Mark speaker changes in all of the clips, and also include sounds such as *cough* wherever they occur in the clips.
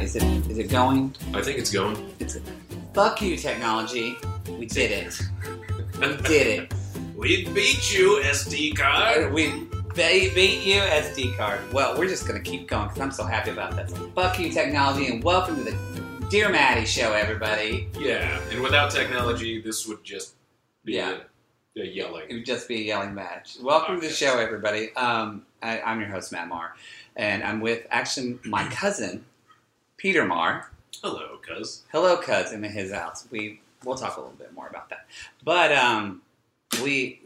Speaker 1: Is it is it going?
Speaker 2: I think it's going. *laughs*
Speaker 1: It's fuck you, technology. We did it. We did it. *laughs*
Speaker 2: We beat you, SD card.
Speaker 1: We they beat you SD card. Well, we're just gonna keep going because I'm so happy about this. Fuck you, technology, and welcome to the Dear Maddie Show, everybody.
Speaker 2: Yeah, and without technology, this would just be
Speaker 1: Yeah.
Speaker 2: a, a yelling.
Speaker 1: It would just be a yelling match. Welcome to the show, everybody. Um, I, I'm your host Matt Marr, and I'm with actually my cousin Peter Marr.
Speaker 2: Hello, cuz.
Speaker 1: Hello, cousin in his house. We we'll talk a little bit more about that, but um, we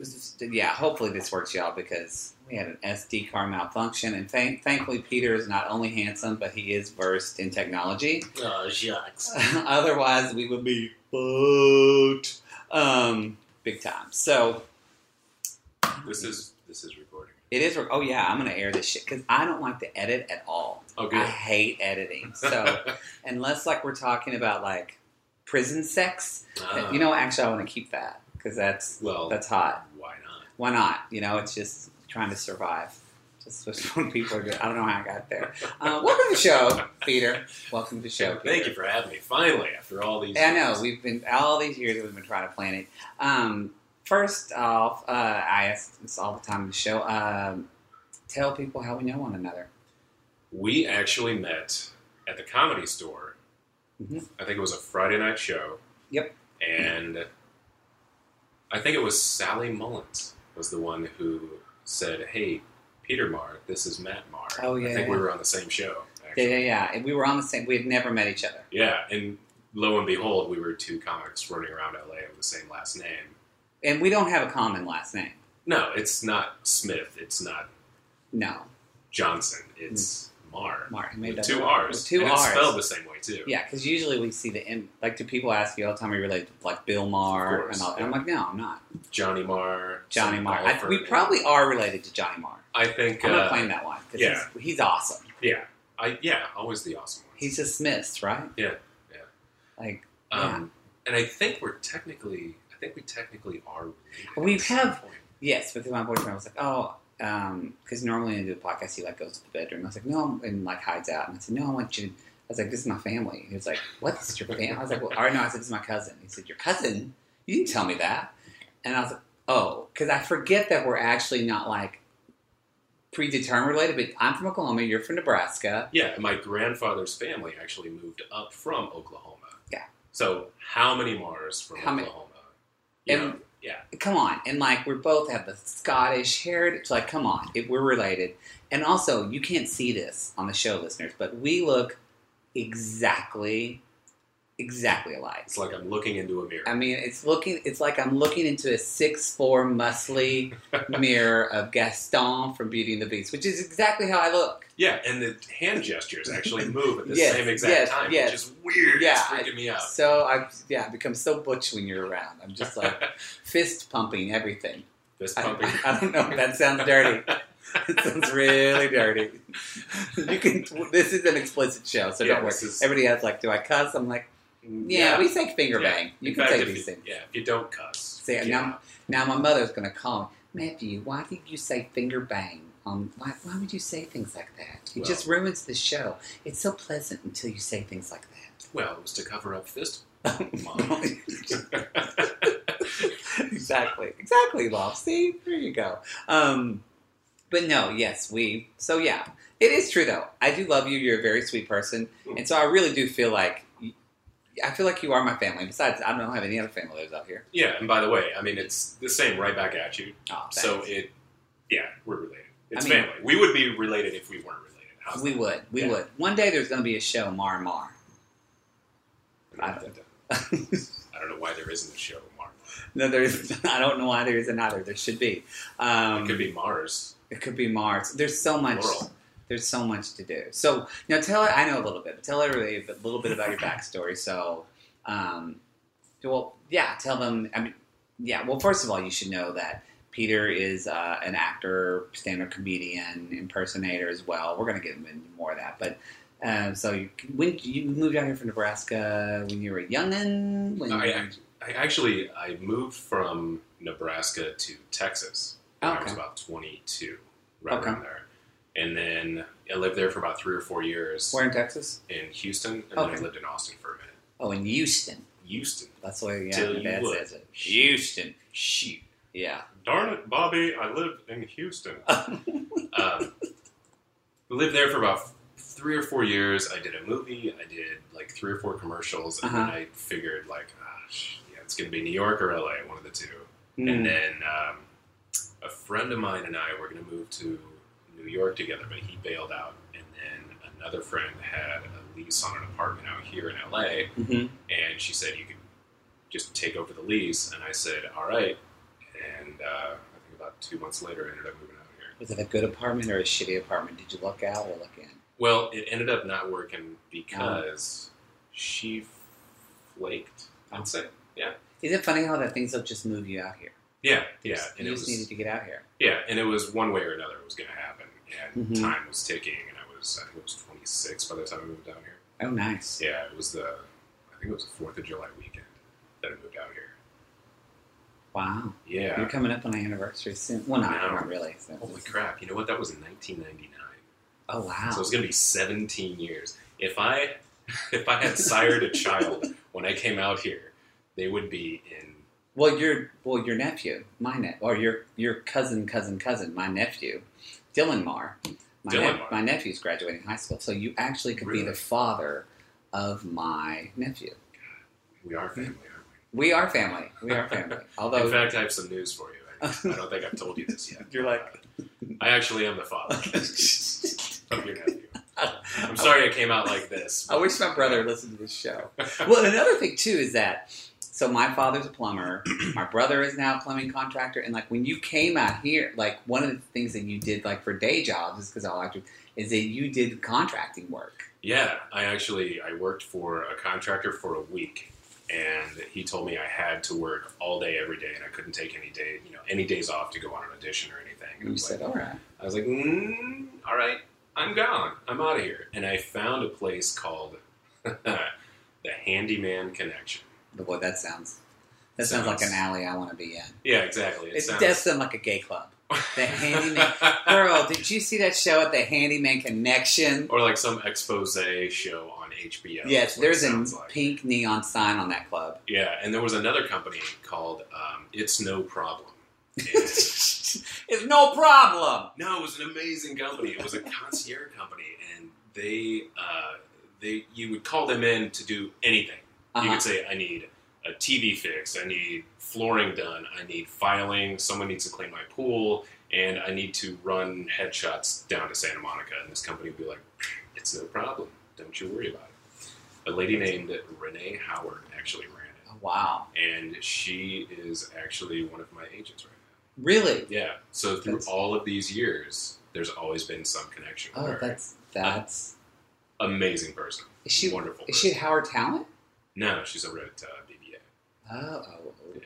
Speaker 1: yeah, hopefully this works, y'all, because we had an SD card malfunction, and thank, thankfully Peter is not only handsome, but he is versed in technology. *laughs*
Speaker 2: Oh, shucks.
Speaker 1: Otherwise, we would be fucked, um, big time. So
Speaker 2: This is this is recording.
Speaker 1: it is. Oh yeah, I'm gonna air this shit because I don't like to edit at all.
Speaker 2: Oh,
Speaker 1: I
Speaker 2: good.
Speaker 1: hate editing. So unless like we're talking about like prison sex.
Speaker 2: Ah,
Speaker 1: you know, actually, I want to keep that because that's
Speaker 2: well,
Speaker 1: that's hot.
Speaker 2: why not?
Speaker 1: Why not? You know, it's just trying to survive. Just *laughs* what people are doing. I don't know how I got there. Uh, welcome to the show, Peter. Welcome to the show. Peter.
Speaker 2: Thank you for having me. Finally, after all these.
Speaker 1: I know
Speaker 2: years.
Speaker 1: we've been all these years we've been trying to plan it. Um, first off, uh, I ask this all the time in the show. Um, tell people how we know one another.
Speaker 2: We actually met at the comedy store.
Speaker 1: Mhm.
Speaker 2: I think it was a Friday night show.
Speaker 1: Yep.
Speaker 2: And I think it was Sally Mullins was the one who said, "Hey, Peter Marr, this is Matt Marr."
Speaker 1: Oh,
Speaker 2: I
Speaker 1: yeah,
Speaker 2: think we
Speaker 1: yeah.
Speaker 2: were on the same show.
Speaker 1: Yeah,
Speaker 2: Actually.
Speaker 1: yeah, yeah. And we were on the same. We had never met each other.
Speaker 2: Yeah, and lo and behold, we were two comics running around LA with the same last name.
Speaker 1: And we don't have a common last name.
Speaker 2: No, it's not Smith. It's not
Speaker 1: No,
Speaker 2: Johnson. It's Marr.
Speaker 1: Mark. you made
Speaker 2: With
Speaker 1: that
Speaker 2: two
Speaker 1: up.
Speaker 2: R's.
Speaker 1: Mm. With two
Speaker 2: and
Speaker 1: R's.
Speaker 2: it's spelled the same way too.
Speaker 1: Yeah, because usually we see the end. Like, do people ask you all the time? Are you related to like Bill
Speaker 2: Of
Speaker 1: Maher?
Speaker 2: course,
Speaker 1: and, all, and I'm like, no, I'm not
Speaker 2: Johnny Marr.
Speaker 1: Johnny
Speaker 2: Sam
Speaker 1: Maher. I,
Speaker 2: Alford,
Speaker 1: we
Speaker 2: and-
Speaker 1: probably are related to Johnny Maher.
Speaker 2: I think.
Speaker 1: I'm
Speaker 2: uh,
Speaker 1: not playing that one because
Speaker 2: yeah.
Speaker 1: he's, he's awesome.
Speaker 2: Yeah, I yeah, always the awesome ones.
Speaker 1: He's dismissed, right?
Speaker 2: Yeah, yeah.
Speaker 1: Like
Speaker 2: um, and I think we're technically, I think we technically are. related
Speaker 1: We
Speaker 2: at some
Speaker 1: have-
Speaker 2: point.
Speaker 1: yes, because my boyfriend was like, oh, because normally when I do a podcast, he like goes to the bedroom. I was like, no, I'm- and like hides out. And I said, no, I want you. to... I was like, this is my family. He was like, what? This is your family? I was like, well, or no, I said, this is my cousin. He said, your cousin? You didn't tell me that. And I was like, oh, because I forget that we're actually not like predetermined related. But I'm from Oklahoma. You're from Nebraska.
Speaker 2: Yeah, and my grandfather's family actually moved up from Oklahoma.
Speaker 1: Yeah.
Speaker 2: So how many Mars from
Speaker 1: How many-
Speaker 2: Oklahoma? You
Speaker 1: And-
Speaker 2: know, yeah,
Speaker 1: Come on, and like we both have the Scottish heritage. Like, come on, if we're related. And also, you can't see this on the show, listeners, but we look exactly, exactly alike.
Speaker 2: it's like I'm looking into a mirror.
Speaker 1: I mean, it's looking. It's like I'm looking into a six four
Speaker 2: *laughs*
Speaker 1: muscly mirror of Gaston from Beauty and the Beast, which is exactly how I look.
Speaker 2: yeah, and the hand
Speaker 1: *laughs*
Speaker 2: gestures actually move at the
Speaker 1: Yes,
Speaker 2: same exact
Speaker 1: yes,
Speaker 2: time,
Speaker 1: yes.
Speaker 2: which is weird.
Speaker 1: Yeah,
Speaker 2: it's freaking me out.
Speaker 1: So I, yeah, I become so butch when you're around. I'm just
Speaker 2: *laughs*
Speaker 1: like fist pumping everything.
Speaker 2: Fist
Speaker 1: I,
Speaker 2: pumping.
Speaker 1: *laughs* I don't know. That sounds dirty. It sounds really dirty. You can. This is an explicit show, so
Speaker 2: Yeah,
Speaker 1: don't worry.
Speaker 2: this is-
Speaker 1: Everybody has like, do I cuss? I'm like, yeah, we say finger
Speaker 2: Yeah.
Speaker 1: bang. You
Speaker 2: In
Speaker 1: can
Speaker 2: fact,
Speaker 1: say
Speaker 2: if
Speaker 1: these
Speaker 2: you-
Speaker 1: things.
Speaker 2: Yeah, if you don't cuss.
Speaker 1: Say it
Speaker 2: yeah.
Speaker 1: now. Now my mother's gonna call me, Matthew. Why did you say finger bang? Um, why, why would you say things like that? It
Speaker 2: Well-
Speaker 1: just ruins the show. It's so pleasant until you say things like that.
Speaker 2: Well, it was to cover
Speaker 1: *laughs*
Speaker 2: up fist. Mom.
Speaker 1: *laughs* exactly, exactly, love. See, there you go. Um, but no, yes, we. So yeah, it is true though. I do love you. You're a very sweet person,
Speaker 2: Mm.
Speaker 1: and so I really do feel like I feel like you are my family. Besides, I don't have any other family that lives out here.
Speaker 2: yeah, and by the way, I mean it's the same right back at you.
Speaker 1: Oh, thanks.
Speaker 2: So it, yeah, we're related. It's
Speaker 1: I mean-
Speaker 2: family. We would be related if we weren't related. How's
Speaker 1: We would. We
Speaker 2: Yeah.
Speaker 1: would. One day there's going to be a show, Mar Mar.
Speaker 2: that? I don't, I don't know why there isn't a show Mars.
Speaker 1: no, there's. *laughs* I don't know why there isn't either. There should be. Um,
Speaker 2: It could be Mars.
Speaker 1: It could be Mars. There's so much.
Speaker 2: Laurel.
Speaker 1: There's so much to do. So now tell. I know a little bit. But tell everybody a little bit about your backstory. So, um, well, yeah. Tell them. I mean, yeah. Well, first of all, you should know that. Peter is uh, an actor, stand-up comedian, impersonator as well. We're going to get into more of that, but um, so you, when you moved out here from Nebraska when you were a youngin, when
Speaker 2: I,
Speaker 1: you-
Speaker 2: act- I actually I moved from Nebraska to Texas when I was
Speaker 1: Oh, Okay.
Speaker 2: about 22, right
Speaker 1: Okay.
Speaker 2: around there, and then then I lived there for about three or four years
Speaker 1: We're in Texas.
Speaker 2: in Houston, and then
Speaker 1: Okay.
Speaker 2: I lived in Austin for a minute.
Speaker 1: Oh, in Houston.
Speaker 2: Houston,
Speaker 1: That's the way yeah,
Speaker 2: Till
Speaker 1: my
Speaker 2: you
Speaker 1: dad
Speaker 2: would.
Speaker 1: says it. Houston.
Speaker 2: shoot,
Speaker 1: Yeah.
Speaker 2: darn it, Bobby, I live in
Speaker 1: *laughs*
Speaker 2: Houston. um, lived there for about three or four years. I did a movie. I did like three or four commercials, and
Speaker 1: Uh-huh.
Speaker 2: then I figured like, ah, sh- yeah, it's gonna be New York or LA, one of the two.
Speaker 1: Hmm.
Speaker 2: And then um, a friend of mine and I were gonna move to New York together, but he bailed out. And then another friend had a lease on an apartment out here in LA,
Speaker 1: Mhm.
Speaker 2: and she said you could just take over the lease. And I said, all right. And uh, I think about two months later, I ended up moving out here.
Speaker 1: Was it a good apartment or a shitty apartment? Did you look out or look in?
Speaker 2: Well, it ended up not working because she flaked.
Speaker 1: Oh.
Speaker 2: I'd say, yeah,
Speaker 1: Is it funny how that things will just move you out here?
Speaker 2: yeah,
Speaker 1: You
Speaker 2: yeah.
Speaker 1: just,
Speaker 2: And
Speaker 1: you
Speaker 2: it
Speaker 1: just
Speaker 2: was,
Speaker 1: needed to get out here.
Speaker 2: yeah, and it was one way or another it was going to happen, and
Speaker 1: Mhm.
Speaker 2: time was ticking, and I was, I think it was 26 by the time I moved down here.
Speaker 1: Oh, nice.
Speaker 2: Mm-hmm. Yeah, it was the, I think it was the Fourth of July weekend that I moved out here.
Speaker 1: Wow.
Speaker 2: Yeah.
Speaker 1: You're coming up on an anniversary soon. Well, not,
Speaker 2: No.
Speaker 1: not really. So
Speaker 2: Holy crap! You know what? That was in 1999,
Speaker 1: Oh, wow.
Speaker 2: so it's going to be 17 years. If I, *laughs* if I had sired a child when I came out here, they would be in
Speaker 1: Well, your well, your nephew, my net, or your your cousin, cousin, cousin, my nephew, Dylan Marr. My,
Speaker 2: Dylan Marr.
Speaker 1: my nephew's graduating high school, so you actually could be
Speaker 2: Really?
Speaker 1: the father of my nephew.
Speaker 2: We are family, aren't
Speaker 1: We are family. We are
Speaker 2: *laughs*
Speaker 1: family.
Speaker 2: we? In
Speaker 1: Although
Speaker 2: fact, I have some news for you. I don't think I've told you this yet.
Speaker 1: *laughs* You're like-
Speaker 2: I actually am the father of your nephew. I'm sorry I came out like this.
Speaker 1: *laughs* I wish my brother listened to this show. Well, another thing too is that so my father's a
Speaker 2: *clears throat*
Speaker 1: plumber, my brother is now a plumbing contractor, and like when you came out here, like one of the things that you did like for day jobs is because I liked it, is that you did contracting work.
Speaker 2: Yeah, I actually I worked for a contractor for a week, and he told me I had to work all day every day, and I couldn't take any day, you know, any days off to go on an audition or anything.
Speaker 1: And
Speaker 2: And I
Speaker 1: you
Speaker 2: was like,
Speaker 1: said, "All right."
Speaker 2: I was like, mm, all right, I'm gone. I'm out of here. And I found a place called *laughs* the Handyman Connection.
Speaker 1: Boy, that sounds that sounds,
Speaker 2: Sounds-
Speaker 1: like an alley I want to be in.
Speaker 2: Yeah, exactly. It
Speaker 1: It
Speaker 2: sounds-
Speaker 1: does sound like a gay club.
Speaker 2: *laughs*
Speaker 1: the handyman- Girl, did you see that show at the Handyman Connection?
Speaker 2: or like some expose show on HBO.
Speaker 1: yes,
Speaker 2: is Oh, what
Speaker 1: there's
Speaker 2: it
Speaker 1: a
Speaker 2: sounds like.
Speaker 1: pink neon sign on that club.
Speaker 2: Yeah, and there was another company called um, It's No Problem. And-
Speaker 1: *laughs* it's no problem.
Speaker 2: No, it was an amazing company. It was a concierge company, and they uh, they you would call them in to do anything. You
Speaker 1: Uh-huh.
Speaker 2: could say, "I need a TV fix, I need flooring done, I need filing, someone needs to clean my pool, and I need to run headshots down to Santa Monica." And this company would be like, "It's no problem. Don't you worry about it." A lady named Renee Howard actually ran it,
Speaker 1: Oh, wow,
Speaker 2: and she is actually one of my agents right now.
Speaker 1: really?
Speaker 2: Yeah. So through
Speaker 1: That's-
Speaker 2: all of these years, there's always been some connection. with
Speaker 1: Oh,
Speaker 2: her.
Speaker 1: that's that's.
Speaker 2: amazing person.
Speaker 1: Is she
Speaker 2: wonderful?
Speaker 1: is she
Speaker 2: person.
Speaker 1: at Howard Talent?
Speaker 2: No, she's over at uh, BBA.
Speaker 1: Oh, oh, oh.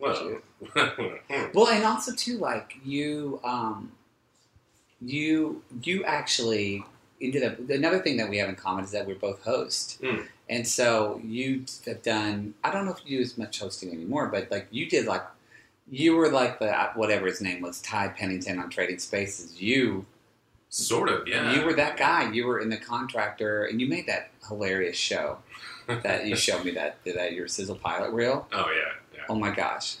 Speaker 2: Well, *laughs*
Speaker 1: Well, and also too, like you, um, you, you actually ended up. Another thing that we have in common is that we're both hosts,
Speaker 2: Mm.
Speaker 1: and so you have done. I don't know if you do as much hosting anymore, but like you did, like you were like the whatever his name was, Ty Pennington on Trading Spaces. You,
Speaker 2: sort of. Yeah.
Speaker 1: you were that guy. You were in the contractor, and you made that hilarious show that
Speaker 2: *laughs*
Speaker 1: you showed me that that your sizzle pilot reel.
Speaker 2: Oh yeah, yeah.
Speaker 1: Oh my gosh,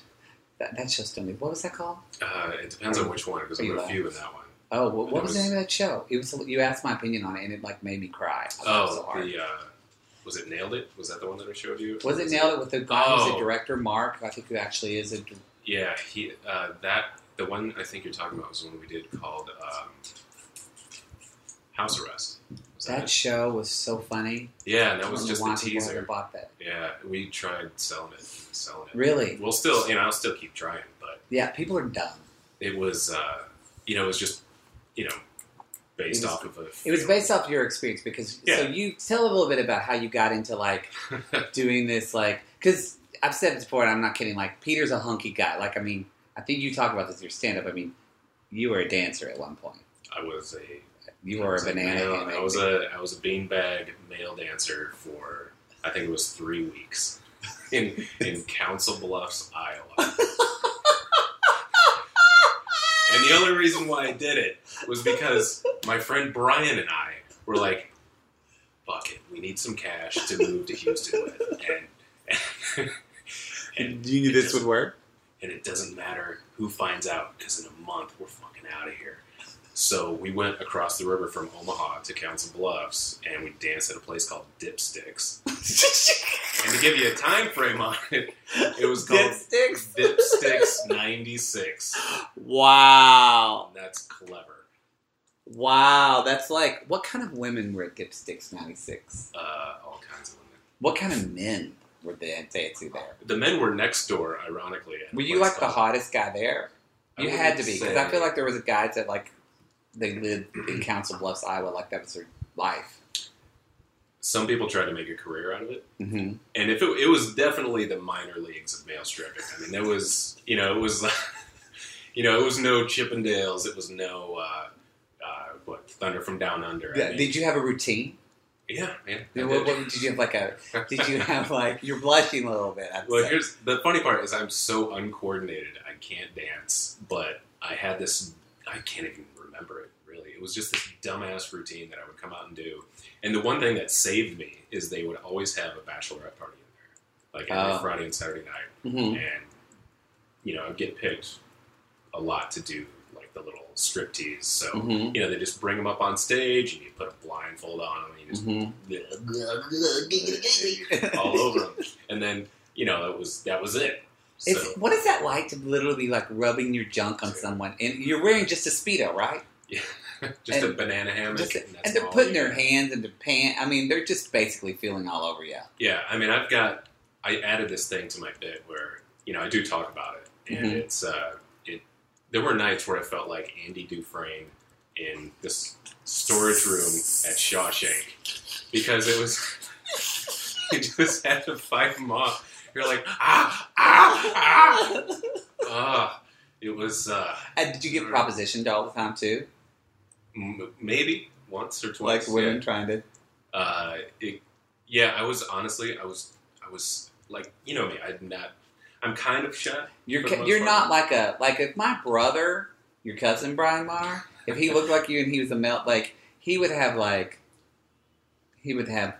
Speaker 1: that that show still me. What was that called?
Speaker 2: Uh, it depends on which one because I
Speaker 1: Are you
Speaker 2: put a
Speaker 1: laughing?
Speaker 2: few in that one.
Speaker 1: Oh, what, what
Speaker 2: That
Speaker 1: was, the
Speaker 2: was-
Speaker 1: name of that show? It was you asked my opinion on it, and it like made me cry. I laughed so
Speaker 2: Oh,
Speaker 1: hard.
Speaker 2: the uh, was it nailed it? Was that the one that I showed you?
Speaker 1: was it nailed it with the guy who's
Speaker 2: Oh.
Speaker 1: a director, Mark? who I think who actually is a. di-
Speaker 2: Yeah, he uh, that the one I think you're talking about was the one we did called um, House Arrest. Was that,
Speaker 1: That show was so funny.
Speaker 2: it? Yeah, and that
Speaker 1: I
Speaker 2: was
Speaker 1: don't
Speaker 2: just
Speaker 1: know
Speaker 2: a
Speaker 1: why people
Speaker 2: teaser.
Speaker 1: haven't Bought that.
Speaker 2: Yeah, we tried selling it, selling it.
Speaker 1: Really?
Speaker 2: We'll still, you know, I'll still keep trying, but
Speaker 1: Yeah, people are dumb.
Speaker 2: it was, uh, you know, it was just, you know, based
Speaker 1: It was-
Speaker 2: off of a.
Speaker 1: It was
Speaker 2: *laughs*
Speaker 1: based off your experience because. So
Speaker 2: Yeah.
Speaker 1: you tell a little bit about how you got into like doing this, like because I've said this before, and I'm not kidding. Like Peter's a hunky guy. Like I mean, I think you talk about this in your stand up. I mean, you were a dancer at one point.
Speaker 2: I was a.
Speaker 1: You
Speaker 2: I
Speaker 1: were a
Speaker 2: was a
Speaker 1: banana.
Speaker 2: male-
Speaker 1: hammock.
Speaker 2: I was a I was a beanbag male dancer for I think it was three weeks *laughs* in in Council Bluffs, Iowa. And the only reason why I did it was because my friend Brian and I were like, fuck it, we need some cash to move to Houston with. And, and, and,
Speaker 1: you knew
Speaker 2: it
Speaker 1: this
Speaker 2: just-
Speaker 1: would work?
Speaker 2: and it doesn't matter who finds out because in a month we're fucking out of here. So we went across the river from Omaha to Council Bluffs and we danced at a place called Dipsticks. And to give you a time frame on it, it was called
Speaker 1: Dipsticks?
Speaker 2: Dipsticks 96.
Speaker 1: Wow.
Speaker 2: And that's clever.
Speaker 1: Wow. That's like, what kind of women were at Dipsticks 96?
Speaker 2: Uh, all kinds of women.
Speaker 1: What kind of men were they fancy there?
Speaker 2: The men were next door, ironically. at a
Speaker 1: Were you
Speaker 2: place
Speaker 1: like the
Speaker 2: called-
Speaker 1: hottest guy there?
Speaker 2: I
Speaker 1: You
Speaker 2: wouldn't
Speaker 1: had to be because I
Speaker 2: say-
Speaker 1: feel like there was a guy that like they lived in Council Bluffs, Iowa, like that was their life.
Speaker 2: some people tried to make a career out of it.
Speaker 1: Mm-hmm.
Speaker 2: and if it, it was definitely the minor leagues of male stripping. I mean, there was you know it was *laughs* you know it was no Chippendales, it was no uh, uh, what Thunder from Down Under. I
Speaker 1: Yeah,
Speaker 2: mean.
Speaker 1: did you have a routine?
Speaker 2: yeah, yeah. I
Speaker 1: Did, what,
Speaker 2: did.
Speaker 1: what, did you have like a? Did you have like? You're blushing a little bit. I'm
Speaker 2: *laughs* well,
Speaker 1: sorry.
Speaker 2: here's the funny part is I'm so uncoordinated. I can't dance, but I had this. I can't even remember it really. It was just this dumbass routine that I would come out and do. And the one thing that saved me is they would always have a bachelorette party in there, like every
Speaker 1: Oh.
Speaker 2: Friday and Saturday night.
Speaker 1: Mhm.
Speaker 2: and you know I get picked a lot to do like the little strip tease. So
Speaker 1: Mhm.
Speaker 2: you know they just bring them up on stage and you put a blindfold on them and you just
Speaker 1: Mhm.
Speaker 2: all over them, and then you know that was that was it.
Speaker 1: *laughs*
Speaker 2: So
Speaker 1: It's, what is that like to literally like rubbing your junk on someone and you're wearing just a speedo, right?
Speaker 2: just a
Speaker 1: and-
Speaker 2: banana hammock,
Speaker 1: Just,
Speaker 2: and, that's
Speaker 1: and they're
Speaker 2: all
Speaker 1: putting
Speaker 2: you
Speaker 1: their
Speaker 2: got.
Speaker 1: hands in their pants. I mean, they're just basically feeling all over
Speaker 2: *laughs*
Speaker 1: you.
Speaker 2: Yeah, I mean I've got I added this thing to my bit where you know I do talk about it, and
Speaker 1: Mhm.
Speaker 2: it's uh it. There were nights where I felt like Andy Dufresne in this storage room at Shawshank because it was *laughs* you just had to fight them off. You're like ah ah ah ah. It was uh,
Speaker 1: And did you get propositioned all the time too?
Speaker 2: m- maybe once or
Speaker 1: like
Speaker 2: twice. yeah.
Speaker 1: women trying to.
Speaker 2: uh, it, yeah, I was honestly, I was, I was like, you know me, I'm not, I'm kind of shy.
Speaker 1: You're
Speaker 2: for the
Speaker 1: ca-
Speaker 2: most
Speaker 1: you're
Speaker 2: part.
Speaker 1: not like a like if my brother, your cousin Brian Maher, if he looked like you and he was a melt, like he would have like he would have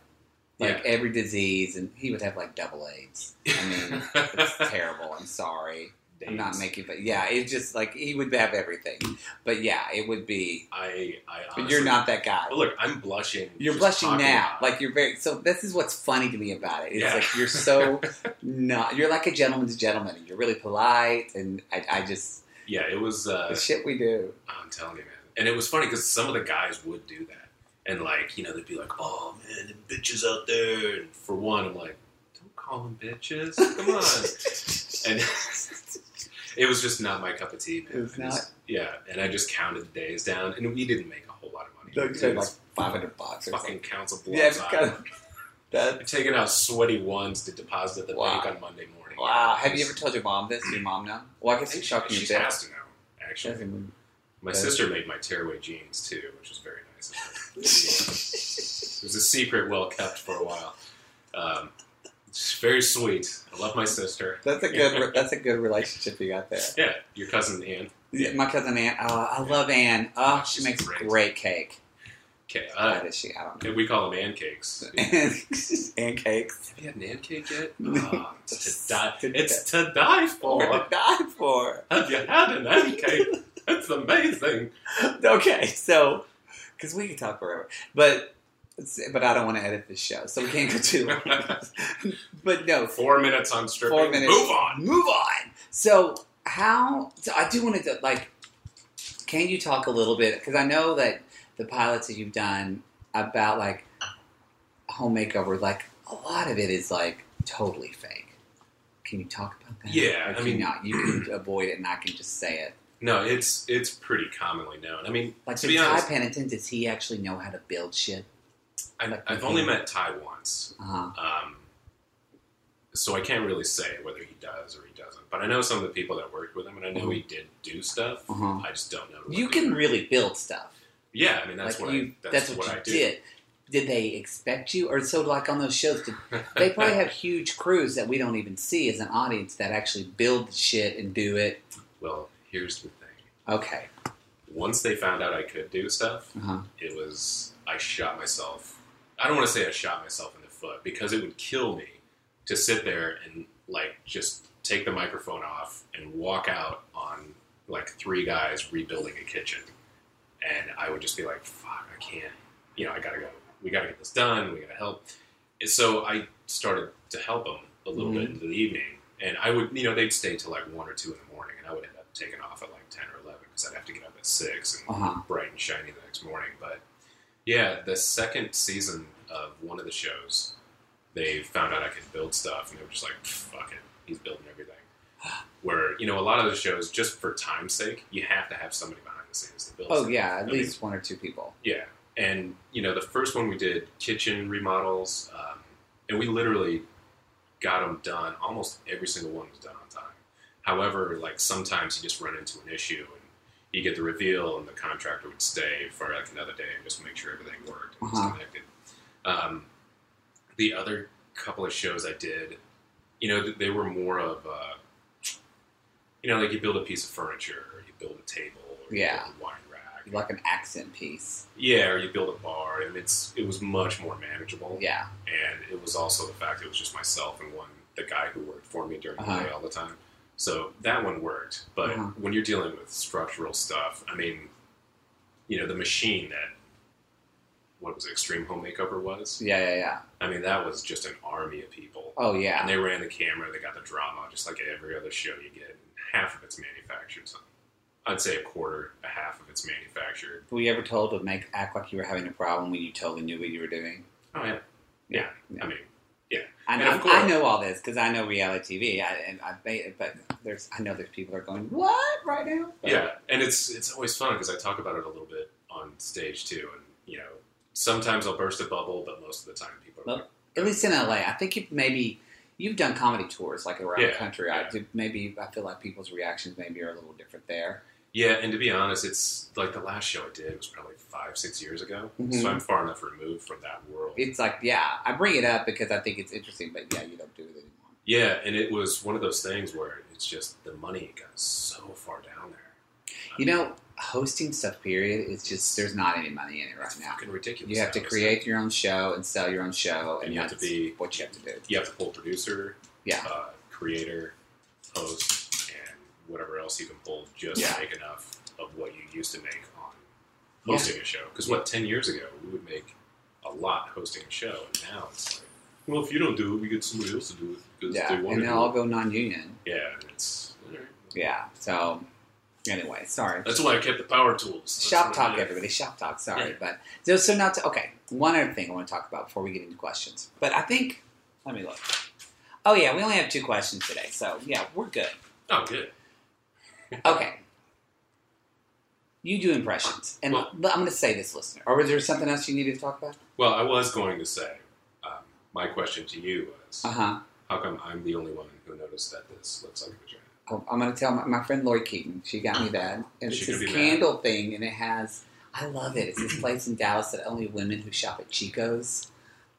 Speaker 1: like
Speaker 2: Yeah.
Speaker 1: every disease and he would have like double AIDS. I
Speaker 2: *laughs*
Speaker 1: mean, it's terrible. I'm sorry. I'm not
Speaker 2: Days.
Speaker 1: making, but yeah, it's just like he would have everything. But yeah, it would be.
Speaker 2: I, I. Honestly,
Speaker 1: But you're not that guy.
Speaker 2: But look, I'm blushing.
Speaker 1: You're
Speaker 2: just
Speaker 1: blushing
Speaker 2: talking
Speaker 1: now,
Speaker 2: about it.
Speaker 1: like you're very. So this is what's funny to me about it. It's
Speaker 2: Yeah.
Speaker 1: like you're
Speaker 2: *laughs*
Speaker 1: so not. You're like a gentleman's gentleman. and You're really polite, and I, I just
Speaker 2: yeah, it was. Uh,
Speaker 1: the shit we do.
Speaker 2: I'm telling you, man. And it was funny because some of the guys would do that, and like, you know, they'd be like, "Oh man, the bitches out there." And for one, I'm like, "Don't call them bitches. Come on."
Speaker 1: *laughs*
Speaker 2: and *laughs* it was just not my cup of tea. man.
Speaker 1: It was
Speaker 2: I just- yeah, and I just counted the days down, and we didn't make a whole lot of money.
Speaker 1: Doug
Speaker 2: It
Speaker 1: said like
Speaker 2: was
Speaker 1: five hundred bucks or
Speaker 2: fucking
Speaker 1: something.
Speaker 2: council blocks.
Speaker 1: Yeah, it's kind of that.
Speaker 2: I'm taking out sweaty ones to deposit at the
Speaker 1: Wow.
Speaker 2: bank on Monday morning.
Speaker 1: Wow. Have you ever told your mom this? Your mom know? Well, I
Speaker 2: I
Speaker 1: guess
Speaker 2: think
Speaker 1: it's
Speaker 2: she,
Speaker 1: shocking
Speaker 2: she's
Speaker 1: your dad.
Speaker 2: has to know. Actually, *laughs*
Speaker 1: Yeah.
Speaker 2: my sister made my tearaway jeans too, which is very nice. of her. it was a secret, well kept for a while. Um, it's very sweet. I love my sister.
Speaker 1: That's a good. re- That's a good relationship you got there.
Speaker 2: Yeah, your cousin Anne. Yeah.
Speaker 1: My cousin Ann. Oh, I love Ann. Oh, she
Speaker 2: She's
Speaker 1: makes
Speaker 2: great.
Speaker 1: great cake.
Speaker 2: Okay,
Speaker 1: Why
Speaker 2: uh,
Speaker 1: does she? I don't know.
Speaker 2: we call them
Speaker 1: *laughs*
Speaker 2: Ann cakes.
Speaker 1: and cakes.
Speaker 2: Have you had nan cake yet?
Speaker 1: No.
Speaker 2: Ah, it's
Speaker 1: *laughs*
Speaker 2: to die. It's to die
Speaker 1: What to
Speaker 2: for.
Speaker 1: die for?
Speaker 2: Have you had a nan cake? It's
Speaker 1: *laughs*
Speaker 2: amazing.
Speaker 1: Okay, so because we could talk forever, but but I don't want to edit this show, so we can't go too long. but no,
Speaker 2: *laughs* Four minutes on stripping.
Speaker 1: Four minutes.
Speaker 2: Move on.
Speaker 1: move on. So how? So I do want to like. Can you talk a little bit? Because I know that the pilots that you've done about like home makeover, like a lot of it is like totally fake. Can you talk about that?
Speaker 2: Yeah,
Speaker 1: Or
Speaker 2: I
Speaker 1: can
Speaker 2: mean-
Speaker 1: you not. You
Speaker 2: *clears throat*
Speaker 1: can avoid it, and I can just say it.
Speaker 2: No, it's it's pretty commonly known. I mean,
Speaker 1: Like,
Speaker 2: to
Speaker 1: did
Speaker 2: be
Speaker 1: Ty
Speaker 2: honest,
Speaker 1: Pennington, does he actually know how to build shit?
Speaker 2: I,
Speaker 1: like,
Speaker 2: I've only met Ty once,
Speaker 1: Uh,
Speaker 2: um, so I can't really say whether he does or he doesn't. But I know some of the people that worked with him, and I know he did do stuff.
Speaker 1: uh
Speaker 2: I just don't know. what
Speaker 1: Mm-hmm. You
Speaker 2: they
Speaker 1: can
Speaker 2: were.
Speaker 1: really build stuff.
Speaker 2: yeah. I mean, that's
Speaker 1: like
Speaker 2: what
Speaker 1: you,
Speaker 2: I, that's,
Speaker 1: what, you
Speaker 2: I do.
Speaker 1: did. Did they expect you, or so? Like on those shows, did,
Speaker 2: *laughs*
Speaker 1: they probably have huge crews that we don't even see as an audience that actually build the shit and do it.
Speaker 2: Well, here's the thing.
Speaker 1: Okay.
Speaker 2: Once they found out I could do stuff,
Speaker 1: Uh-huh.
Speaker 2: it was I shot myself. I don't want to say I shot myself in the foot because it would kill me to sit there and like just take the microphone off and walk out on like three guys rebuilding a kitchen, and I would just be like, "Fuck, I can't." You know, I gotta go. We gotta get this done. We gotta help. And so I started to help them a little bit into the evening, and I would, you know, they'd stay till like one or two in the morning, and I would end up taking off at like ten or eleven because I'd have to get up at six and
Speaker 1: Uh-huh.
Speaker 2: bright and shiny the next morning. But yeah, the second season of one of the shows, they found out I could build stuff, and they were just like, "Fuck it, he's building everything." Where you know a lot of the shows, just for time's sake, you have to have somebody behind the scenes to build.
Speaker 1: Oh
Speaker 2: stuff.
Speaker 1: yeah, at
Speaker 2: I mean-
Speaker 1: least one or two people.
Speaker 2: Yeah, and you know the first one we did kitchen remodels, um, and we literally got them done. Almost every single one was done on time. However, like sometimes you just run into an issue, and you get the reveal, and the contractor would stay for like another day and just make sure everything worked and was
Speaker 1: Uh-huh.
Speaker 2: connected. Um, the other couple of shows I did, you know, th- they were more of, uh, you know, like you build a piece of furniture, or you build a table, or
Speaker 1: Yeah.
Speaker 2: you build a wine rack,
Speaker 1: Like an accent piece.
Speaker 2: yeah, or you build a bar, and it's it was much more manageable.
Speaker 1: Yeah.
Speaker 2: And it was also the fact it was just myself and one the guy who worked for me during
Speaker 1: Uh-huh.
Speaker 2: the day all the time. So that one worked. But
Speaker 1: Uh-huh.
Speaker 2: when you're dealing with structural stuff, I mean, you know, the machine that what was it, Extreme Home Makeover was.
Speaker 1: Yeah, yeah, yeah.
Speaker 2: I mean, that was just an army of people.
Speaker 1: Oh yeah.
Speaker 2: And they ran the camera, they got the drama, just like every other show you get. Half of it's manufactured. So I'd say a quarter, a half of it's manufactured.
Speaker 1: Were you ever told to make act like you were having a problem when you totally knew what you were doing?
Speaker 2: Oh yeah. Yeah. I mean,
Speaker 1: I
Speaker 2: And
Speaker 1: know,
Speaker 2: of course-
Speaker 1: I know all this because I know reality TV. I, and I, they, but there's, I know there's people are going, what right now? But-
Speaker 2: yeah, and it's it's always fun because I talk about it a little bit on stage too, and you know, sometimes I'll burst a bubble, but most of the time people are like,
Speaker 1: Well, At least in LA, I think you've maybe you've done comedy tours like around the
Speaker 2: Yeah,
Speaker 1: country. I
Speaker 2: yeah.
Speaker 1: do, maybe I feel like people's reactions maybe are a little different there.
Speaker 2: yeah. And to be honest, it's like the last show I did was probably five six years ago,
Speaker 1: Mhm.
Speaker 2: so I'm far enough removed from that world.
Speaker 1: It's like, yeah, I bring it up because I think it's interesting, but yeah, you don't do it anymore.
Speaker 2: yeah, and it was one of those things where it's just the money got so far down there. I
Speaker 1: You
Speaker 2: mean,
Speaker 1: know, hosting stuff. Period. It's just there's not any money in it right
Speaker 2: it's
Speaker 1: now.
Speaker 2: fucking ridiculous.
Speaker 1: You have
Speaker 2: now,
Speaker 1: to
Speaker 2: isn't it?
Speaker 1: create your own show and sell your own show, and,
Speaker 2: And you have to
Speaker 1: that's
Speaker 2: be-
Speaker 1: what you have to do.
Speaker 2: You have to pull producer,
Speaker 1: Yeah.
Speaker 2: uh, creator, host, and whatever else you can pull just
Speaker 1: Yeah.
Speaker 2: to make enough of what you used to make on
Speaker 1: Yeah.
Speaker 2: hosting a show. Because what ten years ago we would make a lot hosting a show, and now it's like, well, if you don't do it, we get somebody else to do it because
Speaker 1: Yeah,
Speaker 2: they want
Speaker 1: and
Speaker 2: to.
Speaker 1: they'll all go non-union.
Speaker 2: yeah, and it's all right.
Speaker 1: Yeah. So, anyway, sorry.
Speaker 2: that's why I kept the power tools. That's
Speaker 1: Shop
Speaker 2: what I
Speaker 1: talk,
Speaker 2: did.
Speaker 1: everybody. Shop talk. Sorry,
Speaker 2: Yeah.
Speaker 1: but so, so not to, okay. One other thing I want to talk about before we get into questions, but I think let me look. Oh yeah, we only have two questions today, so yeah, we're good.
Speaker 2: Oh, good.
Speaker 1: Okay, you do impressions, and
Speaker 2: Well-
Speaker 1: but I'm going to say this, listener. Or was there something else you needed to talk about?
Speaker 2: Well, I was going to say, um, my question to you was,
Speaker 1: Uh huh.
Speaker 2: how come I'm the only one who noticed that this looks like a vagina?
Speaker 1: Oh, I'm going to tell my, my friend Lori Keaton. She got me
Speaker 2: *gasps*
Speaker 1: that, and
Speaker 2: She
Speaker 1: it's
Speaker 2: could
Speaker 1: this
Speaker 2: be mad.
Speaker 1: candle thing, and it has. I love it. It's this place in Dallas that only women who shop at Chico's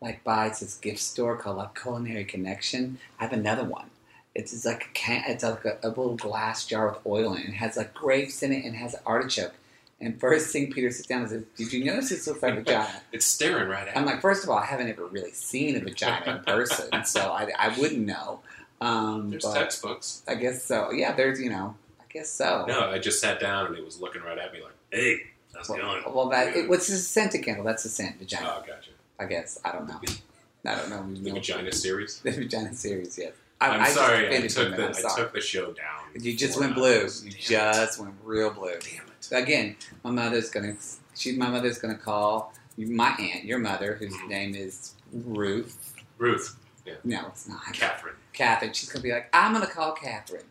Speaker 1: like buy. It's this gift store called like Culinary Connection. I have another one. It's, it's like a can. It's like a, a little glass jar with oil in it. It has like grapes in it and has artichoke. And first thing Peter sits down and says, "Did you notice this looks like a vagina?"
Speaker 2: It's staring right at
Speaker 1: I'm
Speaker 2: me.
Speaker 1: like, first of all, I haven't ever really seen a vagina in person, so I, I wouldn't know. Um,
Speaker 2: There's
Speaker 1: but-
Speaker 2: textbooks.
Speaker 1: I guess so. Yeah, there's you know, I guess so.
Speaker 2: No, I just sat down and it was looking right at me like, hey, how's it
Speaker 1: Well,
Speaker 2: going?
Speaker 1: well, that
Speaker 2: Yeah.
Speaker 1: it, what's the scent of candle? That's the scent vagina.
Speaker 2: Oh, gotcha.
Speaker 1: I guess I
Speaker 2: *laughs*
Speaker 1: don't know. I don't know. We
Speaker 2: The *laughs*
Speaker 1: know.
Speaker 2: Vagina series.
Speaker 1: The vagina series. Yes.
Speaker 2: I'm sorry, I
Speaker 1: offended
Speaker 2: took,
Speaker 1: him,
Speaker 2: the,
Speaker 1: I'm
Speaker 2: I
Speaker 1: sorry.
Speaker 2: took the show down.
Speaker 1: You just
Speaker 2: four
Speaker 1: went blue.
Speaker 2: hours.
Speaker 1: You
Speaker 2: Damn it.
Speaker 1: just went real blue.
Speaker 2: Damn it.
Speaker 1: Again, my mother's gonna. She, my mother's gonna call you- my aunt, your mother, whose
Speaker 2: Mhm.
Speaker 1: name is Ruth.
Speaker 2: Ruth,
Speaker 1: No, it's not
Speaker 2: Catherine.
Speaker 1: Catherine. She's gonna be like, I'm gonna call
Speaker 2: *laughs*
Speaker 1: Catherine.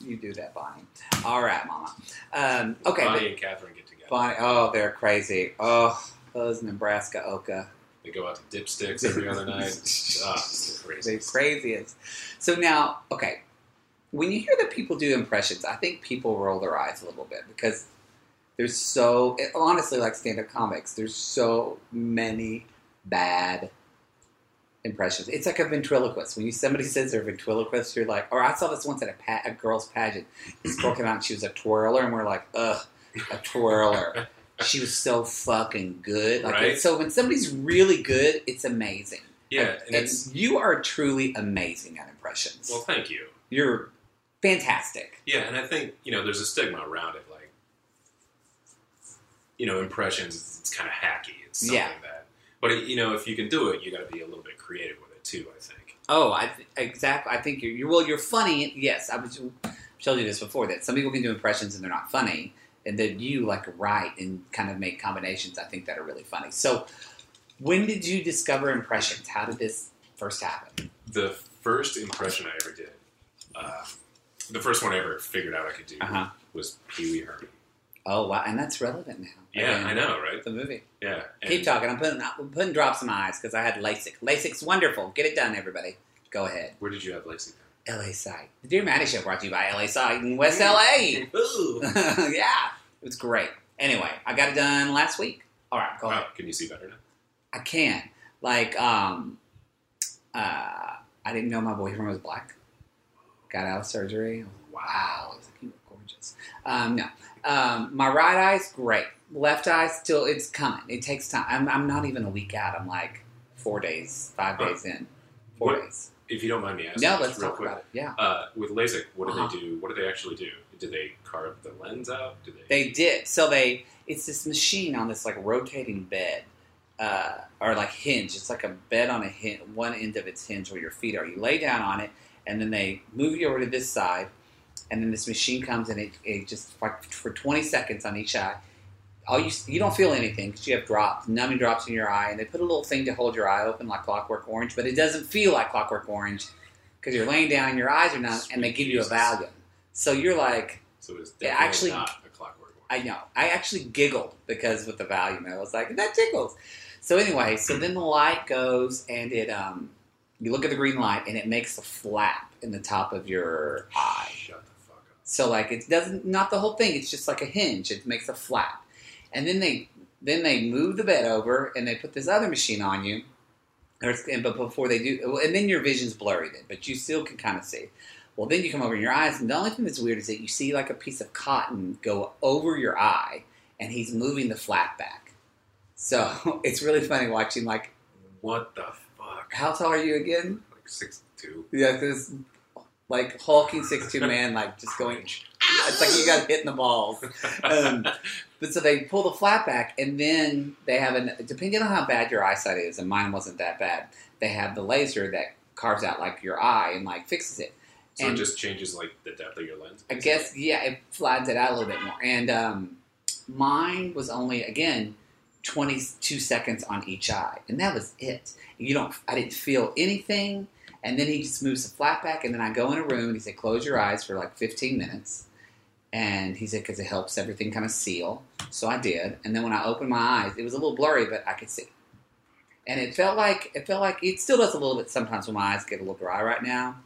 Speaker 1: you do that, Bonnie. All right, Mama. Um, okay, but-
Speaker 2: Bonnie and Catherine get together.
Speaker 1: Bonnie, oh, they're crazy. Oh, those Nebraska Oka.
Speaker 2: They go out to dipsticks
Speaker 1: *laughs*
Speaker 2: every other night. Ah, it's
Speaker 1: They're
Speaker 2: crazy.
Speaker 1: craziest. So now, okay, when you hear that people do impressions, I think people roll their eyes a little bit because there's so, honestly, like stand up comics, there's so many bad impressions. It's like a ventriloquist. When you somebody says they're a ventriloquist, you're like, or I saw this once at a, pa- a girls' pageant. This girl came out and she was a twirler, and we're like, ugh, a twirler. she was so fucking good. Like,
Speaker 2: Right.
Speaker 1: so when somebody's really good, it's amazing.
Speaker 2: Yeah,
Speaker 1: Like,
Speaker 2: and it's
Speaker 1: you are truly amazing at impressions.
Speaker 2: well, thank you.
Speaker 1: you're fantastic.
Speaker 2: Yeah, and I think you know there's a stigma around it, like you know impressions. It's, it's kind of hacky. It's something
Speaker 1: Yeah.
Speaker 2: that, but you know if you can do it, you got to be a little bit creative with it too. I think.
Speaker 1: Oh, I th- exactly. I think you're, you're well. You're funny. Yes, I was I told you this before that some people can do impressions and they're not funny, and then you like write and kind of make combinations. I think that are really funny. So, when did you discover impressions? How did this first happen?
Speaker 2: The first impression I ever did, uh, the first one I ever figured out I could do
Speaker 1: huh.
Speaker 2: was Pee Wee Herman.
Speaker 1: Oh wow, and that's relevant now.
Speaker 2: Yeah,
Speaker 1: Again,
Speaker 2: I know, right?
Speaker 1: The movie.
Speaker 2: Yeah. and-
Speaker 1: Keep talking. I'm putting I'm putting drops in my eyes because I had LASIK. LASIK's wonderful. Get it done, everybody. Go ahead.
Speaker 2: Where did you have LASIK?
Speaker 1: LA Side. The Dear Maddie Show brought to you by LA Side in West LA.
Speaker 2: Ooh.
Speaker 1: *laughs* yeah, it was great. Anyway, I got it done last week. All right, go ahead.
Speaker 2: Wow, can you see better now?
Speaker 1: I can. Like, um, uh, I didn't know my boyfriend was black. Got out of surgery. Wow, I was like, you were gorgeous. Um, no, um, my right eye's great. Left eye still, it's coming. It takes time. I'm, I'm not even a week out. I'm like four days, five
Speaker 2: Huh.
Speaker 1: days in. Four
Speaker 2: What-
Speaker 1: days.
Speaker 2: If you don't mind me asking,
Speaker 1: No,
Speaker 2: just
Speaker 1: let's
Speaker 2: real
Speaker 1: talk
Speaker 2: quick.
Speaker 1: about it. Yeah.
Speaker 2: Uh, with LASIK, what do
Speaker 1: Uh-huh.
Speaker 2: they do? What do they actually do? Do they carve the lens out? Do they?
Speaker 1: They did. So they it's this machine on this like rotating bed. Uh, or like hinge. It's like a bed on a hinge, one end of its hinge where your feet are. You lay down on it, and then they move you over to this side, and then this machine comes and it, it just like for 20 seconds on each eye. All you you don't feel anything because you have drops, numbing drops in your eye, and they put a little thing to hold your eye open like Clockwork Orange, but it doesn't feel like Clockwork Orange because you're laying down and your eyes are numb, and they give you a
Speaker 2: Sweet Jesus.
Speaker 1: Valium. So you're like,
Speaker 2: so it's
Speaker 1: They
Speaker 2: definitely
Speaker 1: actually-
Speaker 2: not a clockwork one.
Speaker 1: I know. I actually giggled because with the volume, I was like, that tickles. So anyway, so then the light goes and it, um, you look at the green light and it makes a flap in the top of your eye.
Speaker 2: Shut the fuck up.
Speaker 1: So like it doesn't, not the whole thing. It's just like a hinge. It makes a flap, and then they then they move the bed over and they put this other machine on you. Or it's- and but before they do, and then your vision's blurry then, but you still can kind of see. Well, then you come over in your eyes, and the only thing that's weird is that you see like a piece of cotton go over your eye, and he's moving the flap back. So *laughs* it's really funny watching. Like,
Speaker 2: What the fuck?
Speaker 1: how tall are you again?
Speaker 2: Like six two.
Speaker 1: Yeah, this like hulking six two man, like just going. "Ah!" It's like you got hit in the balls. Um, but so they pull the flap back, and then they have an depending on how bad your eyesight is, and mine wasn't that bad. They have the laser that carves out like your eye and like fixes it.
Speaker 2: so it
Speaker 1: and-
Speaker 2: just changes like the depth of your lens.
Speaker 1: I guess yeah, it flattens it out a little bit more. And um, mine was only again twenty two seconds on each eye, and that was it. You don't, I didn't feel anything. And then he just moves the flap back, and then I go in a room, and he said, "Close your eyes for like fifteen minutes." And he said, "Because it helps everything kind of seal." So I did, and then when I opened my eyes, it was a little blurry, but I could see. And it felt like it felt like it still does a little bit sometimes when my eyes get a little dry right now.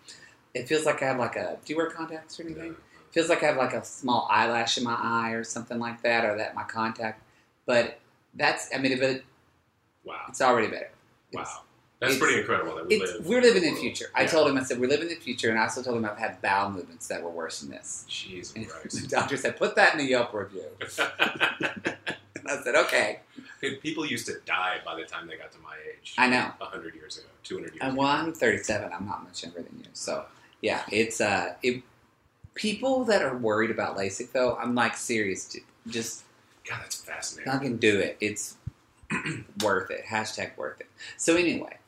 Speaker 1: It feels like I have like a. Do you wear contacts or anything?
Speaker 2: Yeah.
Speaker 1: feels like I have like a small eyelash in my eye or something like that, or that my contact. But that's, I mean, but
Speaker 2: Wow.
Speaker 1: it's already better.
Speaker 2: Wow.
Speaker 1: It's-
Speaker 2: That's
Speaker 1: it's-
Speaker 2: pretty incredible that we
Speaker 1: It's,
Speaker 2: live.
Speaker 1: we're living
Speaker 2: a
Speaker 1: in the
Speaker 2: world-
Speaker 1: future. I
Speaker 2: Yeah.
Speaker 1: told him, I said, we're living in the future, and I also told him I've had bowel movements that were worse than this. And
Speaker 2: Jesus
Speaker 1: *laughs* the doctor said, put that in a Yelp review.
Speaker 2: Christ.
Speaker 1: And I said, okay.
Speaker 2: *laughs* Dude, People used to die by the time they got to my age.
Speaker 1: I know.
Speaker 2: A hundred years ago, two hundred years.
Speaker 1: And
Speaker 2: ago.
Speaker 1: well, I'm 37. I'm not much younger than you. So, yeah, it's, uh, it, people that are worried about LASIK, though, I'm like, serious, dude, just
Speaker 2: God, that's fascinating.
Speaker 1: Fucking do it. It's *clears throat* worth it. Hashtag worth it. So anyway,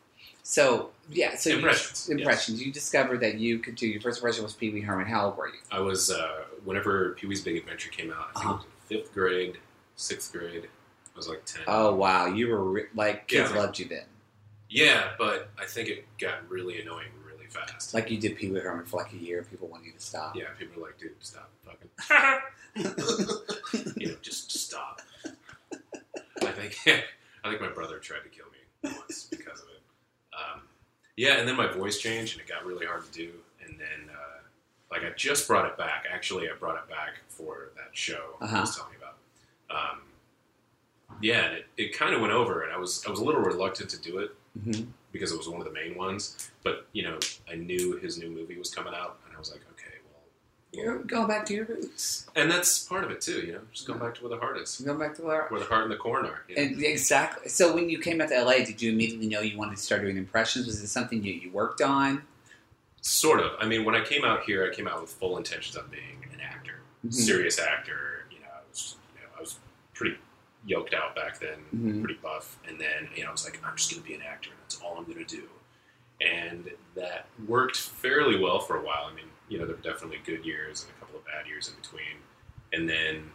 Speaker 1: so yeah, so
Speaker 2: Impressions,
Speaker 1: You,
Speaker 2: yes.
Speaker 1: impressions. You discovered that you could do your first impression was Pee Wee Herman. How old were you?
Speaker 2: I was uh, whenever Pee Wee's Big Adventure came out. I think
Speaker 1: Uh-huh.
Speaker 2: it was in fifth grade, sixth grade. I was like ten.
Speaker 1: Oh wow, you were re- like kids
Speaker 2: Yeah.
Speaker 1: loved you then.
Speaker 2: Yeah, but I think it got really annoying really fast.
Speaker 1: Like you did Pee Wee Herman for like a year. People wanted you to stop.
Speaker 2: yeah, people were like, dude, stop fucking. *laughs* you know, just stop. I think *laughs* I think my brother tried to kill me once because of it. Um, yeah, and then my voice changed and it got really hard to do. And then, uh, like, I just brought it back. Actually, I brought it back for that show I was telling you about. Um, yeah, and it, it kind of went over, and I was I was a little reluctant to do it
Speaker 1: hmm
Speaker 2: because it was one of the main ones. But you know, I knew his new movie was coming out, and I was like, okay, well,
Speaker 1: You're going back to your roots.
Speaker 2: and that's part of it too. You know, just going back to where the heart is,
Speaker 1: You're going back to where.
Speaker 2: where the heart and the corn are. You know?
Speaker 1: And exactly. So when you came out to LA, did you immediately know you wanted to start doing impressions? Was it something you, you worked on?
Speaker 2: sort of. I mean, when I came out here, I came out with full intentions of being an actor,
Speaker 1: Mm-hmm.
Speaker 2: serious actor. You know, I was, you know, I was pretty yoked out back then,
Speaker 1: Mhm.
Speaker 2: pretty buff, and then you know, I was like, I'm just going to be an actor, and that's all I'm going to do. And that worked fairly well for a while. I mean, you know, there were definitely good years and a couple of bad years in between. And then,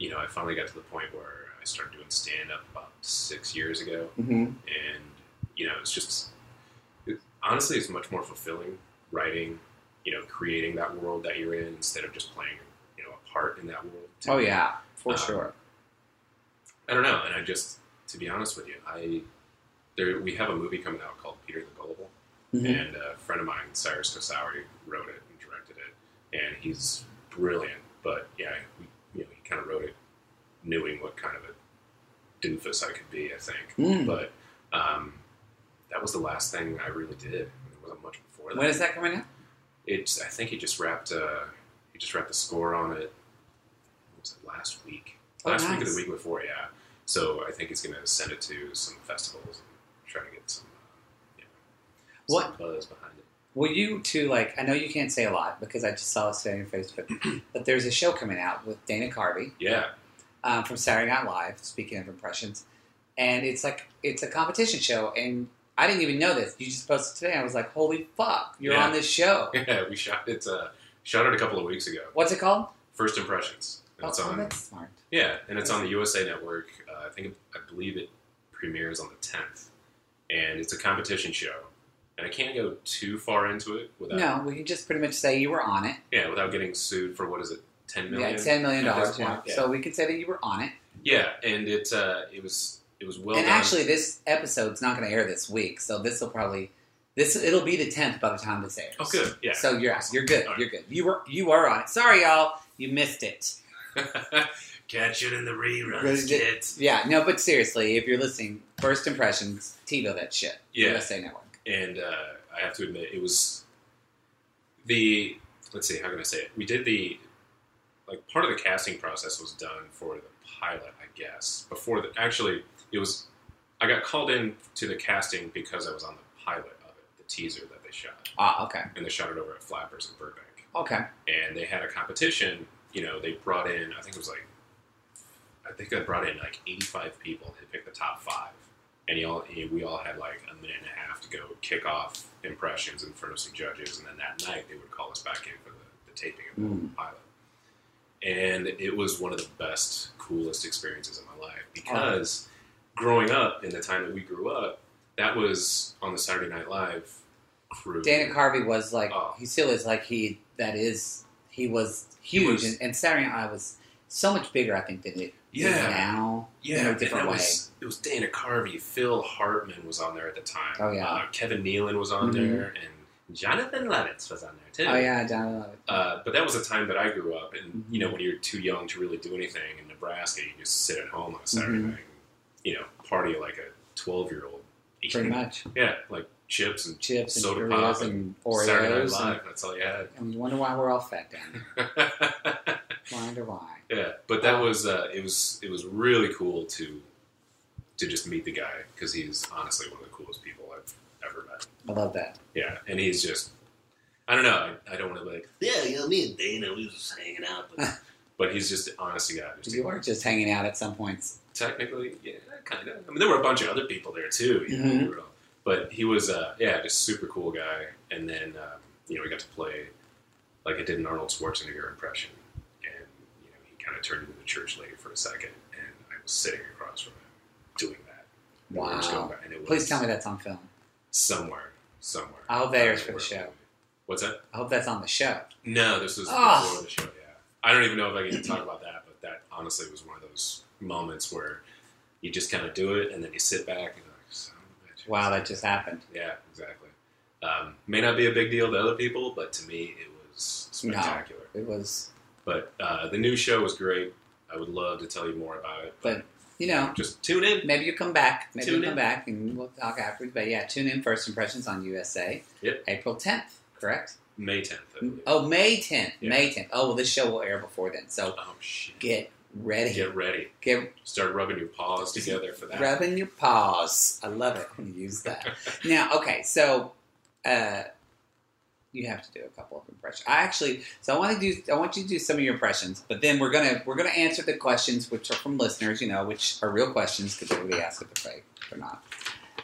Speaker 2: you know, I finally got to the point where I started doing stand up about six years ago
Speaker 1: Mm-hmm.
Speaker 2: and you know it's just it, honestly it's much more fulfilling writing you know creating that world that you're in instead of just playing you know a part in that world
Speaker 1: Oh yeah, for
Speaker 2: Um,
Speaker 1: sure.
Speaker 2: i don't know and i just to be honest with you i there we have a movie coming out called peter the gullible
Speaker 1: Mhm.
Speaker 2: and a friend of mine cyrus kosawi wrote it and directed it and he's brilliant but yeah we, you know he kind of wrote it knowing what kind of a doofus i could be i think
Speaker 1: Mm.
Speaker 2: but um, that was the last thing I really did. There wasn't much before that.
Speaker 1: When is that coming out?
Speaker 2: It's I think he just wrapped uh, he just wrapped the score on it. What was it last week?
Speaker 1: Oh,
Speaker 2: Last week or
Speaker 1: nice.
Speaker 2: the week before? Yeah. So I think he's going to send it to some festivals and try to get some, uh, you know,
Speaker 1: What-
Speaker 2: some buzz behind it.
Speaker 1: Will you two like? I know you can't say a lot because I just saw this today on
Speaker 2: *clears throat*
Speaker 1: Facebook, but there's a show coming out with Dana Carvey
Speaker 2: Yeah, *laughs*
Speaker 1: um, from Saturday Night Live. Speaking of impressions, and it's like it's a competition show, and I didn't even know this. You just posted today. I was like, holy fuck, you're
Speaker 2: Yeah.
Speaker 1: on this show.
Speaker 2: yeah. We shot it. Uh, shot it a couple of weeks ago.
Speaker 1: What's it called?
Speaker 2: First impressions. And it's
Speaker 1: oh,
Speaker 2: on.
Speaker 1: that's smart.
Speaker 2: Yeah, and it's on the USA Network. Uh, I think I believe it premieres on the 10th, and it's a competition show. And I can't go too far into it without
Speaker 1: No, we can just pretty much say you were on it.
Speaker 2: yeah without getting sued for what is it 10 million?
Speaker 1: Yeah, ten million
Speaker 2: At this
Speaker 1: dollars. Yeah.
Speaker 2: point, yeah.
Speaker 1: So we can say that you were on it.
Speaker 2: Yeah, and it uh, it was it was well
Speaker 1: and
Speaker 2: done.
Speaker 1: actually, this episode's not going to air this week, so this will probably this it'll be the tenth by the time this airs.
Speaker 2: oh good yeah
Speaker 1: So you're out. You're good.
Speaker 2: All right.
Speaker 1: You're good. You were you were on it. Sorry, y'all. You missed it.
Speaker 2: *laughs* catch it in the
Speaker 1: Really
Speaker 2: reruns
Speaker 1: did-
Speaker 2: kids.
Speaker 1: Yeah. No, but seriously, if you're listening, first impressions, TiVo that shit.
Speaker 2: Yeah,
Speaker 1: USA Network.
Speaker 2: and uh, I have to admit, it was the let's see, how can I say it? We did the like part of the casting process was done for the pilot, I guess. Before the actually, it was I got called in to the casting because I was on the pilot of it, the teaser that they shot,
Speaker 1: Ah. Okay.
Speaker 2: and they shot it over at Flappers in Burbank,
Speaker 1: Okay.
Speaker 2: and they had a competition. You know, they brought in I think it was like I think they brought in like 85 people. They picked the top five, and you all and we all had like a minute and a half to go kick off impressions in front of some judges, and then that night they would call us back in for the, the taping of the
Speaker 1: Mm.
Speaker 2: pilot. And it was one of the best, coolest experiences of my life because growing up in the time that we grew up, that was on the Saturday Night Live crew.
Speaker 1: Dana Carvey was like
Speaker 2: Oh.
Speaker 1: he still is like he that is he was huge
Speaker 2: was-
Speaker 1: and, and Saturday Night Live was so much bigger I think than it is
Speaker 2: Yeah.
Speaker 1: now.
Speaker 2: Yeah,
Speaker 1: in a
Speaker 2: and
Speaker 1: different
Speaker 2: it
Speaker 1: way.
Speaker 2: Was, it was Dana Carvey, Phil Hartman was on there at the time.
Speaker 1: Oh, yeah.
Speaker 2: uh, Kevin Nealon was on
Speaker 1: Mhm.
Speaker 2: there, and Jonathan Levitz was on there too.
Speaker 1: Oh yeah, John Lovett.
Speaker 2: Uh, but that was a time that I grew up, and you know,
Speaker 1: Mhm.
Speaker 2: when you're too young to really do anything in Nebraska, you just sit at home on a Saturday
Speaker 1: Mhm.
Speaker 2: night, and, you know, party like a 12 year old. *laughs*
Speaker 1: Pretty much
Speaker 2: Yeah, like chips and
Speaker 1: chips and
Speaker 2: Soda
Speaker 1: Doritos
Speaker 2: pop
Speaker 1: and
Speaker 2: Saturday Night
Speaker 1: Oreos.
Speaker 2: Live.
Speaker 1: And,
Speaker 2: That's all you had.
Speaker 1: and you wonder why we're all fat down
Speaker 2: *laughs*
Speaker 1: here. Wonder why.
Speaker 2: yeah, but that was uh, it was it was really cool to to just meet the guy because he's honestly one of the coolest people I've ever met.
Speaker 1: I love that.
Speaker 2: Yeah, and he's just I don't know. I, I don't want to be like,
Speaker 3: Yeah, you know, me and Dana, we was just hanging out, but
Speaker 2: but he's just honest to God. Just
Speaker 1: You were just hanging out at some points.
Speaker 2: technically, yeah, kind of. I mean, there were a bunch of other people there too. You know,
Speaker 1: Mhm.
Speaker 2: we were all- but he was, uh, yeah, just super cool guy. And then um, you know, we got to play like I did an Arnold Schwarzenegger impression, and you know, he kind of turned into the church lady for a second, and I was sitting across from him doing that. And we were just going
Speaker 1: Wow.
Speaker 2: back- and it was
Speaker 1: Please tell me that's on film.
Speaker 2: somewhere, somewhere.
Speaker 1: I hope that airs for the
Speaker 2: Where-
Speaker 1: show.
Speaker 2: What's that?
Speaker 1: I hope that's on the show.
Speaker 2: No, this was
Speaker 1: Ah.
Speaker 2: before the show. Yeah, I don't even know if I can talk about that, but that honestly was one of those moments where you just kind of do it and then you sit back and you're like, son of a bitch.
Speaker 1: Wow, that just happened.
Speaker 2: Yeah, exactly. Um, may not be a big deal to other people, but to me, it was spectacular.
Speaker 1: It was.
Speaker 2: But uh, the new show was great. I would love to tell you more about it, but,
Speaker 1: But you know,
Speaker 2: Just tune in.
Speaker 1: Maybe you come back. Maybe
Speaker 2: Tune
Speaker 1: you come
Speaker 2: in.
Speaker 1: back and we'll talk afterwards. But yeah, tune in First Impressions on USA.
Speaker 2: Yep.
Speaker 1: April 10th, correct?
Speaker 2: May 10th. I believe.
Speaker 1: Oh, May 10th.
Speaker 2: Yeah.
Speaker 1: May 10th. Oh, well, this show will air before then. So
Speaker 2: Oh, shit.
Speaker 1: get ready.
Speaker 2: Get ready.
Speaker 1: Get
Speaker 2: Start rubbing your paws together for that.
Speaker 1: rubbing your paws. I love it. I'm going to use that. now, okay, so uh, you have to do a couple of impressions. I actually, so I want to do, I want you to do some of your impressions, but then we're gonna we're gonna answer the questions which are from listeners, you know, which are real questions because everybody asks if they're fake or not.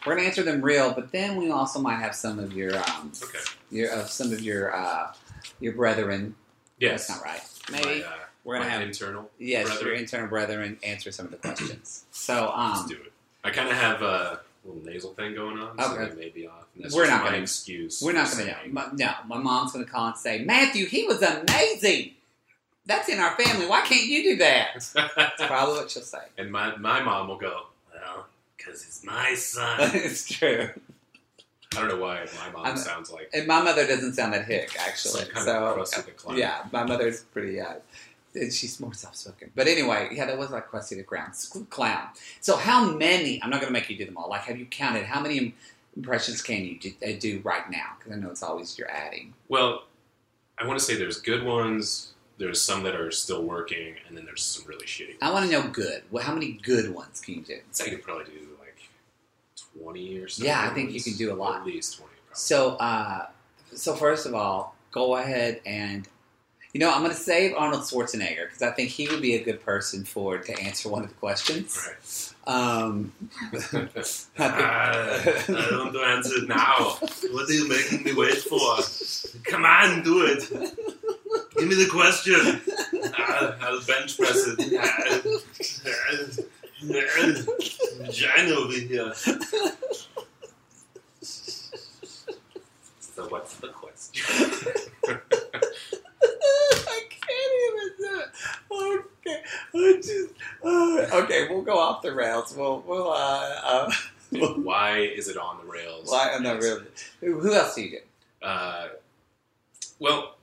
Speaker 1: We're gonna answer them real, but then we also might have some of your um
Speaker 2: Okay.
Speaker 1: your of some of your uh your brethren.
Speaker 2: Yes.
Speaker 1: That's not right.
Speaker 2: My,
Speaker 1: Maybe
Speaker 2: uh,
Speaker 1: we're gonna
Speaker 2: my
Speaker 1: have
Speaker 2: internal.
Speaker 1: yes your
Speaker 2: brethren.
Speaker 1: internal brethren answer some of the questions. So
Speaker 2: Let's
Speaker 1: um
Speaker 2: do it. I kind of have a little nasal thing going on, so
Speaker 1: Okay.
Speaker 2: that may be off. And that's
Speaker 1: We're
Speaker 2: just
Speaker 1: not
Speaker 2: my
Speaker 1: gonna-
Speaker 2: excuse.
Speaker 1: We're not
Speaker 2: for
Speaker 1: going to know.
Speaker 2: saying-
Speaker 1: My, no, my mom's going to call and say, Matthew, he was amazing. That's in our family. Why can't you do that?
Speaker 2: *laughs*
Speaker 1: That's probably what she'll say.
Speaker 2: and my my mom will go.
Speaker 3: Well, because it's
Speaker 1: *laughs*
Speaker 3: my son.
Speaker 1: it's true.
Speaker 2: I don't know why my mom
Speaker 1: I'm-
Speaker 2: sounds like
Speaker 1: And my mother doesn't sound that hick, actually.
Speaker 2: some kind of
Speaker 1: so,
Speaker 2: crusty decline.
Speaker 1: yeah, my mother's pretty, uh, and she's more self spoken. But anyway, yeah, that was like Krusty the Clown. Clown. So, how many? I'm not going to make you do them all. Like, have you counted how many im- impressions can you do, uh, do right now? Because I know it's always you're adding.
Speaker 2: Well, I want to say there's good ones. There's some that are still working, and then there's some really shitty.
Speaker 1: I want to know good. Well, how many good ones can you do?
Speaker 2: I'd say I could probably do like twenty or something.
Speaker 1: Yeah, I think you can do a lot.
Speaker 2: At least twenty. Probably.
Speaker 1: So, uh, so first of all, go ahead and you know I'm going to save Arnold Schwarzenegger because I think he would be a good person for to answer one of the questions. Um, *laughs*
Speaker 3: Ah, I don't do answer now. What are you making me wait for? Come on, do it. Give me the question. Ah, I'll bench press it. Ah, ah, Vagina over here.
Speaker 2: *laughs* so what's the question?
Speaker 1: I can't even do it. Okay, I just, uh, okay, we'll go off the rails. We'll we'll uh, uh,
Speaker 2: And why is it on the rails?
Speaker 1: Why on the rails? who else do you do?
Speaker 2: Uh, well,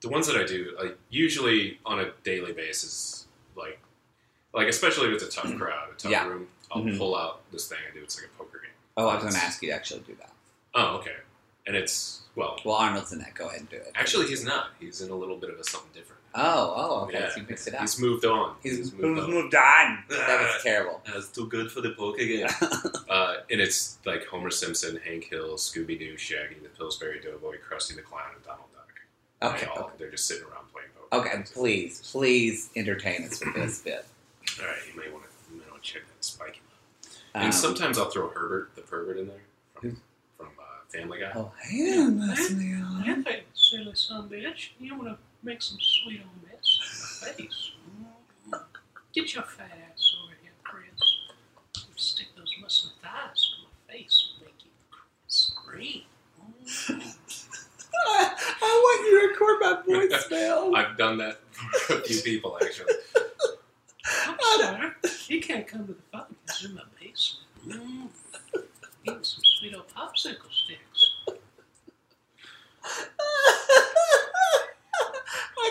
Speaker 2: the ones that I do, like usually on a daily basis, like like especially if
Speaker 1: *clears throat*
Speaker 2: it's a tough crowd, a tough
Speaker 1: Yeah.
Speaker 2: room, I'll
Speaker 1: Mhm.
Speaker 2: pull out this thing I do. It's like a poker game.
Speaker 1: Oh, I was going to ask you to actually do that.
Speaker 2: Oh, okay. And it's well,
Speaker 1: Well, Arnold's in that. Go ahead and do it.
Speaker 2: actually, he's not. He's in a little bit of a something different.
Speaker 1: Oh, oh, okay.
Speaker 2: Yeah.
Speaker 1: So you mixed it up.
Speaker 2: He's moved on.
Speaker 1: He's,
Speaker 2: moved on.
Speaker 1: on. That was
Speaker 2: *laughs*
Speaker 1: terrible.
Speaker 3: That's too good for the poker game.
Speaker 2: Uh, and it's like Homer Simpson, Hank Hill, Scooby Doo, Shaggy, the Pillsbury Doughboy, Krusty the Clown, and Donald Duck.
Speaker 1: *laughs*
Speaker 2: And
Speaker 1: Okay.
Speaker 2: They
Speaker 1: okay.
Speaker 2: all, they're just sitting around playing poker.
Speaker 1: Okay, please, please entertain us with this bit.
Speaker 2: All right, you may want to you may want to check that spike.
Speaker 1: Um,
Speaker 2: and sometimes I'll throw Herbert, the pervert, in there from, from uh, Family Guy.
Speaker 1: oh, hell, that's me on.
Speaker 4: You think, silly son bitch, you want to make some sweet omelets in my face? Get your fat ass over here, Chris. Stick those muscle thighs in my face and make you
Speaker 5: *laughs*
Speaker 4: scream.
Speaker 1: *laughs* I, want you to record my
Speaker 2: *laughs*
Speaker 1: voicemail.
Speaker 2: I've done that for a few people actually.
Speaker 4: I'm sorry, you can't come to the fun because you're in my basement. Mm. Eating some sweet old popsicle sticks.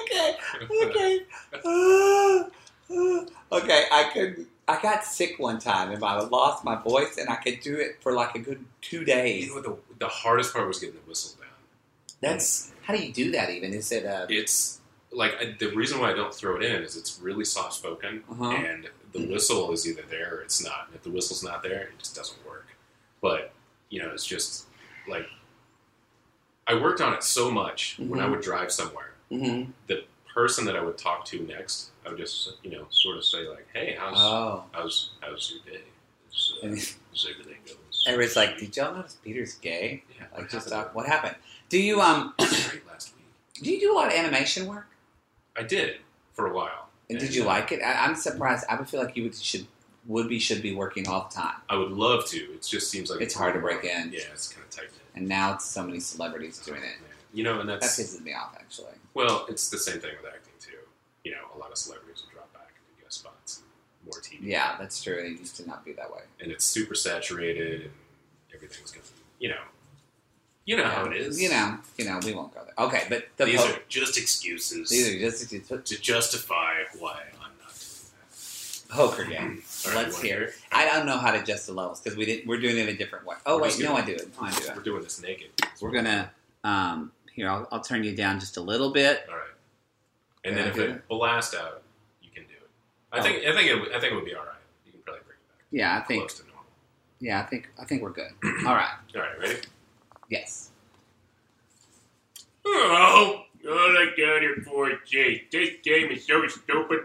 Speaker 1: okay, *laughs* okay. Ah, ah. *sighs* okay, I could. I got sick one time and I lost my voice, and I could do it for like a good two
Speaker 2: you
Speaker 1: days.
Speaker 2: know what the, the hardest part was getting the whistle down.
Speaker 1: That's how do you do that? Even is it a
Speaker 2: It's like I, the reason why I don't throw it in is it's really soft spoken,
Speaker 1: uh-huh.
Speaker 2: and the whistle is either there or it's not. And if the whistle's not there, it just doesn't work. But you know, it's just like I worked on it so much when I
Speaker 1: Mhm.
Speaker 2: would drive somewhere.
Speaker 1: hmm
Speaker 2: The person that I would talk to next, I would just you know sort of say like, "Hey, how's
Speaker 1: Oh.
Speaker 2: How's how's your day? Is, uh,
Speaker 1: And
Speaker 2: is everything going?
Speaker 1: Everybody's like, did y'all notice Peter's gay?
Speaker 2: yeah,
Speaker 1: Like,
Speaker 2: what
Speaker 1: just
Speaker 2: happened?
Speaker 1: uh, what happened? Do you um
Speaker 2: It was great last week.
Speaker 1: do you do a lot of animation work?
Speaker 2: I did for a while.
Speaker 1: And did you
Speaker 2: uh,
Speaker 1: like it? I, I'm surprised. I would feel like you would should would be should be working all the time.
Speaker 2: I would love to. It just seems like
Speaker 1: It's hard to break in.
Speaker 2: Yeah, it's kind of tight. knit.
Speaker 1: And now it's so many celebrities doing it.
Speaker 2: You know, and
Speaker 1: That
Speaker 2: that's
Speaker 1: pisses me off, actually.
Speaker 2: well, it's the same thing with acting too. You know, a lot of celebrities will drop back and do guest spots and more TV.
Speaker 1: Yeah, that's true. It used to not be that way.
Speaker 2: and it's super saturated and everything's going. You know, you know how it is.
Speaker 1: You know, you know, we won't go there. Okay, but the
Speaker 2: these
Speaker 1: po-
Speaker 2: are just excuses
Speaker 1: these are just
Speaker 2: to justify why I'm not doing that.
Speaker 1: Poker game.
Speaker 2: All right,
Speaker 1: Let's
Speaker 2: one.
Speaker 1: hear. it. I don't know how to adjust the levels because we didn't. We're doing it a different way. Oh
Speaker 2: We're
Speaker 1: wait,
Speaker 2: just
Speaker 1: no,
Speaker 2: gonna-
Speaker 1: I do it. No, I do it.
Speaker 2: We're doing this naked.
Speaker 1: We're gonna. Um, here, I'll, I'll turn you down just a little bit.
Speaker 2: All right. And
Speaker 1: Yeah,
Speaker 2: then if
Speaker 1: do
Speaker 2: it blasts out, you can do it. I think I think it, would- I think it would be all right. You can probably bring it back
Speaker 1: Yeah, Oh. I think.
Speaker 2: close to normal.
Speaker 1: Yeah, I think. I think we're good. All right.
Speaker 2: All right, ready?
Speaker 1: Yes.
Speaker 3: Oh, all I got it for is Jay. This game is so stupid.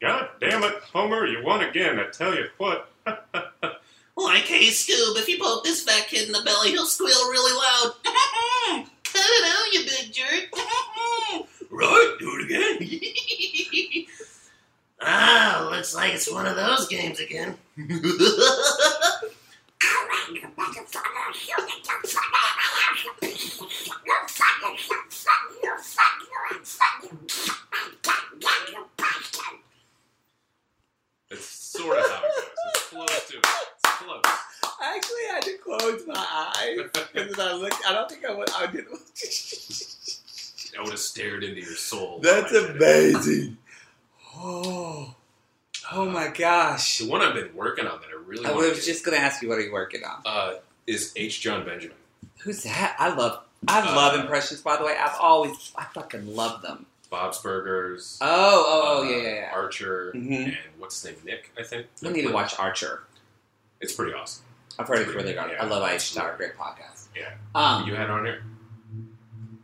Speaker 2: God damn it, Homer! You won again. I tell you what.
Speaker 5: Like, hey, Oh, Scoob, if you poke this fat kid in the belly, he'll squeal really loud. *laughs* Cut it out, you big jerk.
Speaker 3: Right, do it again. *laughs*
Speaker 5: ah, looks like it's one of those
Speaker 3: *laughs*
Speaker 5: games again.
Speaker 2: That's sort of how it goes. It's close to it. It's close.
Speaker 1: Actually, I had to close my eyes because I looked. I don't think I would. I
Speaker 2: *laughs*
Speaker 1: did.
Speaker 2: I would have stared into your soul.
Speaker 1: That's
Speaker 2: Like that.
Speaker 1: amazing. Oh. Oh my gosh.
Speaker 2: The one I've been working on that I really
Speaker 1: I
Speaker 2: wanna
Speaker 1: was
Speaker 2: do,
Speaker 1: just gonna ask you what are you working on.
Speaker 2: uh, is H. John Benjamin.
Speaker 1: Who's that? I love I
Speaker 2: Uh,
Speaker 1: love impressions by the way. I've always I fucking love them.
Speaker 2: Bob's Burgers.
Speaker 1: Oh, oh, oh
Speaker 2: uh,
Speaker 1: yeah, yeah, yeah.
Speaker 2: Archer
Speaker 1: Mhm.
Speaker 2: and what's his name, Nick, I think.
Speaker 1: I need to watch Archer.
Speaker 2: It's pretty awesome.
Speaker 1: I've heard it's really good.
Speaker 2: Yeah.
Speaker 1: I love Ice Star, great podcast.
Speaker 2: Yeah.
Speaker 1: Um
Speaker 2: you had her on here?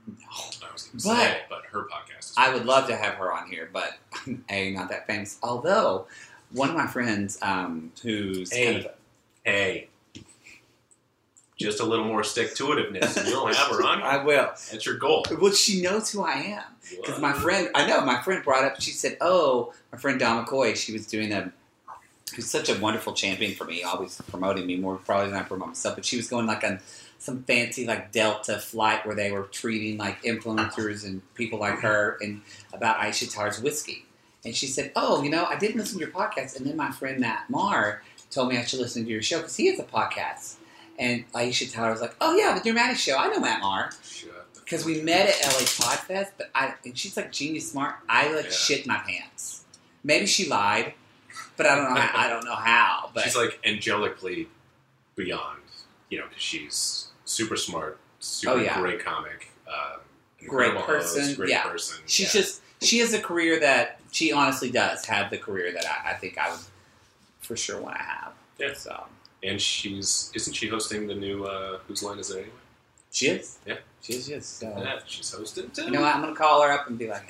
Speaker 1: no.
Speaker 2: I was going
Speaker 1: But-
Speaker 2: to say, but her podcast. Is
Speaker 1: I would love to have her on here, but *laughs* I'm A not that famous. Although one of my friends, um, who's
Speaker 2: Hey.
Speaker 1: kind of
Speaker 2: Hey, just a little more stick to itiveness, and you'll have
Speaker 1: *laughs*
Speaker 2: her on.
Speaker 1: I will.
Speaker 2: That's your
Speaker 1: *laughs*
Speaker 2: goal.
Speaker 1: Well, she knows who I am. Because my
Speaker 2: What?
Speaker 1: friend, I know, my friend brought up, she said, Oh, my friend Don McCoy, she was doing a, who's such a wonderful champion for me, always promoting me more probably than I promote myself, but she was going like on some fancy like Delta flight where they were treating like influencers and people like her and about Aisha Tar's whiskey. And she said, Oh, you know, I didn't listen to your podcast. And then my friend Matt Marr told me I should listen to your show because he has a podcast. And Aisha Tyler was like, Oh, yeah, the Dramatic Show. I know Matt Marr
Speaker 2: Shut the-
Speaker 1: because we met at LA Podfest, but I and she's like genius smart. I like
Speaker 2: Yeah.
Speaker 1: shit my pants. Maybe she lied, but I don't know. How, I don't know
Speaker 2: *laughs*
Speaker 1: how. But
Speaker 2: she's like angelically beyond, you know, because she's super smart, super
Speaker 1: Oh, yeah.
Speaker 2: great comic, um,
Speaker 1: Great
Speaker 2: incredible host,
Speaker 1: person,
Speaker 2: great
Speaker 1: yeah.
Speaker 2: person.
Speaker 1: she's
Speaker 2: yeah.
Speaker 1: just she has a career that she honestly does have the career that I, I think I would for sure want to have.
Speaker 2: Yeah.
Speaker 1: So
Speaker 2: and she's isn't she hosting the new uh, Whose Line Is It Anyway?
Speaker 1: she is.
Speaker 2: Yeah.
Speaker 1: she is. She is. So
Speaker 2: Yeah, she's hosted too.
Speaker 1: you know what? I'm gonna call her up and be like,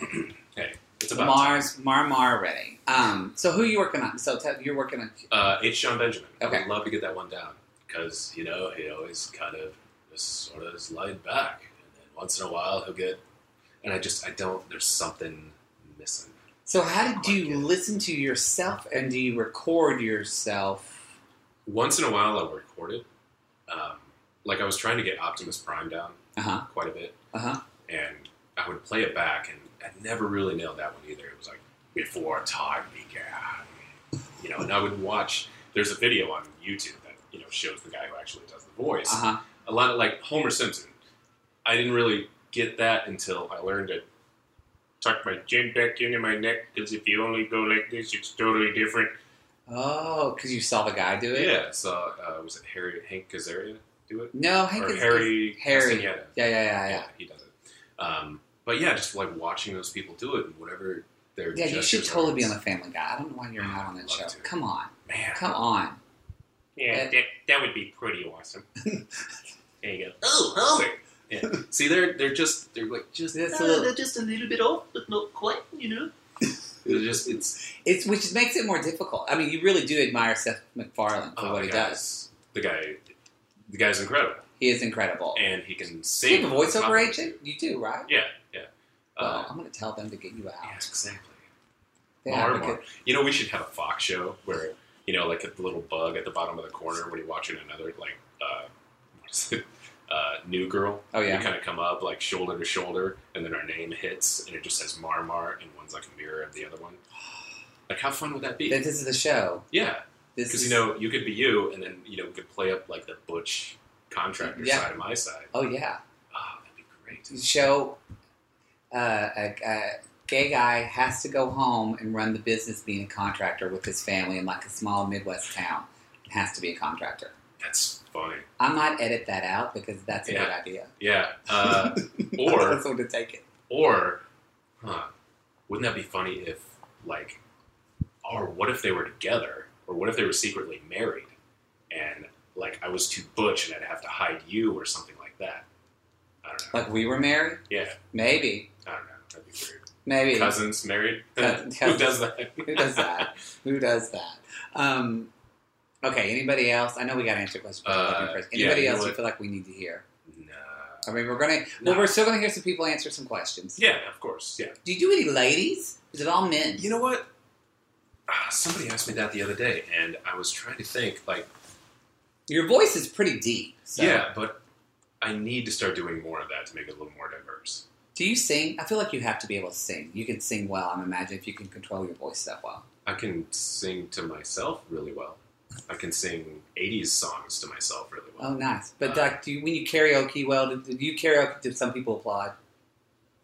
Speaker 2: It's about
Speaker 1: Mars, Mar, Mar, ready. Um. So who you working on? So tell you're working on.
Speaker 2: Uh, H. John Benjamin.
Speaker 1: Okay.
Speaker 2: I'd love to get that one down because you know he always kind of just sort of slide back, and then once in a while he'll get. And I just I don't. There's something missing.
Speaker 1: So how did you
Speaker 2: Yeah.
Speaker 1: listen to yourself and do you record yourself?
Speaker 2: Once in a while I'll record it. Um, like I was trying to get Optimus Prime down
Speaker 1: Uh huh.
Speaker 2: quite a bit,
Speaker 1: Uh-huh.
Speaker 2: and I would play it back, and I never really nailed that one either. It was like before time began, you know. And I would watch. There's a video on YouTube that you know shows the guy who actually does the voice.
Speaker 1: Uh huh.
Speaker 2: a lot of like Homer Simpson. I didn't really get that until I learned it.
Speaker 3: Tuck my chin back into my neck, because if you only go like this, it's totally different.
Speaker 1: Oh, because you saw the guy do it.
Speaker 2: Yeah, so uh, was it Harry Hank Kazaria do it
Speaker 1: No, Hank
Speaker 2: or
Speaker 1: is
Speaker 2: Harry
Speaker 1: Harry.
Speaker 2: Castaneda?
Speaker 1: Yeah, yeah, yeah, yeah.
Speaker 2: he does it. Um, but yeah, just like watching those people do it, and whatever their
Speaker 1: Yeah, you should
Speaker 2: gestures
Speaker 1: totally
Speaker 2: are,
Speaker 1: be on
Speaker 2: it's-
Speaker 1: the Family Guy. I don't know why you're not on that
Speaker 2: I'd
Speaker 1: show.
Speaker 2: love to.
Speaker 1: Come on,
Speaker 2: man.
Speaker 1: come on.
Speaker 3: Yeah,
Speaker 1: Yeah.
Speaker 3: that, that would be
Speaker 1: *laughs*
Speaker 3: pretty awesome. there you go.
Speaker 5: oh, Homer.
Speaker 2: *laughs* See, they're they're just they're like just
Speaker 1: It's, a
Speaker 5: Uh,
Speaker 1: little,
Speaker 5: they're just a little bit off, but not quite, you know.
Speaker 2: they're just it's
Speaker 1: it's which makes it more difficult. I mean, you really do admire Seth MacFarlane for
Speaker 2: oh,
Speaker 1: what
Speaker 2: the
Speaker 1: he
Speaker 2: guy's-
Speaker 1: does.
Speaker 2: The guy, the guy's incredible,
Speaker 1: He is incredible.
Speaker 2: and he can
Speaker 1: Do you
Speaker 2: sing.
Speaker 1: have a
Speaker 2: on top of
Speaker 1: voiceover
Speaker 2: it,
Speaker 1: agent?
Speaker 2: too.
Speaker 1: You do, right?
Speaker 2: Yeah, yeah.
Speaker 1: Well,
Speaker 2: Uh,
Speaker 1: I'm going to tell them to get you out.
Speaker 2: yes, exactly.
Speaker 1: They
Speaker 2: Mar-
Speaker 1: have a
Speaker 2: Mar.
Speaker 1: good-
Speaker 2: You know, we should have a Fox show where you know, like the little bug at the bottom of the corner when you're watching another like uh, what is it? Uh, new girl.
Speaker 1: Oh, yeah.
Speaker 2: We kind of come up like shoulder to shoulder, and then our name hits, and it just says Mar Mar, and one's like a mirror of the other one. Like, how fun would that be?
Speaker 1: This is the show.
Speaker 2: yeah,
Speaker 1: This
Speaker 2: because
Speaker 1: is
Speaker 2: you know, you could be you, and then you know, we could play up like the butch contractor
Speaker 1: Yeah.
Speaker 2: side Ah, of my side.
Speaker 1: Oh yeah,
Speaker 2: Oh, that'd be great.
Speaker 1: show. Uh, uh, uh, gay guy has to go home and run the business being a contractor with his family in like a small Midwest town. Has to be a contractor.
Speaker 2: That's funny.
Speaker 1: I might edit that out because that's a good
Speaker 2: Yeah.
Speaker 1: idea.
Speaker 2: Yeah.
Speaker 1: *laughs*
Speaker 2: Uh, or
Speaker 1: that's what to take it.
Speaker 2: or huh, wouldn't that be funny if like or what if they were together or what if they were secretly married and like I was too butch and I'd have to hide you or something like that. I don't know.
Speaker 1: Like we were married,
Speaker 2: Yeah,
Speaker 1: maybe,
Speaker 2: I don't know. That'd be weird.
Speaker 1: maybe.
Speaker 2: Cousins married?
Speaker 1: Cousin-
Speaker 2: *laughs* Who does that?
Speaker 1: Who does that? Who does that? Um, okay. Anybody else? I know we got to answer questions.
Speaker 2: Uh, yeah,
Speaker 1: anybody
Speaker 2: you know
Speaker 1: else you
Speaker 2: what?
Speaker 1: feel like we need to hear?
Speaker 2: no.
Speaker 1: I mean, we're gonna.
Speaker 2: No.
Speaker 1: Well, we're still gonna hear some people answer some questions.
Speaker 2: Yeah, of course. Yeah.
Speaker 1: Do you do any ladies? Is it all men?
Speaker 2: You know what? Ah, somebody asked me that the other day, and I was trying to think, like,
Speaker 1: Your voice is pretty deep. So.
Speaker 2: yeah, but I need to start doing more of that to make it a little more diverse.
Speaker 1: Do you sing? I feel like you have to be able to sing. You can sing well. I'm imagining if you can control your voice that well.
Speaker 2: I can sing to myself really well. I can sing 80s songs to myself really well.
Speaker 1: Oh, nice. But
Speaker 2: Uh,
Speaker 1: like, do you, when you karaoke well? Do, do you karaoke? Did some people applaud?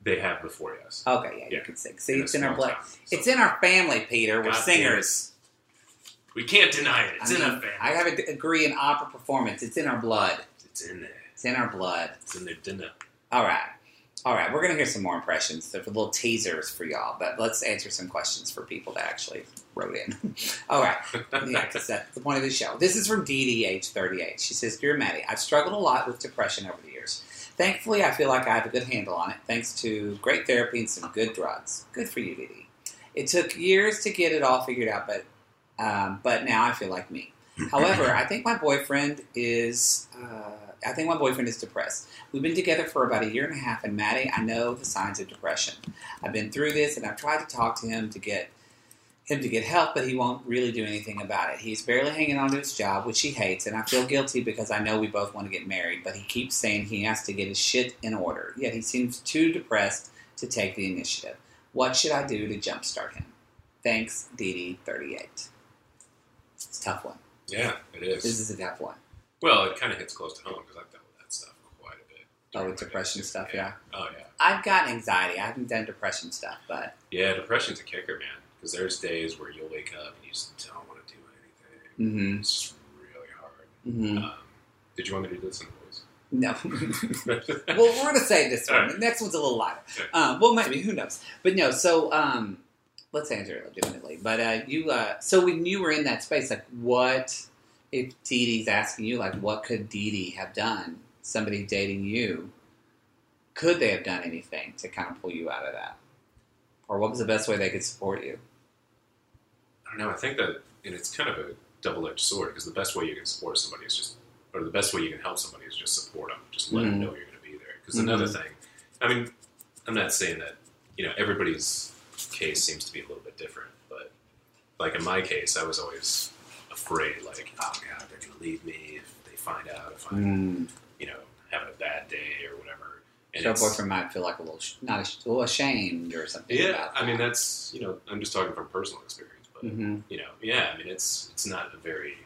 Speaker 2: They have before, yes.
Speaker 1: Okay, yeah, you
Speaker 2: Yeah.
Speaker 1: can sing. See,
Speaker 2: In a
Speaker 1: it's in our
Speaker 2: small
Speaker 1: blood.
Speaker 2: town, so
Speaker 1: It's in our family, Peter. We're
Speaker 2: God damn it.
Speaker 1: singers.
Speaker 2: We can't deny it. It's
Speaker 1: I
Speaker 2: in our
Speaker 1: mean,
Speaker 2: family.
Speaker 1: I have a degree in opera performance. It's in our blood.
Speaker 2: It's in there.
Speaker 1: It's in our blood.
Speaker 2: It's in their dinner. *laughs*
Speaker 1: All right. All right. We're going to hear some more impressions. There's little teasers for y'all, but let's answer some questions for people that actually wrote in. *laughs* All right. Yeah, 'cause that's the point of the show. This is from DDH38. She says, Dear Maddie, I've struggled a lot with depression over the years. Thankfully, I feel like I have a good handle on it thanks to great therapy and some good drugs. Good for you, DD. It took years to get it all figured out, but um, but now I feel like me. However, I think my boyfriend is uh, I think my boyfriend is depressed. We've been together for about a year and a half, and Maddie, I know the signs of depression. I've been through this, and I've tried to talk to him to get him to get help, but he won't really do anything about it. He's barely hanging on to his job, which he hates, and I feel guilty because I know we both want to get married, but he keeps saying he has to get his shit in order. Yet he seems too depressed to take the initiative. What should I do to jumpstart him? Thanks, DD38. It's a tough one.
Speaker 2: Yeah, it
Speaker 1: This
Speaker 2: is.
Speaker 1: is a tough one.
Speaker 2: Well, it kind of hits close to home because I've dealt with that stuff quite a bit.
Speaker 1: Oh, with depression stuff, yeah.
Speaker 2: Oh, yeah.
Speaker 1: I've got anxiety. I haven't done depression stuff, but
Speaker 2: Yeah, depression's a kicker, man. Because there's days where you'll wake up and you just don't want to do anything.
Speaker 1: mm-hmm,
Speaker 2: It's just really hard.
Speaker 1: mm-hmm.
Speaker 2: Um, did you want me to do this in the
Speaker 1: no.
Speaker 2: voice?
Speaker 1: *laughs*
Speaker 2: *laughs*
Speaker 1: well, we're gonna save this one.
Speaker 2: All right.
Speaker 1: The next one's a little lighter.
Speaker 2: Okay.
Speaker 1: Um, well, maybe who knows? But no. So um, let's answer it legitimately. But uh, you, uh, so when you were in that space, like what if Dee Dee's asking you, like what could Dee Dee have done? Somebody dating you, could they have done anything to kind of pull you out of that? Or what was the best way they could support you?
Speaker 2: I don't know. I think that, and it's kind of a double-edged sword because the best way you can support somebody is just, or the best way you can help somebody is just support them. Just let
Speaker 1: Mhm.
Speaker 2: them know you're going to be there. Because
Speaker 1: Mm-hmm.
Speaker 2: another thing, I mean, I'm not saying that you know everybody's case seems to be a little bit different, but like in my case, I was always afraid, like, oh god, they're going to leave me if they find out if I'm,
Speaker 1: Mm.
Speaker 2: you know, having a bad day or whatever. And
Speaker 1: So a
Speaker 2: it's-
Speaker 1: boyfriend might feel like a little sh- not ash- a little ashamed or something.
Speaker 2: yeah,
Speaker 1: about
Speaker 2: I mean
Speaker 1: that.
Speaker 2: that's you know I'm just talking from personal experience, but
Speaker 1: Mhm.
Speaker 2: you know, yeah, I mean, it's it's not a very,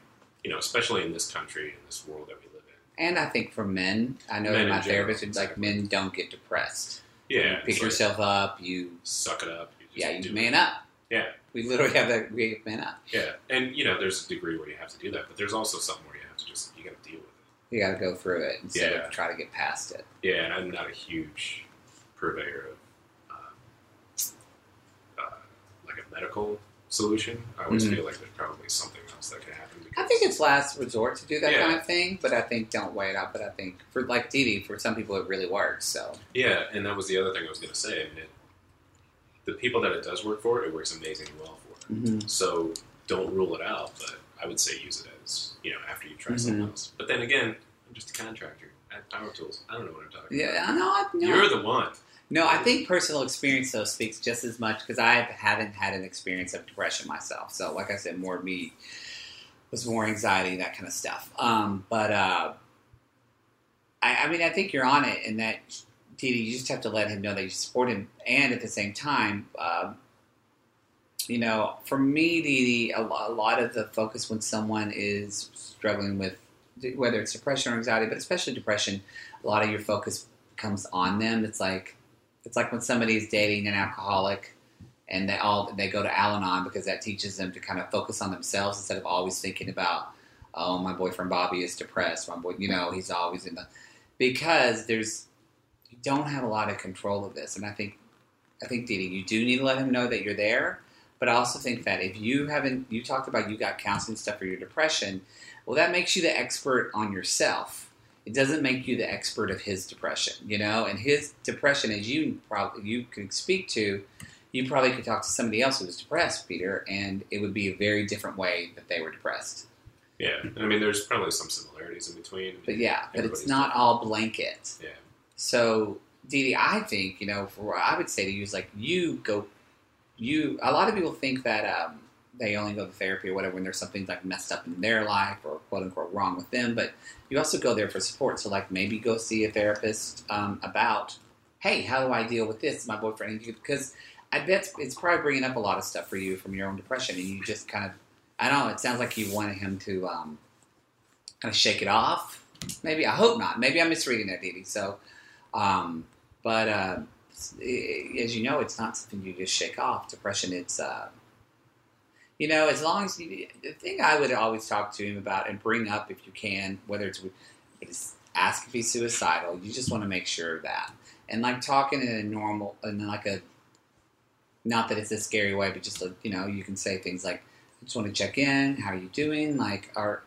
Speaker 2: you know, especially in this country in this world that we live in.
Speaker 1: And I think for men, I know
Speaker 2: Men in
Speaker 1: my
Speaker 2: general,
Speaker 1: therapist is like
Speaker 2: exactly.
Speaker 1: men don't get depressed.
Speaker 2: Yeah,
Speaker 1: you pick
Speaker 2: it's like,
Speaker 1: yourself up. You
Speaker 2: suck it up. You just
Speaker 1: yeah, you
Speaker 2: do
Speaker 1: man
Speaker 2: it.
Speaker 1: up.
Speaker 2: Yeah.
Speaker 1: we literally have that. We have man up.
Speaker 2: Yeah, and you know, there's a degree where you have to do that, but there's also something where you have to just you got to deal with it.
Speaker 1: You got to go through it instead
Speaker 2: Yeah.
Speaker 1: of try to get past it.
Speaker 2: Yeah, and I'm not a huge purveyor of um, uh, like a medical solution. I always
Speaker 1: Mhm.
Speaker 2: feel like there's probably something else that could happen.
Speaker 1: I
Speaker 2: because-
Speaker 1: think it's last resort to do that
Speaker 2: Yeah.
Speaker 1: kind of thing, but I think don't wait out. But I think for like Dee Dee, for some people it really works. So
Speaker 2: Yeah, and that was the other thing I was going to say. I mean, it, the people that it does work for, it works amazingly well for. So don't rule it out, but I would say use it as, you know, after you try
Speaker 1: Mm-hmm.
Speaker 2: something else. But then again, I'm just a contractor at Power Tools. I don't know what I'm talking
Speaker 1: yeah,
Speaker 2: about.
Speaker 1: I know. I know.
Speaker 2: You're the one.
Speaker 1: No, I think personal experience though speaks just as much because I haven't had an experience of depression myself. So, like I said, more me was more anxiety, that kind of stuff. Um, but uh, I, I mean, I think you're on it, and that Didi, you just have to let him know that you support him, and at the same time, uh, you know, for me, Didi, a, lo- a lot of the focus when someone is struggling with whether it's depression or anxiety, but especially depression, a lot of your focus comes on them. It's like It's like when somebody's dating an alcoholic and they all they go to Al-Anon because that teaches them to kind of focus on themselves instead of always thinking about, oh, my boyfriend Bobby is depressed. My boy, you know, he's always in the because there's you don't have a lot of control of this, and I think I think Didi, you do need to let him know that you're there, but I also think that if you haven't you talked about you got counseling stuff for your depression, well, that makes you the expert on yourself it doesn't make you the expert of his depression, you know. And his depression, as you probably you can speak to, you probably could talk to somebody else who was depressed, Peter, and it would be a very different way that they were depressed.
Speaker 2: Yeah, and I mean, there's probably some similarities in between.
Speaker 1: But yeah, but
Speaker 2: Everybody's
Speaker 1: it's not all blanket.
Speaker 2: Yeah.
Speaker 1: So, Didi, I think you know, for what I would say to you is like you go, you. A lot of people think that um, they only go to therapy or whatever when there's something like messed up in their life or quote unquote wrong with them, but you also go there for support. So, like maybe go see a therapist um, about, hey, how do I deal with this? My boyfriend because. I bet it's probably bringing up a lot of stuff for you from your own depression, and you just kind of, I don't know, it sounds like you wanted him to um, kind of shake it off. Maybe I hope not. Maybe I'm misreading that, Didi. So, um, but uh, s- i- as you know, it's not something you just shake off. Depression, it's uh, you know, as long as you, the thing I would always talk to him about and bring up if you can, whether it's with- is ask if he's suicidal. You just want to make sure of that, and like talking in a normal and like a not that it's a scary way, but just like, you know, you can say things like, "I just want to check in. How are you doing? Like, are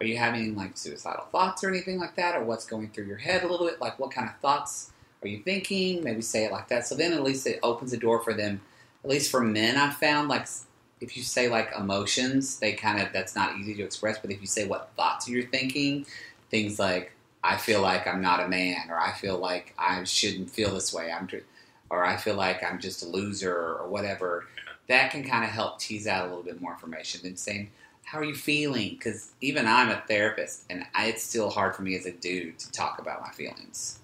Speaker 1: are you having like suicidal thoughts or anything like that, or what's going through your head a little bit? Like, what kind of thoughts are you thinking? Maybe say it like that. So then at least it opens the door for them. At least for men, I found like s- if you say like emotions, they kind of that's not easy to express. But if you say what thoughts you're thinking, things like I feel like I'm not a man, or I feel like I shouldn't feel this way. I'm tr- or I feel like I'm just a loser or whatever, that can kind of help tease out a little bit more information than saying, How are you feeling? Because even I'm a therapist and I, it's still hard for me as a dude to talk about my feelings.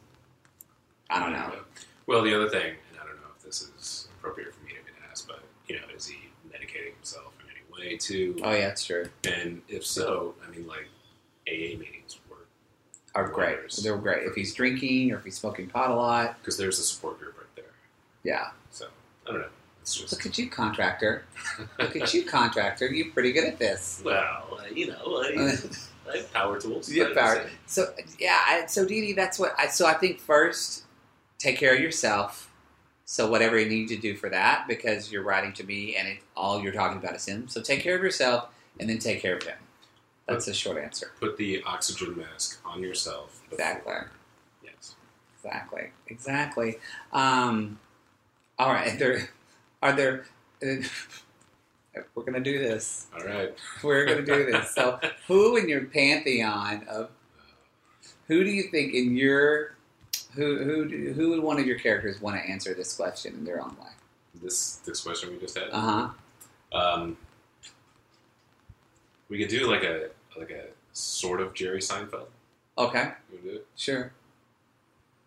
Speaker 1: I don't know.
Speaker 2: Well, the other thing, and I don't know if this is appropriate for me to ask, but you know, is he medicating himself in any way too?
Speaker 1: Oh, yeah, it's true.
Speaker 2: And if so, I mean, like AA meetings work
Speaker 1: Are great.
Speaker 2: Wonders.
Speaker 1: They're great. If he's drinking or if he's smoking pot a lot,
Speaker 2: because there's a support group right there.
Speaker 1: yeah.
Speaker 2: So I don't know. It's just
Speaker 1: Look at you, contractor. Look at you, contractor. You're pretty good at
Speaker 3: *laughs*
Speaker 1: this.
Speaker 2: well, you know,
Speaker 1: Uh,
Speaker 2: like, like power tools.
Speaker 1: Yeah,
Speaker 2: but
Speaker 1: power-
Speaker 2: it's-
Speaker 1: So yeah, I, so Dee Dee, that's what I. So I think first, take care of yourself. So whatever you need to do for that, because you're writing to me, and it, all you're talking about is him. So take care of yourself, and then take care of him. That's the short answer.
Speaker 2: Put the oxygen mask on yourself. before-
Speaker 1: Exactly.
Speaker 2: Yes.
Speaker 1: Exactly. Exactly. Um, all right. There are there. uh, *laughs* we're gonna do this.
Speaker 2: All right.
Speaker 1: We're gonna do this. So who in your pantheon of Who do you think in your who who do- who would one of your characters want to answer this question in their own way?
Speaker 2: This this question we just had.
Speaker 1: Uh huh.
Speaker 2: Um, we could do like a like a sort of Jerry Seinfeld.
Speaker 1: Okay.
Speaker 2: You want to do it?
Speaker 1: Sure.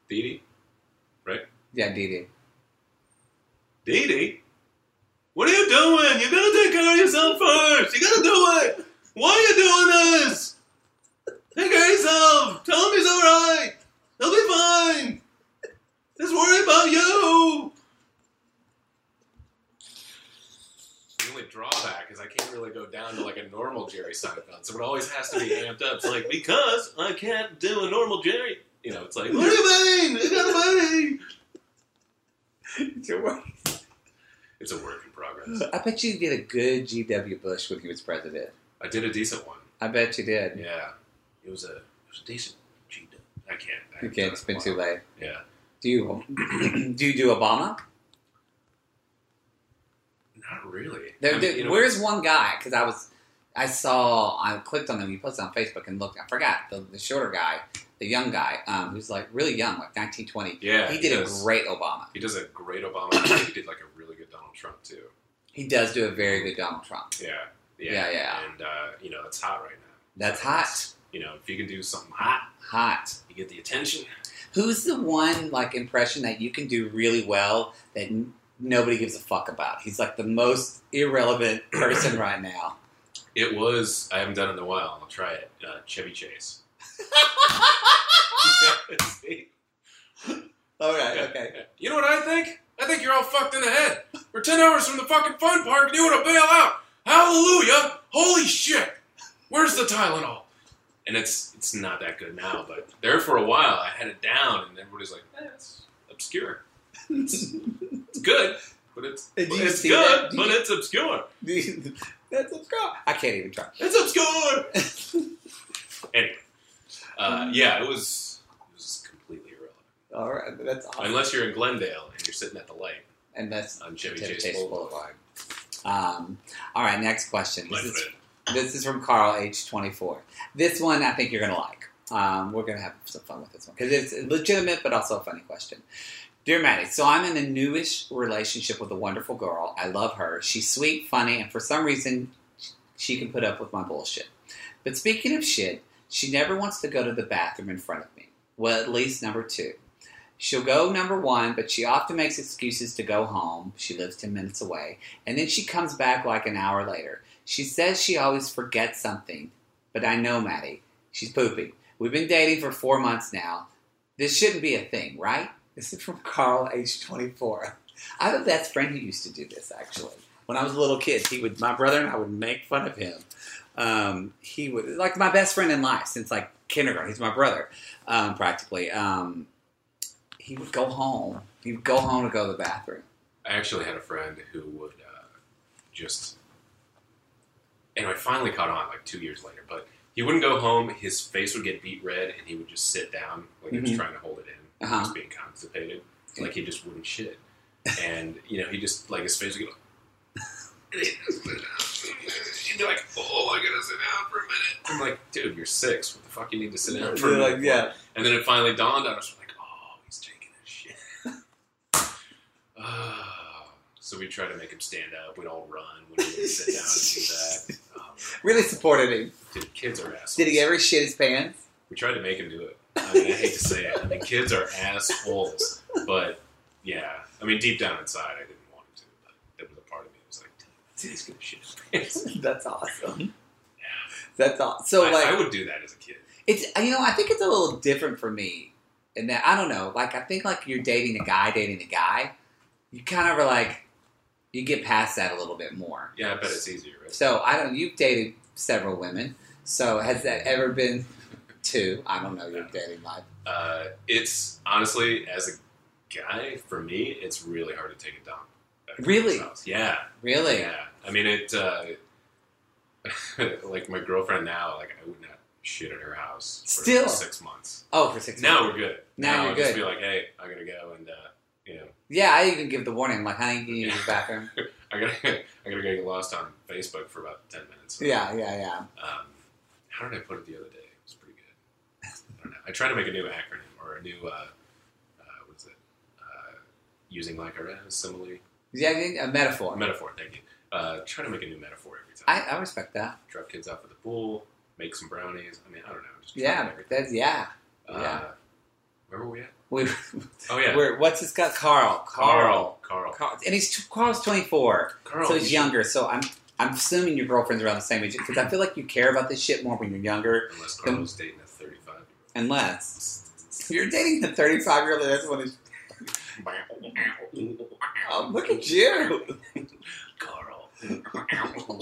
Speaker 2: Dee Dee?
Speaker 1: Yeah, Dee Dee.
Speaker 2: Dee Dee? What are you doing? You gotta take care of yourself first! You gotta do it! Why are you doing this? Take care of yourself! Tell him he's alright! He'll be fine! Just worry about you! The only drawback is I can't really go down to like a normal Jerry Seinfeld, so it always has to be amped up. It's like, because I can't do a normal Jerry. You know, it's like, what do you mean? It gotta be! *laughs* It's a work in progress.
Speaker 1: I bet you did a good G.W. Bush when he was president.
Speaker 2: I did a decent one.
Speaker 1: I bet you did.
Speaker 2: Yeah, it was a it was a decent G dub. I can't. I
Speaker 1: You can't. It's been too late.
Speaker 2: Yeah.
Speaker 1: Do you *clears throat* do you do Obama?
Speaker 2: Not really.
Speaker 1: There,
Speaker 2: I mean,
Speaker 1: there-
Speaker 2: you know,
Speaker 1: where's one guy? Because I was, I saw, I clicked on him. You posted on Facebook and looked. I forgot the, the shorter guy, the young guy, um, who's like really young, like 1920.
Speaker 2: Yeah,
Speaker 1: he
Speaker 2: he
Speaker 1: did a
Speaker 2: does.
Speaker 1: great Obama.
Speaker 2: He does a great Obama. I think he *coughs* did like a really good Donald Trump too.
Speaker 1: He does do a very good Donald Trump.
Speaker 2: Yeah. Yeah.
Speaker 1: Yeah, yeah.
Speaker 2: And uh, you know that's hot right now.
Speaker 1: That's hot,
Speaker 2: You know if you can do something hot,
Speaker 1: hot.
Speaker 2: you get the attention.
Speaker 1: Who's the one like impression that you can do really well that n- nobody gives a fuck about? He's like the most irrelevant person right now.
Speaker 2: It was I haven't done it in a while. I'll try it.
Speaker 1: *laughs*
Speaker 2: *laughs* Uh, Chevy Chase. See?
Speaker 1: All right, okay. *laughs*
Speaker 2: *laughs* You know what I think? I think you're all fucked in the head. We're 10 hours from the fucking fun park and you want to bail out. Hallelujah. Holy shit. Where's the Tylenol? And it's it's not that good now, but there for a while I had it down and everybody's like, eh, it's obscure. It's, it's good, but it's,
Speaker 1: And do you
Speaker 2: it's
Speaker 1: see
Speaker 2: good,
Speaker 1: that? Do
Speaker 2: but
Speaker 1: you-
Speaker 2: it's obscure.
Speaker 1: That's obscure. I can't even try.
Speaker 2: It's obscure.
Speaker 1: *laughs*
Speaker 2: anyway, uh, yeah, it was, it was completely irrelevant.
Speaker 1: All right, but that's awesome.
Speaker 2: Unless you're in Glendale and you're sitting at the light
Speaker 1: and that's
Speaker 2: on Chevy
Speaker 1: Chevy
Speaker 2: Chase
Speaker 1: Chase
Speaker 2: Boulevard.
Speaker 1: Boulevard. Um, all right, next question.
Speaker 2: My
Speaker 1: This is,
Speaker 2: friend.
Speaker 1: this is from Carl, age 24. This one I think you're going to like. Um, we're going to have some fun with this one because it's legitimate but also a funny question. Dear Maddie, so I'm in a newish relationship with a wonderful girl. I love her. She's sweet, funny, and for some reason, she can put up with my bullshit. But speaking of shit, she never wants to go to the bathroom in front of me. Well, at least number two. She'll go number one, but she often makes excuses to go home. She lives 10 minutes away. And then she comes back like an hour later. She says she always forgets something, but I know Maddie. She's pooping. We've been dating for four months now. This shouldn't be a thing, right? This is from Carl, age 24. I have a best friend who used to do this, actually. When I was a little kid, he would, my brother and I would make fun of him. Um, he would, like my best friend in life since like kindergarten. He's my brother, um, practically. Um, he would go home. He would go home to go to the bathroom.
Speaker 2: I actually had a friend who would uh, just. Anyway, finally caught on like two years later, but he wouldn't go home. His face would get beat red, and he would just sit down like he was
Speaker 1: Mhm.
Speaker 2: trying to hold it in,
Speaker 1: Uh-huh.
Speaker 2: just being constipated. Like he just wouldn't shit, and you know he just like his face would go. You'd be like, "Oh, I gotta sit down for a minute." I'm like, "Dude, you're six. What the fuck? You need to sit down for a minute." for?" And then it finally dawned on us, we're like, oh, he's taking a shit. *laughs* Ah. so we tried to make him stand up. We'd all run. We'd all sit
Speaker 1: *laughs*
Speaker 2: down and do that. Um,
Speaker 1: Really supported him.
Speaker 2: dude, kids are assholes.
Speaker 1: Did he ever shit his pants?
Speaker 2: We tried to make him do it. I mean, I hate to say it. I mean, kids are assholes. But yeah, I mean, deep down inside, I didn't want him to. But there was a part of me that was like, dude, he's gonna shit his pants.
Speaker 1: *laughs* That's awesome. That's awesome. So
Speaker 2: Mm-hmm. I,
Speaker 1: like,
Speaker 2: I would do that as a kid.
Speaker 1: it's you know I think it's a little different for me in that I don't know. Like I think like you're dating a guy, dating a guy, you kind of are like you get past that a little bit more.
Speaker 2: Yeah, I bet it's easier, right?
Speaker 1: So I don't. You've dated several women. So has that ever been two? I don't know your dating life.
Speaker 2: uh, it's honestly, as a guy, for me, it's really hard to take a dump. at a
Speaker 1: Really?
Speaker 2: girl's house. Yeah.
Speaker 1: Really?
Speaker 2: Yeah. I mean, it. Uh, *laughs* like my girlfriend now, like I would not shit at her house for
Speaker 1: Still?
Speaker 2: six months.
Speaker 1: Oh, for six.
Speaker 2: Now
Speaker 1: months.
Speaker 2: we're good.
Speaker 1: Now
Speaker 2: Now
Speaker 1: you're
Speaker 2: I'll just
Speaker 1: good.
Speaker 2: be like, hey, I gotta go and uh, you know,
Speaker 1: Yeah, I even give the warning. Like, honey, you need to use the
Speaker 2: *laughs*
Speaker 1: bathroom.
Speaker 2: I gotta I gotta get lost on Facebook for about ten minutes.
Speaker 1: Yeah, yeah, yeah.
Speaker 2: Um, how did I put it the other day? It was pretty good. I don't know. I tried to make a new acronym or a new, uh, uh, what is it? Uh, using like a simile.
Speaker 1: Yeah, I think- a metaphor.
Speaker 2: Metaphor, thank you. Uh, try to make a new metaphor every
Speaker 1: I,
Speaker 2: time.
Speaker 1: I respect that.
Speaker 2: Drop kids off at the pool, make some brownies. I mean, I don't know. Just try
Speaker 1: Yeah,
Speaker 2: everything.
Speaker 1: that's yeah.
Speaker 2: Uh,
Speaker 1: yeah.
Speaker 2: where were we at?
Speaker 1: We,
Speaker 2: Oh, yeah.
Speaker 1: We're what's his got? Carl. Carl.
Speaker 2: Carl. Carl.
Speaker 1: Carl. And he's tw- Carl's twenty four,
Speaker 2: Carl,
Speaker 1: so
Speaker 2: you
Speaker 1: he's
Speaker 2: should-
Speaker 1: younger. So I'm I'm assuming your girlfriend's around the same age because I feel like you care about this shit more when you're younger,
Speaker 2: Unless Carl's dating a 35
Speaker 1: unless you're dating a thirty five year old. That's
Speaker 2: *laughs*
Speaker 1: when it's
Speaker 2: year old.
Speaker 1: oh, look at you.
Speaker 2: Carl. Carl.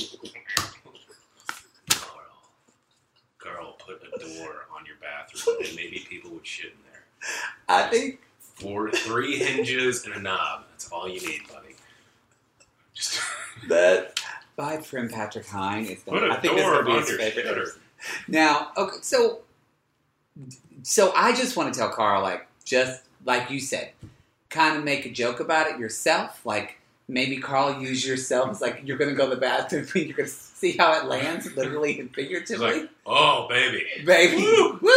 Speaker 2: Carl, put a door on your bathroom and maybe people would shit in there.
Speaker 1: I think
Speaker 2: Four, three hinges and a knob. That's all you need, buddy. Just
Speaker 1: that by Prim Patrick Hine is
Speaker 2: put
Speaker 1: going.
Speaker 2: a
Speaker 1: I think this
Speaker 2: door
Speaker 1: would be
Speaker 2: on
Speaker 1: his
Speaker 2: your
Speaker 1: favorite.
Speaker 2: shitter.
Speaker 1: Now, okay, so so I just want to tell Carl, like, just like you said, kind of make a joke about it yourself. Like, maybe Carl, use yourself. It's like you're going to go to the bathroom *laughs* and you're going to see how it lands, literally and
Speaker 2: He's
Speaker 1: figuratively,
Speaker 2: like, oh, baby.
Speaker 1: *laughs* baby.
Speaker 2: Woo!
Speaker 1: woo,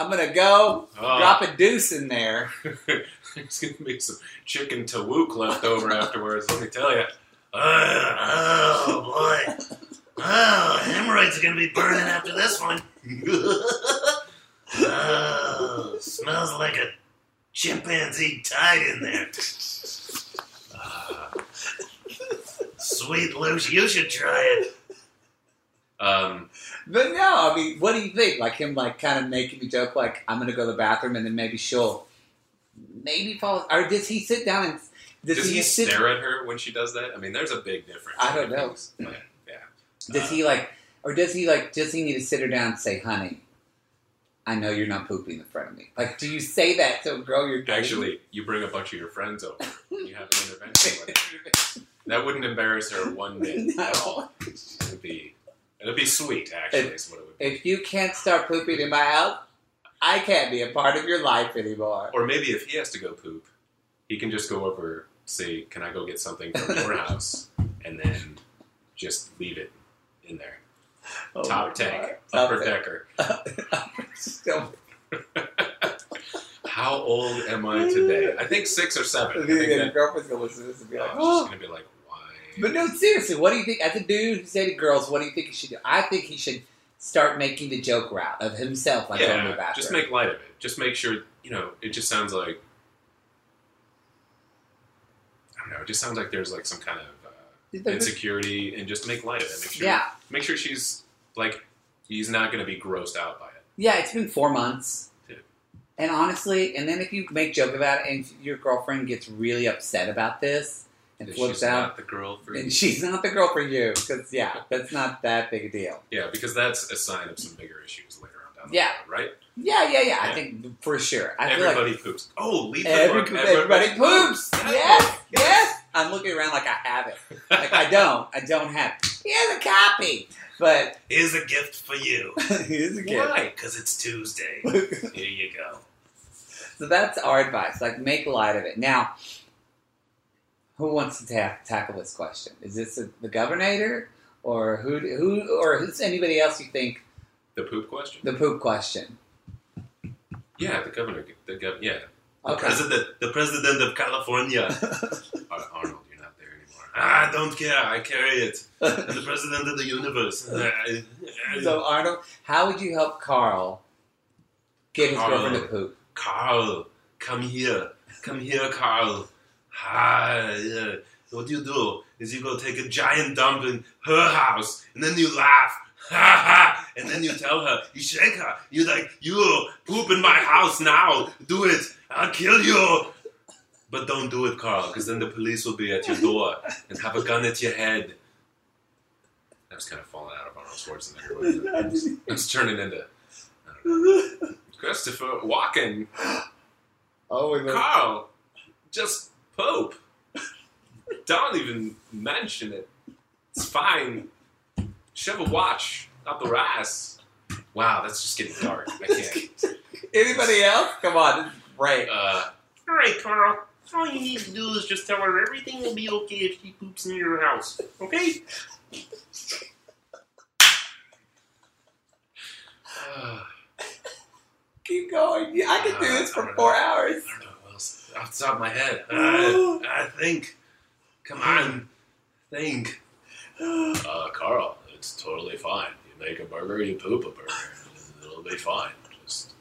Speaker 1: I'm going to go
Speaker 2: Oh. *laughs*
Speaker 1: drop a deuce in there.
Speaker 2: There's going to be some chicken tawook left over afterwards, let me tell you. oh, boy.
Speaker 3: Oh, hemorrhoids are gonna be burning after
Speaker 2: *laughs*
Speaker 3: this one. oh, smells like a chimpanzee tied in there.
Speaker 2: Ah.
Speaker 3: Sweet Luce, you should try it.
Speaker 2: um,
Speaker 1: But no, I mean, what do you think? Like him, like kind of making a joke, like I'm going to go to the bathroom, and then maybe she'll maybe fall. Or does he sit down and does,
Speaker 2: Does
Speaker 1: he,
Speaker 2: he
Speaker 1: sit?
Speaker 2: stare at her when she does that? I mean, there's a big difference.
Speaker 1: I don't know.
Speaker 2: But, yeah.
Speaker 1: Does he like? Or does he like? Does he need to sit her down and say, "Honey, I know you're not pooping in front of me." Like, do you say that to grow your
Speaker 2: Actually, you bring a bunch of your friends over. and You have an intervention with her.
Speaker 1: *laughs*
Speaker 2: That wouldn't embarrass her one bit at all.
Speaker 1: no.
Speaker 2: It would be, it would be sweet, actually, is what it would be.
Speaker 1: If you can't start pooping in my house, I can't be a part of your life anymore.
Speaker 2: Or maybe if he has to go poop, he can just go over, say, "Can I go get something
Speaker 1: *laughs*
Speaker 2: from your house?" and then just leave it in there.
Speaker 1: Oh
Speaker 2: Top
Speaker 1: my
Speaker 2: tank,
Speaker 1: God.
Speaker 2: upper
Speaker 1: Top
Speaker 2: decker.
Speaker 1: Still-
Speaker 2: How old am I today? I think six or seven. I think
Speaker 1: Your
Speaker 2: that,
Speaker 1: girlfriend's gonna listen to this and be like,
Speaker 2: oh,
Speaker 1: "Oh."
Speaker 2: she's gonna be like, "Why?"
Speaker 1: But no, seriously, what do you think? As a dude who dated girls, what do you think he should do? I think he should start making the joke route of himself, like on the
Speaker 2: yeah,
Speaker 1: bathroom.
Speaker 2: just make light of it. Just make sure you know. It just sounds like I don't know. It just sounds like there's like some kind of uh, insecurity, and just make light of it. Make sure,
Speaker 1: Yeah,
Speaker 2: make sure she's like, he's not gonna be grossed out by it.
Speaker 1: yeah. It's been four months,
Speaker 2: Yeah.
Speaker 1: and honestly, and then if you make joke about it, and your girlfriend gets really upset about this and
Speaker 2: If
Speaker 1: flips
Speaker 2: she's
Speaker 1: out,
Speaker 2: not the girl for you.
Speaker 1: and she's not the girl for you, because yeah, that's not that big a deal.
Speaker 2: *laughs* yeah, because that's a sign of some bigger issues later on down the
Speaker 1: Yeah.
Speaker 2: road, right?
Speaker 1: Yeah, yeah, yeah. I
Speaker 2: Yeah.
Speaker 1: think for sure. I feel like
Speaker 2: everybody poops. *laughs* Oh, leave the
Speaker 1: Every,
Speaker 2: book.
Speaker 1: everybody, poops. Yes,
Speaker 2: Yeah.
Speaker 1: yes. I'm looking around like I have it. Like I don't. I don't have. It. Here's a copy, but *laughs*
Speaker 3: Here's a gift for you.
Speaker 1: here's a gift.
Speaker 2: Why?
Speaker 3: Because it's Tuesday. Here you go.
Speaker 1: So that's our advice. Like make light of it. Now, who wants to ta- tackle this question? Is this the the governor, or who? Who or who's anybody else you think
Speaker 2: The poop question.
Speaker 1: the poop question?
Speaker 2: Yeah, the governor. The gov- yeah,
Speaker 1: Okay.
Speaker 3: President, the president of California.
Speaker 2: Ar- Arnold, you're not there anymore.
Speaker 3: ah, don't care. I carry it. I'm the president of the universe. Uh, I-
Speaker 1: *laughs*
Speaker 3: I-
Speaker 1: so Arnold, how would you help Carl get his
Speaker 3: Carl.
Speaker 1: girlfriend to poop?
Speaker 3: Carl, come here. Come here, Carl. Ah, yeah. What you do is you go take a giant dump in her house, and then you laugh. *laughs* Ha ha! And then you tell her, you shake her, you like, you poop in my house now. Do it. I'll kill you. But don't do it, Carl, because then the police will be at your door and have a gun at your head.
Speaker 2: That was kind of falling out of Arnold Schwarzenegger. wasn't
Speaker 1: *laughs*
Speaker 2: it? It was turning into Christopher Walken.
Speaker 1: Oh, we went-
Speaker 2: Carl, just poop. *laughs* Don't even mention it. It's fine. Shove a watch up the ass. Wow, that's just getting dark.
Speaker 1: *laughs*
Speaker 2: I can't.
Speaker 1: Anybody else? Come on, this is great.
Speaker 2: Uh,
Speaker 3: All right, Carl. All you need to do is just tell her everything will be okay if she poops in your house. Okay?
Speaker 2: *sighs* uh,
Speaker 1: Keep going. Yeah, I can do this for
Speaker 2: Uh,
Speaker 1: four hours.
Speaker 2: I don't know what else. Off the top of my head.
Speaker 3: Uh, I think. Come on. Think.
Speaker 2: Hmm. Uh, Carl, it's totally fine. You make a burger, you poop a burger. It'll be fine. Just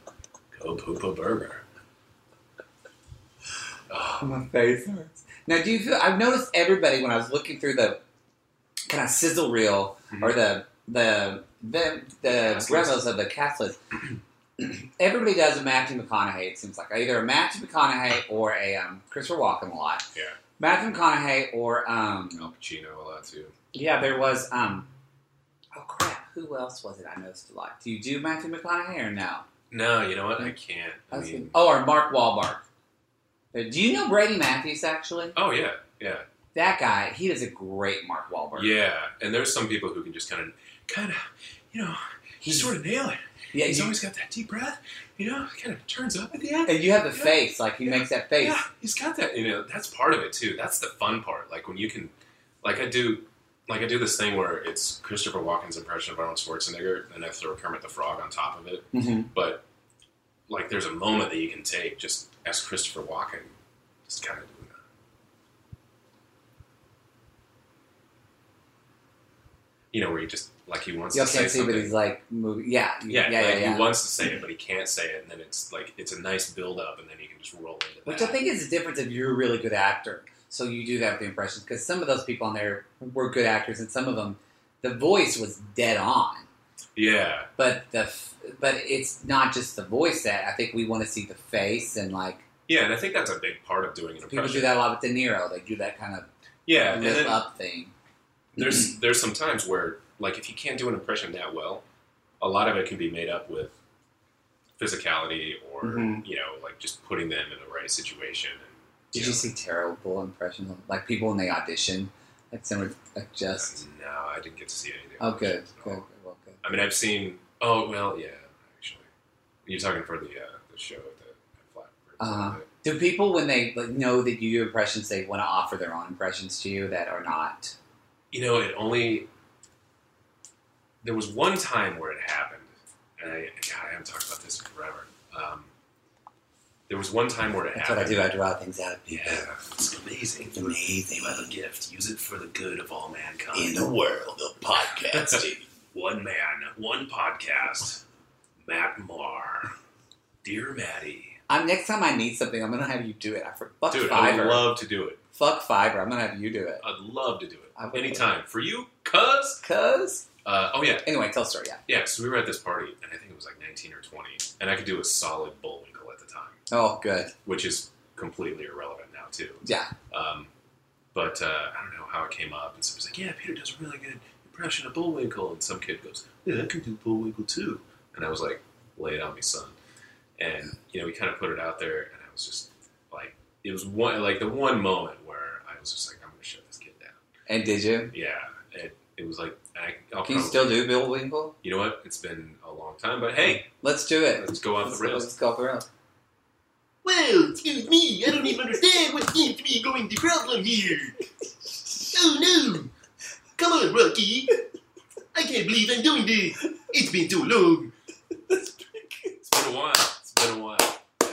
Speaker 2: go poop a burger.
Speaker 1: Oh, my face hurts. Now, do you feel? I've noticed everybody when I was looking through the kind of sizzle reel
Speaker 2: Mm-hmm.
Speaker 1: or the the the the
Speaker 2: Cast list.
Speaker 1: revels of the cast list. *clears throat* Everybody does a Matthew McConaughey. It seems like either a Matthew McConaughey or a um, Christopher Walken a lot.
Speaker 2: Yeah.
Speaker 1: Matthew McConaughey or um,
Speaker 2: Al Pacino a lot too.
Speaker 1: yeah, there was um, oh crap, who else was it? I noticed a lot. Do you do Matthew McConaughey or no?
Speaker 2: No, you know what? I can't. I
Speaker 1: That's
Speaker 2: mean,
Speaker 1: good. oh, or Mark Wahlberg. Uh, Do you know Brady Matthews actually?
Speaker 2: oh yeah, yeah,
Speaker 1: That guy, he is a great Mark Wahlberg.
Speaker 2: yeah. And there's some people who can just kind of, kind of, you know, he
Speaker 1: He's-
Speaker 2: sort of nail it.
Speaker 1: yeah,
Speaker 2: He's
Speaker 1: you-
Speaker 2: always got that deep breath. You know, kind of turns up at the end.
Speaker 1: and you have the
Speaker 2: Yeah.
Speaker 1: face, like he
Speaker 2: Yeah.
Speaker 1: makes that face.
Speaker 2: Yeah, he's got that. You know, that's part of it too. That's the fun part. Like when you can, like I do, like I do this thing where it's Christopher Walken's impression of Arnold Schwarzenegger, and I throw Kermit the Frog on top of it.
Speaker 1: Mhm.
Speaker 2: But like, there's a moment that you can take just as Christopher Walken, just kind of doing that. You know, where he just like he wants
Speaker 1: Y'all
Speaker 2: to
Speaker 1: can't
Speaker 2: say
Speaker 1: see,
Speaker 2: something.
Speaker 1: but he's like, moving. yeah, you-
Speaker 2: yeah,
Speaker 1: yeah,
Speaker 2: like
Speaker 1: yeah. yeah.
Speaker 2: he wants to say it, but he can't say it, and then it's like it's a nice build up, and then you can just roll into that.
Speaker 1: Which I think is the difference if you're a really good actor. So you do have the impressions because some of those people on there were good actors, and some of them, the voice was dead on.
Speaker 2: yeah,
Speaker 1: But the, f- but it's not just the voice that I think we want to see the face and like
Speaker 2: Yeah, and I think that's a big part of doing an impression.
Speaker 1: People do that a lot with De Niro. They do that kind of
Speaker 2: Yeah, and
Speaker 1: lip
Speaker 2: then
Speaker 1: up thing.
Speaker 2: there's there's some times where like if you can't do an impression that well, a lot of it can be made up with physicality or
Speaker 1: Mhm.
Speaker 2: you know like just putting them in the right situation. And,
Speaker 1: Did you
Speaker 2: know,
Speaker 1: see terrible impressions? of- Like people when they audition, like someone like just
Speaker 2: No, I didn't get to see anything.
Speaker 1: oh good, good, good, well, good.
Speaker 2: I mean, I've seen. Oh well, yeah. Actually, you're talking for the uh, the show at the at Flatbird.
Speaker 1: Uh-huh. Do people when they like know that you do impressions, they want to offer their own impressions to you that are not?
Speaker 2: You know, it only. There was one time where it happened, and I, God, I haven't talked about this in forever. Um, there was one time where it
Speaker 1: That's what I
Speaker 2: happened.
Speaker 1: do. I draw things out.
Speaker 2: Yeah, it's amazing.
Speaker 1: It's amazing.
Speaker 2: You have a gift. Use it for the good of all mankind.
Speaker 5: In the world of podcasting.
Speaker 2: one man, one podcast. Matt Marr. Dear Maddie.
Speaker 1: *laughs* I'm next time I need something, I'm gonna have you do it. I for, fuck
Speaker 2: Dude, I would
Speaker 1: Fiverr.
Speaker 2: love to do it.
Speaker 1: fuck Fiverr. I'm gonna have you do it.
Speaker 2: I'd love to do
Speaker 1: I
Speaker 2: it
Speaker 1: would.
Speaker 2: anytime for you, cuz.
Speaker 1: Cause
Speaker 2: Uh, oh yeah,
Speaker 1: anyway, tell a story. Yeah.
Speaker 2: yeah. So we were at this party, and I think it was like 19 or 20, and I could do a solid Bullwinkle at the time,
Speaker 1: Oh, good.
Speaker 2: which is completely irrelevant now too.
Speaker 1: Yeah.
Speaker 2: Um, but uh, I don't know how it came up, and someone's like, "Yeah, Peter does a really good impression of Bullwinkle," and some kid goes, "Yeah, I can do Bullwinkle too," and I was like, "Lay it on me, son." And you know, we kind of put it out there, and I was just like, it was one like the one moment where I was just like, "I'm gonna shut this kid down."
Speaker 1: And did you?
Speaker 2: Yeah, it, it was like I, I'll
Speaker 1: Can you
Speaker 2: probably-
Speaker 1: still do Bill Winkle?
Speaker 2: You know what? It's been a long time, but hey,
Speaker 1: Let's do it.
Speaker 2: let's go off
Speaker 1: Let's-
Speaker 2: the rails.
Speaker 1: Let's go off the rails.
Speaker 5: Well, excuse me, I don't even understand what seems to be going the problem here. Oh no! Come on, Rocky! I can't believe I'm doing this! It's been too long!
Speaker 2: It's been a while. It's been a while,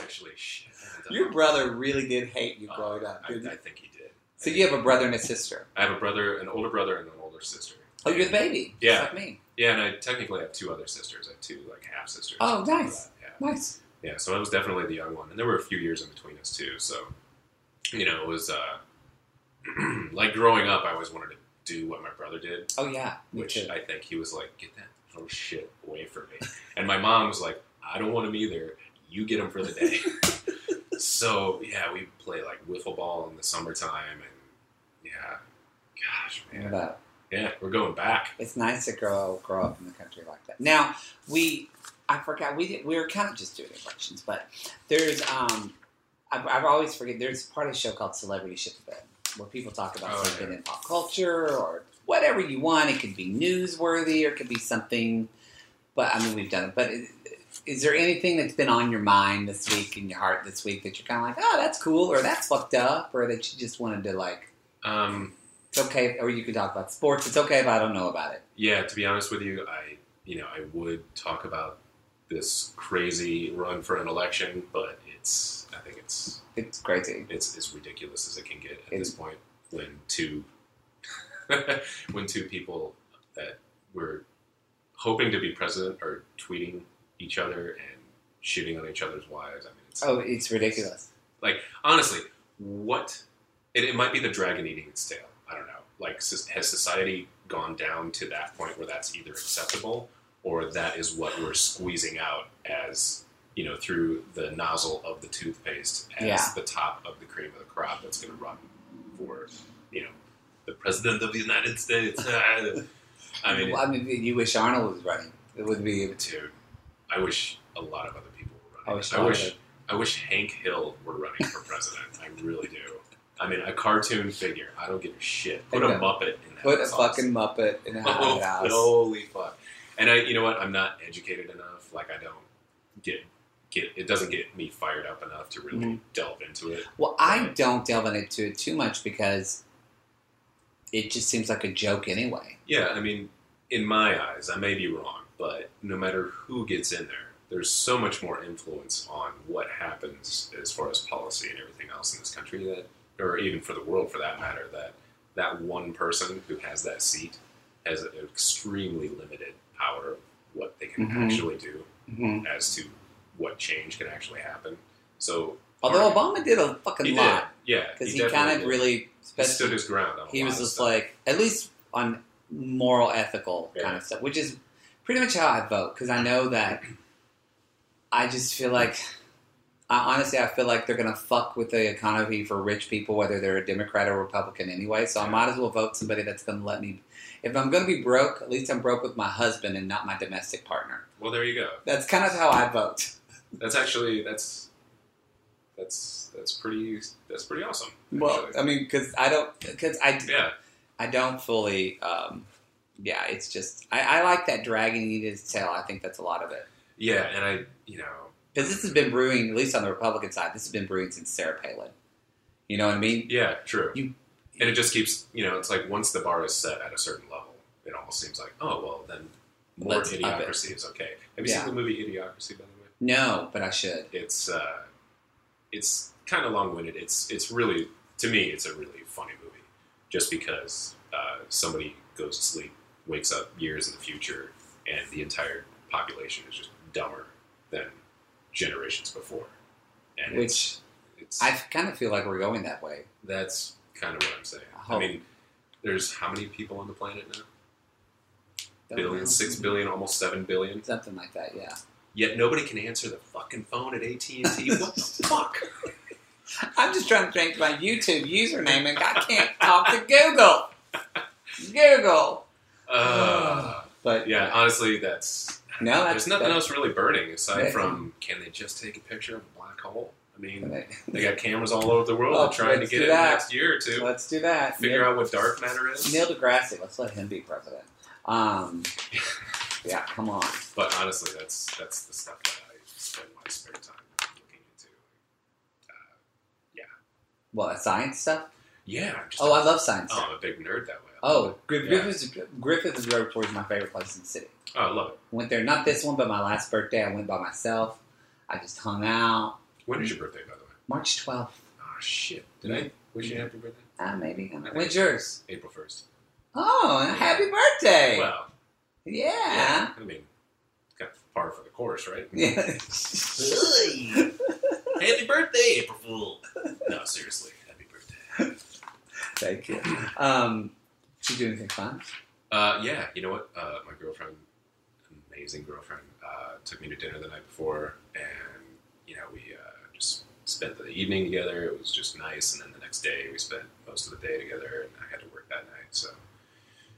Speaker 2: actually. Shit, I haven't done
Speaker 1: Your
Speaker 2: that.
Speaker 1: brother really did hate you
Speaker 2: Uh,
Speaker 1: growing up.
Speaker 2: I,
Speaker 1: didn't
Speaker 2: I
Speaker 1: he?
Speaker 2: think he did.
Speaker 1: so you have a brother and a sister.
Speaker 2: I have a brother, an older brother, and an older sister.
Speaker 1: Oh, you're the baby.
Speaker 2: Yeah.
Speaker 1: Just like me.
Speaker 2: Yeah, and I technically have two other sisters. I have two like half sisters.
Speaker 1: Oh, nice.
Speaker 2: Yeah.
Speaker 1: Nice.
Speaker 2: yeah, so I was definitely the young one, and there were a few years in between us too. So, you know, it was uh, *clears throat* like growing up. I always wanted to do what my brother did,
Speaker 1: Oh yeah. Me
Speaker 2: which
Speaker 1: too.
Speaker 2: I think he was like, "Get that little shit away from me," and my mom was like, "I don't want him either. You get him for the day."
Speaker 1: *laughs*
Speaker 2: so yeah, we play like wiffle ball in the summertime, and yeah, gosh, man,
Speaker 1: But
Speaker 2: yeah, we're going back.
Speaker 1: it's nice to grow grow up in the country like that. Now we, I forgot we did, we were kind of just doing impressions, but there's um, I've, I've always forget there's part of the show called Celebrity Shit the Bed where people talk about
Speaker 2: Oh,
Speaker 1: something
Speaker 2: yeah.
Speaker 1: in pop culture or whatever you want. It could be newsworthy or it could be something. But I mean, we've done it. But is, is there anything that's been on your mind this week in your heart this week that you're kind of like, oh, that's cool, or that's fucked up, or that you just wanted to like,
Speaker 2: Um,
Speaker 1: it's okay, or you can talk about sports. It's okay if I don't know about it.
Speaker 2: Yeah, to be honest with you, I you know I would talk about this crazy run for an election, but it's I think it's
Speaker 1: It's crazy.
Speaker 2: it's as ridiculous as it can get at
Speaker 1: It-
Speaker 2: this point when two *laughs* when two people that were hoping to be president are tweeting each other and shitting on each other's wives. I mean, it's
Speaker 1: Oh, it's ridiculous.
Speaker 2: honestly, what it, it might be the dragon eating its tail. I don't know. Like, s- has society gone down to that point where that's either acceptable or that is what we're squeezing out as you know through the nozzle of the toothpaste as
Speaker 1: Yeah.
Speaker 2: the top of the cream of the crop that's going to run for you know the president of the United States. I mean,
Speaker 1: Well, I mean, you wish Arnold was running. It would be.
Speaker 2: dude, I wish a lot of other people were running.
Speaker 1: I wish.
Speaker 2: I wish I wish Hank Hill were running for president. I really do. I mean, a cartoon figure. I don't give a shit. Put a
Speaker 1: Okay.
Speaker 2: Muppet in that.
Speaker 1: Put a
Speaker 2: sauce. *laughs*
Speaker 1: fucking Muppet in a
Speaker 2: Oh,
Speaker 1: haunted house.
Speaker 2: holy fuck! And I, you know what? I'm not educated enough. Like I don't get get. It doesn't get me fired up enough to really
Speaker 1: Mm-hmm.
Speaker 2: delve into it.
Speaker 1: Well, I don't delve into it too much because it just seems like a joke anyway.
Speaker 2: Yeah, I mean, in my eyes, I may be wrong, but no matter who gets in there, there's so much more influence on what happens as far as policy and everything else in this country that, or even for the world for that matter, that that one person who has that seat has an extremely limited power of what they can
Speaker 1: Mhm.
Speaker 2: actually do as to what change can actually happen. So,
Speaker 1: Although Obama did a fucking
Speaker 2: he did,
Speaker 1: lot
Speaker 2: yeah,
Speaker 1: because he,
Speaker 2: definitely
Speaker 1: kind of
Speaker 2: did.
Speaker 1: really
Speaker 2: he stood
Speaker 1: especially
Speaker 2: his ground. On a
Speaker 1: he
Speaker 2: lot
Speaker 1: was
Speaker 2: of
Speaker 1: just
Speaker 2: stuff.
Speaker 1: like at least on moral, ethical kind
Speaker 2: Yeah.
Speaker 1: of stuff, which is pretty much how I vote because I know that I just feel like I, honestly, I feel like they're going to fuck with the economy for rich people, whether they're a Democrat or Republican anyway. So I might as well vote somebody that's going to let me. If I'm going to be broke, at least I'm broke with my husband and not my domestic partner.
Speaker 2: Well, there you go.
Speaker 1: That's kind of how I vote.
Speaker 2: That's actually that's that's that's pretty that's pretty awesome.
Speaker 1: Well, uh,
Speaker 2: actually.
Speaker 1: I mean, because I don't, because I,
Speaker 2: yeah,
Speaker 1: I don't fully. Um, yeah, it's just I, I like that dragging into his tail. I think that's a lot of it
Speaker 2: yeah, and I you know
Speaker 1: because this has been brewing, at least on the Republican side, this has been brewing since Sarah Palin. You know what I mean?
Speaker 2: yeah, true.
Speaker 1: You-
Speaker 2: and it just keeps you know it's like once the bar is set at a certain level, it almost seems like oh well then more
Speaker 1: Let's up it.
Speaker 2: idiocracy is okay. Have you
Speaker 1: Yeah.
Speaker 2: seen the movie Idiocracy by the way?
Speaker 1: No, but I should.
Speaker 2: it's uh, it's kind of long winded. It's it's really to me it's a really funny movie, just because uh, somebody goes to sleep, wakes up years in the future, and the entire population is just dumber than generations before. And
Speaker 1: Which
Speaker 2: it's, it's
Speaker 1: I kind of feel like we're going that way.
Speaker 2: that's kind of what I'm saying.
Speaker 1: Oh.
Speaker 2: I mean, there's how many people on the planet now?
Speaker 1: Don't know.
Speaker 2: Billion, six billion, almost seven billion.
Speaker 1: something like that. Yeah,
Speaker 2: Yet nobody can answer the fucking phone at AT and T.
Speaker 1: *laughs*
Speaker 2: What the fuck?
Speaker 1: I'm just trying to change my YouTube username, and I can't talk to Google. Google,
Speaker 2: Uh,
Speaker 1: but
Speaker 2: yeah, honestly, that's
Speaker 1: no, that's
Speaker 2: There's nothing
Speaker 1: that-
Speaker 2: else really burning aside
Speaker 1: that-
Speaker 2: from can they just take a picture of a black hole? I mean,
Speaker 1: that-
Speaker 2: they got cameras all over the world
Speaker 1: Well,
Speaker 2: trying to
Speaker 1: Oh, let's
Speaker 2: get
Speaker 1: do
Speaker 2: it
Speaker 1: that.
Speaker 2: next year or two.
Speaker 1: Let's do that.
Speaker 2: Figure
Speaker 1: Neil,
Speaker 2: out what dark matter is.
Speaker 1: Neil deGrasse. Let's let him be president. Um, yeah, come on.
Speaker 2: But honestly, that's that's the stuff that I spend my spare time looking into.
Speaker 1: What science stuff?
Speaker 2: Yeah, I'm just
Speaker 1: Oh, I love science.
Speaker 2: oh,
Speaker 1: stuff.
Speaker 2: I'm a big nerd that way. I love
Speaker 1: Oh, Griff-
Speaker 2: Yeah.
Speaker 1: Griffiths, Griffiths Road Tour is my favorite place in the city.
Speaker 2: it. oh, I love it.
Speaker 1: Went there not this one, but my last birthday. I went by myself. I just hung out.
Speaker 2: When is your birthday, by the way?
Speaker 1: March twelfth.
Speaker 2: Oh shit! Did I wish you happy birthday?
Speaker 1: Ah, maybe. When's yours?
Speaker 2: April first.
Speaker 1: Oh, happy birthday!
Speaker 2: Well,
Speaker 1: yeah.
Speaker 2: I mean, kind of par for the course, right?
Speaker 1: Uh-huh. *laughs* Yeah.
Speaker 5: Hey,
Speaker 2: happy birthday, April Fool. No, seriously, happy birthday.
Speaker 1: Thank you. Um, did you do anything fun?
Speaker 2: Uh, yeah, you know what? Uh, my girlfriend, amazing girlfriend, uh, took me to dinner the night before, and you know we uh, just spent the evening together. It was just nice, and then the next day we spent most of the day together, and I had to work that night, so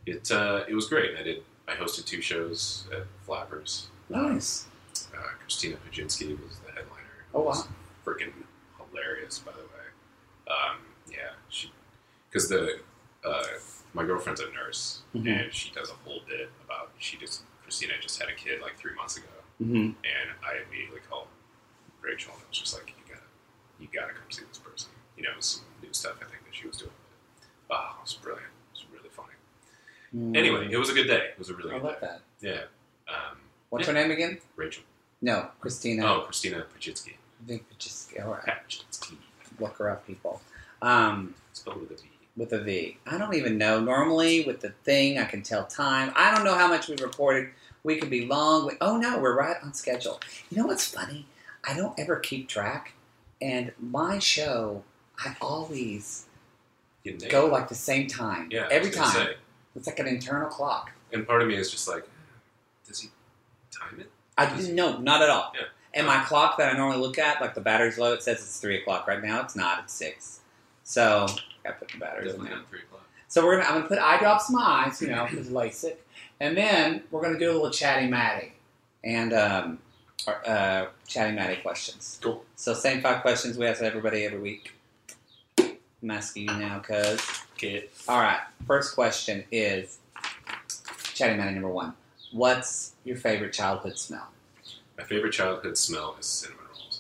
Speaker 2: it uh, it was great. I did. I hosted two shows at Flappers.
Speaker 1: Nice.
Speaker 2: Uh, Christina Pajinski was the headliner.
Speaker 1: Oh, wow.
Speaker 2: Freaking hilarious, by the way. Um, yeah, she because the uh, my girlfriend's a nurse
Speaker 1: Mhm.
Speaker 2: and she does a whole bit about she just Christina just had a kid like three months ago,
Speaker 1: Mm-hmm.
Speaker 2: and I immediately called Rachel and I was just like, you gotta you gotta come see this person. You know, some new stuff I think that she was doing. But, oh, it was brilliant. It was really funny. Anyway, it was a good day. It was a really
Speaker 1: I
Speaker 2: good
Speaker 1: love
Speaker 2: day.
Speaker 1: that.
Speaker 2: Yeah. Um,
Speaker 1: What's
Speaker 2: yeah.
Speaker 1: her name again?
Speaker 2: Rachel.
Speaker 1: No, Christina.
Speaker 2: Oh, Christina Pajitsky.
Speaker 1: I think we just all right,
Speaker 2: Pajitsky.
Speaker 1: look her up, people. Um,
Speaker 2: Spelled with a V.
Speaker 1: with a V. I don't even know. Normally, with the thing, I can tell time. I don't know how much we've recorded. We could be long. We, oh no, we're right on schedule. You know what's funny? I don't ever keep track, and my show, I always
Speaker 2: You nailed
Speaker 1: go
Speaker 2: it.
Speaker 1: like the same time.
Speaker 2: yeah, I
Speaker 1: every
Speaker 2: was gonna
Speaker 1: time.
Speaker 2: say.
Speaker 1: It's like an internal clock.
Speaker 2: And part of me is just like, does he time it?
Speaker 1: I didn't know, not at all.
Speaker 2: Yeah.
Speaker 1: And my clock that I normally look at, like the battery's low, it says it's three o'clock right now. It's not. It's six. So I put the batteries in
Speaker 2: Definitely
Speaker 1: there.
Speaker 2: not three o'clock.
Speaker 1: So we're gonna, I'm gonna put eye drops in my eyes, you know, because LASIK, and then we're gonna do a little chatty matty and um, our, uh, chatty matty questions.
Speaker 2: Cool.
Speaker 1: So same five questions we ask everybody every week. I'm asking you now, cuz.
Speaker 2: Kid.
Speaker 1: All right. First question is chatty matty number one. What's your favorite childhood smell?
Speaker 2: My favorite childhood smell is cinnamon rolls.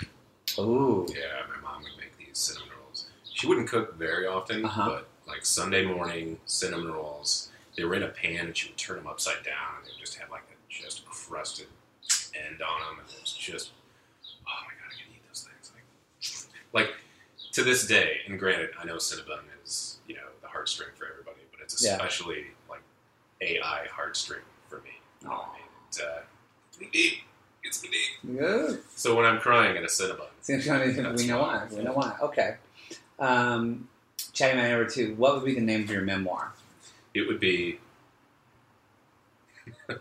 Speaker 1: Ooh.
Speaker 2: Yeah, my mom would make these cinnamon rolls. She wouldn't cook very often,
Speaker 1: Uh-huh.
Speaker 2: but like Sunday morning cinnamon rolls, they were in a pan and she would turn them upside down and they would just have like a just crusted end on them. And it was just, oh my god, I can eat those things. Like, like to this day, and granted, I know cinnamon is you know the heartstring for everybody, but it's
Speaker 1: Yeah.
Speaker 2: especially like AI heartstring for me. You know what I mean? It, uh, it's me deep. It's me deep.
Speaker 1: Good.
Speaker 2: So when I'm crying at a cinnamon,
Speaker 1: Seems funny.
Speaker 2: That's
Speaker 1: we know why.
Speaker 2: fine.
Speaker 1: We know why. Okay. Um, chatty matty number two. What would be the name of your memoir?
Speaker 2: It would be. *laughs* uh,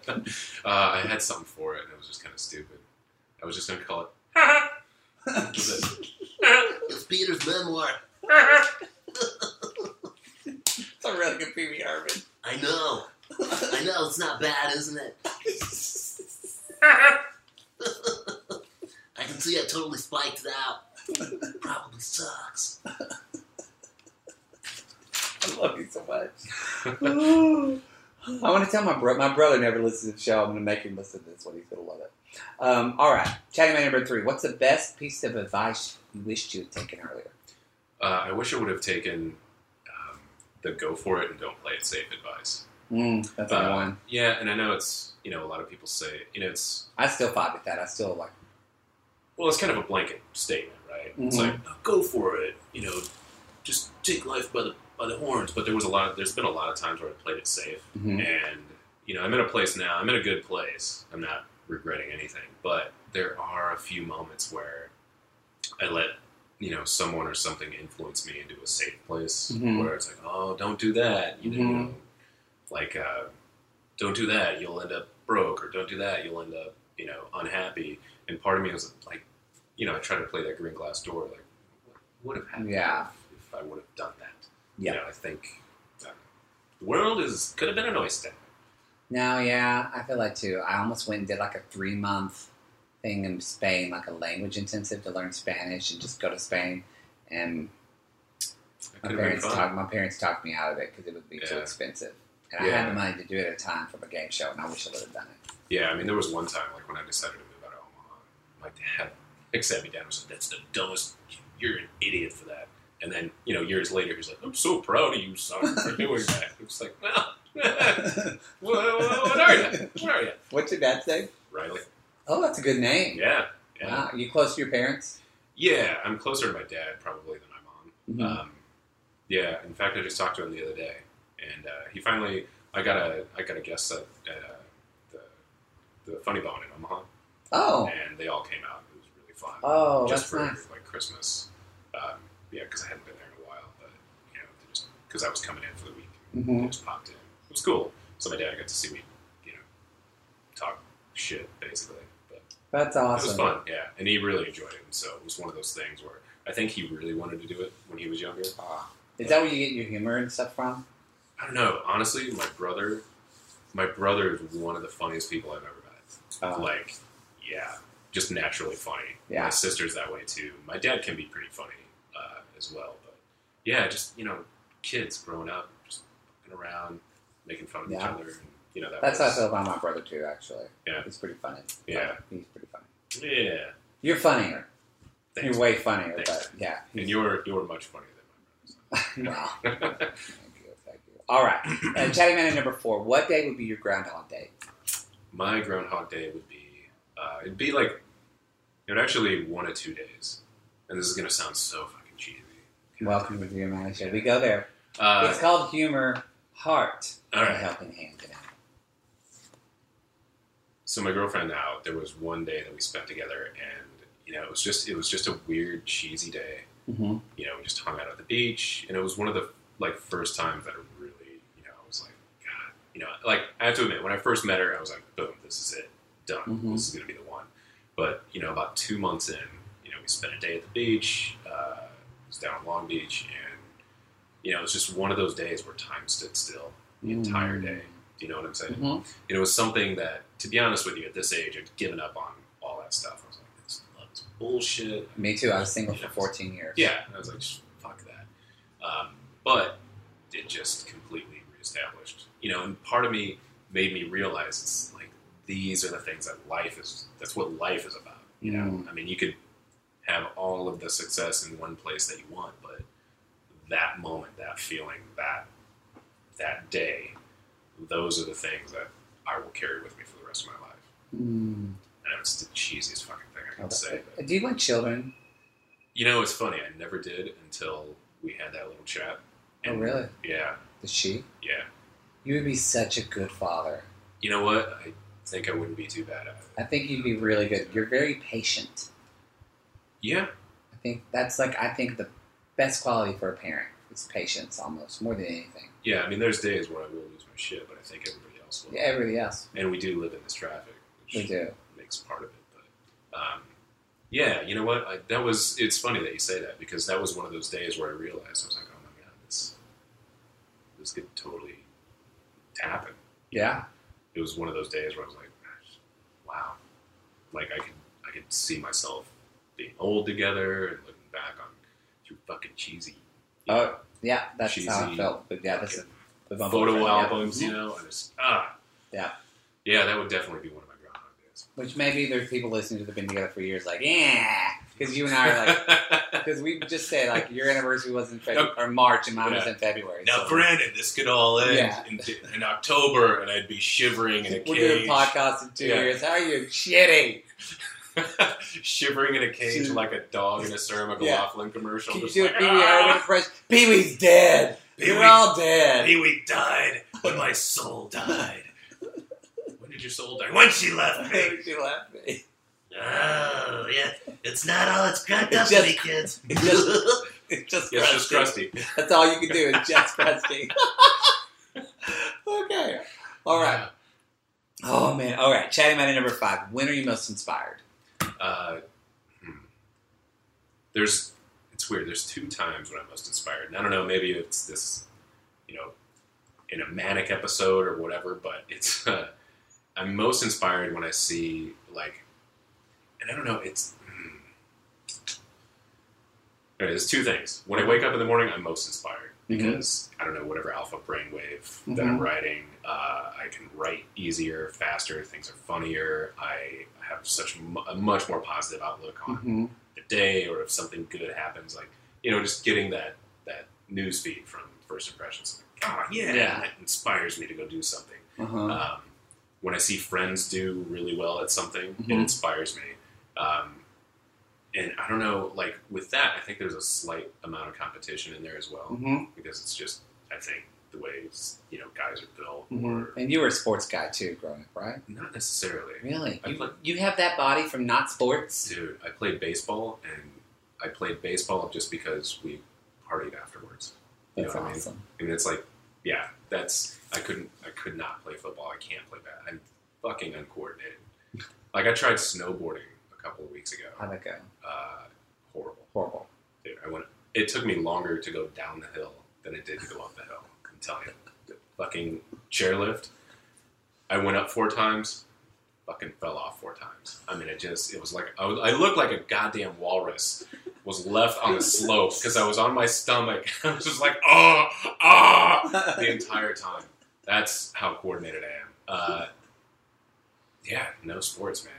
Speaker 2: I had something for it, and it was just kind of stupid. I was just going to call it.
Speaker 1: *laughs*
Speaker 5: It's Peter's memoir.
Speaker 1: It's a really good Pee Wee Herman.
Speaker 5: I know. I know. It's not bad, isn't it? I can see I totally spiked it out. Probably sucks.
Speaker 1: *laughs* I love you so *laughs* much. I want to tell my brother. My brother never listens to the show. I'm going to make him listen to this one. He's going to love it. Um, all right, chatting man number three. What's the best piece of advice you wished you had taken earlier?
Speaker 2: Uh, I wish I would have taken um, the go for it and don't play it safe advice.
Speaker 1: Mm, that's a good
Speaker 2: Uh,
Speaker 1: one.
Speaker 2: Yeah, and I know it's you know a lot of people say you know it's
Speaker 1: I still fight with that. I still like.
Speaker 2: well, it's kind of a blanket statement, right? It's
Speaker 1: Mhm.
Speaker 2: like go for it, you know, just take life by the by the horns. But there was a lot. There's been a lot of times where I played it safe,
Speaker 1: mhm.
Speaker 2: and you know, I'm in a place now. I'm in a good place. I'm not regretting anything, but there are a few moments where I let you know someone or something influence me into a safe place
Speaker 1: Mhm.
Speaker 2: where it's like, oh, don't do that. You
Speaker 1: Mhm.
Speaker 2: know, like uh, don't do that. You'll end up broke, or don't do that. You'll end up you know unhappy. And part of me was like, you know, I tried to play that green glass door. Like, what would have happened
Speaker 1: Yeah.
Speaker 2: if, if I would have done that?
Speaker 1: Yeah.
Speaker 2: You know, I think uh, the world is could have been an oyster.
Speaker 1: No, yeah, I feel that too. I almost went and did like a three month thing in Spain, like a language intensive to learn Spanish and just go to Spain. And
Speaker 2: It
Speaker 1: my
Speaker 2: could have been
Speaker 1: parents
Speaker 2: fun.
Speaker 1: talked my parents talked me out of it because it would be too
Speaker 2: Yeah.
Speaker 1: expensive, and I
Speaker 2: Yeah.
Speaker 1: had the money to do it at a time from a game show, and I wish I would have done it.
Speaker 2: Yeah, I mean, there was one time like when I decided to move out of Omaha, my dad like sat me down and was like, "That's the dumbest. You're an idiot for that." And then you know, years later, he was like, "I'm so proud of you, son,
Speaker 1: *laughs*
Speaker 2: for doing that." It was like, "Well, *laughs* what, what are you? What are you,
Speaker 1: *laughs* What's your dad's name?
Speaker 2: Riley?"
Speaker 1: Oh, that's a good name.
Speaker 2: Yeah, yeah,
Speaker 1: Wow, you close to your parents?
Speaker 2: yeah. I'm closer to my dad probably than my mom.
Speaker 1: Mhm.
Speaker 2: Um, yeah, in fact, I just talked to him the other day, and uh, he finally I got a I got a guest at uh, the the Funny Bone in Omaha,
Speaker 1: oh,
Speaker 2: and they all came out. It was really fun.
Speaker 1: Oh,
Speaker 2: just
Speaker 1: that's
Speaker 2: for
Speaker 1: nice.
Speaker 2: like Christmas. Um, yeah, because I hadn't been there in a while, but you know, they just because I was coming in for the week,
Speaker 1: Mhm.
Speaker 2: they just popped in. It was cool. So my dad got to see me, you know, talk shit basically, but
Speaker 1: that's
Speaker 2: it was
Speaker 1: awesome.
Speaker 2: fun. Yeah, and he really enjoyed it. And so it was one of those things where I think he really wanted to do it when he was younger.
Speaker 1: Is that where you get your humor and stuff from?
Speaker 2: I don't know. Honestly, my brother, my brother is one of the funniest people I've ever met.
Speaker 1: Oh,
Speaker 2: Uh, Like, yeah, just naturally funny.
Speaker 1: Yeah.
Speaker 2: My sister's that way too. My dad can be pretty funny uh, as well. But yeah, just you know, kids growing up, just fucking around, making fun of each
Speaker 1: Yeah.
Speaker 2: other. And, you know that.
Speaker 1: that's how I
Speaker 2: was,
Speaker 1: feel about my brother too. Actually,
Speaker 2: Yeah.
Speaker 1: he's pretty funny.
Speaker 2: Yeah.
Speaker 1: he's pretty funny.
Speaker 2: Yeah.
Speaker 1: You're funnier.
Speaker 2: Thanks.
Speaker 1: You're way funnier,
Speaker 2: Thanks.
Speaker 1: but yeah.
Speaker 2: and you're you're much funnier than *laughs* my
Speaker 1: wow.
Speaker 2: brother. so.
Speaker 1: Thank you, thank you. All right, uh, chatting man number four. What day would be your groundhog day?
Speaker 2: my Groundhog Day would be uh, it'd be like it would actually be one or two days, and this is gonna sound so fucking cheesy.
Speaker 1: Welcome to the Dear Man Show. We go there.
Speaker 2: Uh,
Speaker 1: it's called humor, heart,
Speaker 2: all
Speaker 1: and
Speaker 2: right.
Speaker 1: helping hand. And
Speaker 2: so my girlfriend and I, there was one day that we spent together, and you know, it was just it was just a weird cheesy day.
Speaker 1: Mhm.
Speaker 2: You know, we just hung out at the beach, and it was one of the like first times that I really, you know, I was like, God, you know, like I have to admit, when I first met her, I was like, boom, this is it, done,
Speaker 1: Mhm.
Speaker 2: this is gonna be the one. But you know, about two months in, you know, we spent a day at the beach. Uh, it was down in Long Beach, and you know, it was just one of those days where time stood still the
Speaker 1: Mm-hmm.
Speaker 2: entire day. Do you know what I'm saying?
Speaker 1: Mhm.
Speaker 2: it was something that, to be honest with you, at this age, I'd given up on all that stuff. I was like, this love is bullshit.
Speaker 1: Me too. I was single for 14 years.
Speaker 2: Yeah, and I was like, "Just fuck that. Um, but it just completely reestablished, you know. And part of me made me realize it's like these are the things that life is. That's what life is about. You know,
Speaker 1: Mm.
Speaker 2: I mean, you could have all of the success in one place that you want, but that moment, that feeling, that that day, those are the things that I will carry with me for the rest of my life.
Speaker 1: Mm.
Speaker 2: I know it's the cheesiest fucking thing I
Speaker 1: Oh,
Speaker 2: can
Speaker 1: that's
Speaker 2: say,
Speaker 1: good.
Speaker 2: but
Speaker 1: Do you want children?
Speaker 2: you know, it's funny. I never did until we had that little chat.
Speaker 1: Oh,
Speaker 2: And,
Speaker 1: really?
Speaker 2: Yeah,
Speaker 1: Does she?
Speaker 2: yeah.
Speaker 1: You would be such a good father.
Speaker 2: You know what? I think I wouldn't be too bad at it.
Speaker 1: I think you'd be really good. You're very patient.
Speaker 2: Yeah,
Speaker 1: I think that's like I think the best quality for a parent is patience, almost more than anything.
Speaker 2: yeah. I mean, there's days where I will lose my shit, but I think everybody else will.
Speaker 1: Yeah, everybody else
Speaker 2: And we do live in this traffic, which
Speaker 1: we do.
Speaker 2: makes part of it. But um, Yeah, you know what? I, that was. It's funny that you say that because that was one of those days where I realized I was like, oh my god, this this could totally happen.
Speaker 1: Yeah.
Speaker 2: It was one of those days where I was like, gosh, wow, like I could I could see myself being old together and looking back on you fucking cheesy. you
Speaker 1: Oh,
Speaker 2: know,
Speaker 1: Yeah, that's how I
Speaker 2: Cheesy.
Speaker 1: felt. But yeah, this is the bumble
Speaker 2: photo
Speaker 1: friend, yeah.
Speaker 2: albums, you know, I just ah,
Speaker 1: Yeah.
Speaker 2: yeah, that would definitely be one of my groundhog days.
Speaker 1: Which maybe there's people listening to the been together for years, like yeah, because you and I are like,
Speaker 2: *laughs*
Speaker 1: because we just say like your anniversary was in February or March and mine was
Speaker 2: Yeah.
Speaker 1: in February.
Speaker 2: now,
Speaker 1: so
Speaker 2: granted, this could all end
Speaker 1: Yeah.
Speaker 2: in, in October, and I'd be shivering in a
Speaker 1: we're doing
Speaker 2: cage,
Speaker 1: podcasts in two
Speaker 2: Yeah.
Speaker 1: years. How are you shitting?
Speaker 2: *laughs* shivering in a cage like a dog in a Sarah
Speaker 1: Yeah.
Speaker 2: McLaughlin commercial.
Speaker 1: Can you
Speaker 2: just
Speaker 1: do a
Speaker 2: like,
Speaker 1: Pee Wee Herman
Speaker 2: "Ah,
Speaker 1: impression? Pee Wee's dead.
Speaker 2: Pee-wee-
Speaker 1: We're all dead.
Speaker 2: Pee-wee died when my soul died. when did your soul die? When she left me.
Speaker 1: *laughs* she left me.
Speaker 5: Oh, yeah. It's not all it's cracked
Speaker 1: It's
Speaker 5: up to
Speaker 1: just-
Speaker 5: be, kids.
Speaker 1: It's just, it's just,
Speaker 2: Yes, just
Speaker 1: crusty.
Speaker 2: crusty.
Speaker 1: That's all you can do is just crusty. *laughs* okay. All right. Oh man! All right, chatting matter number five. When are you most inspired?
Speaker 2: Uh, hmm. There's, it's weird. There's two times when I'm most inspired, and I don't know. Maybe it's this, you know, in a manic episode or whatever. But it's, *laughs* uh, I'm most inspired when I see like, and I don't know. It's. hmm. All right, there's two things. When I wake up in the morning, I'm most inspired
Speaker 1: Mhm.
Speaker 2: because I don't know whatever alpha brainwave that
Speaker 1: Mm-hmm.
Speaker 2: I'm writing. Uh, I can write easier, faster. Things are funnier. I have such mu- a much more positive outlook on
Speaker 1: Mm-hmm.
Speaker 2: the day, or if something good happens, like you know, just getting that that news feed from first impressions. Like, oh yeah,
Speaker 1: Yeah.
Speaker 2: that inspires me to go do something.
Speaker 1: Uh-huh.
Speaker 2: Um, when I see friends do really well at something,
Speaker 1: Mhm.
Speaker 2: it inspires me. Um, and I don't know, like with that, I think there's a slight amount of competition in there as well
Speaker 1: hmm
Speaker 2: because it's just I think the way it's, you know guys are built,
Speaker 1: Mhm.
Speaker 2: or
Speaker 1: And you were a sports guy too, growing up, right?
Speaker 2: not necessarily.
Speaker 1: Really?
Speaker 2: I
Speaker 1: You,
Speaker 2: play-
Speaker 1: you have that body from not sports?
Speaker 2: Dude, I played baseball, and I played baseball just because we partied afterwards. You
Speaker 1: That's
Speaker 2: know what I mean?
Speaker 1: awesome.
Speaker 2: I mean, it's like, yeah, that's I couldn't, I could not play football. I can't play that. I'm fucking
Speaker 1: *laughs*
Speaker 2: uncoordinated. like I tried snowboarding a couple of weeks ago.
Speaker 1: How'd that go?
Speaker 2: Uh, horrible.
Speaker 1: Horrible.
Speaker 2: Dude, I went. It took me longer to go down the hill than it did to go up the hill. I'm telling you, fucking chairlift. I went up four times, fucking fell off four times. I mean, it just it was like I, was, I looked like a goddamn walrus was left on the slope because I was on my stomach. *laughs* I was just like, oh, ah, the entire time. That's how coordinated I am. Uh, yeah, no sports, man.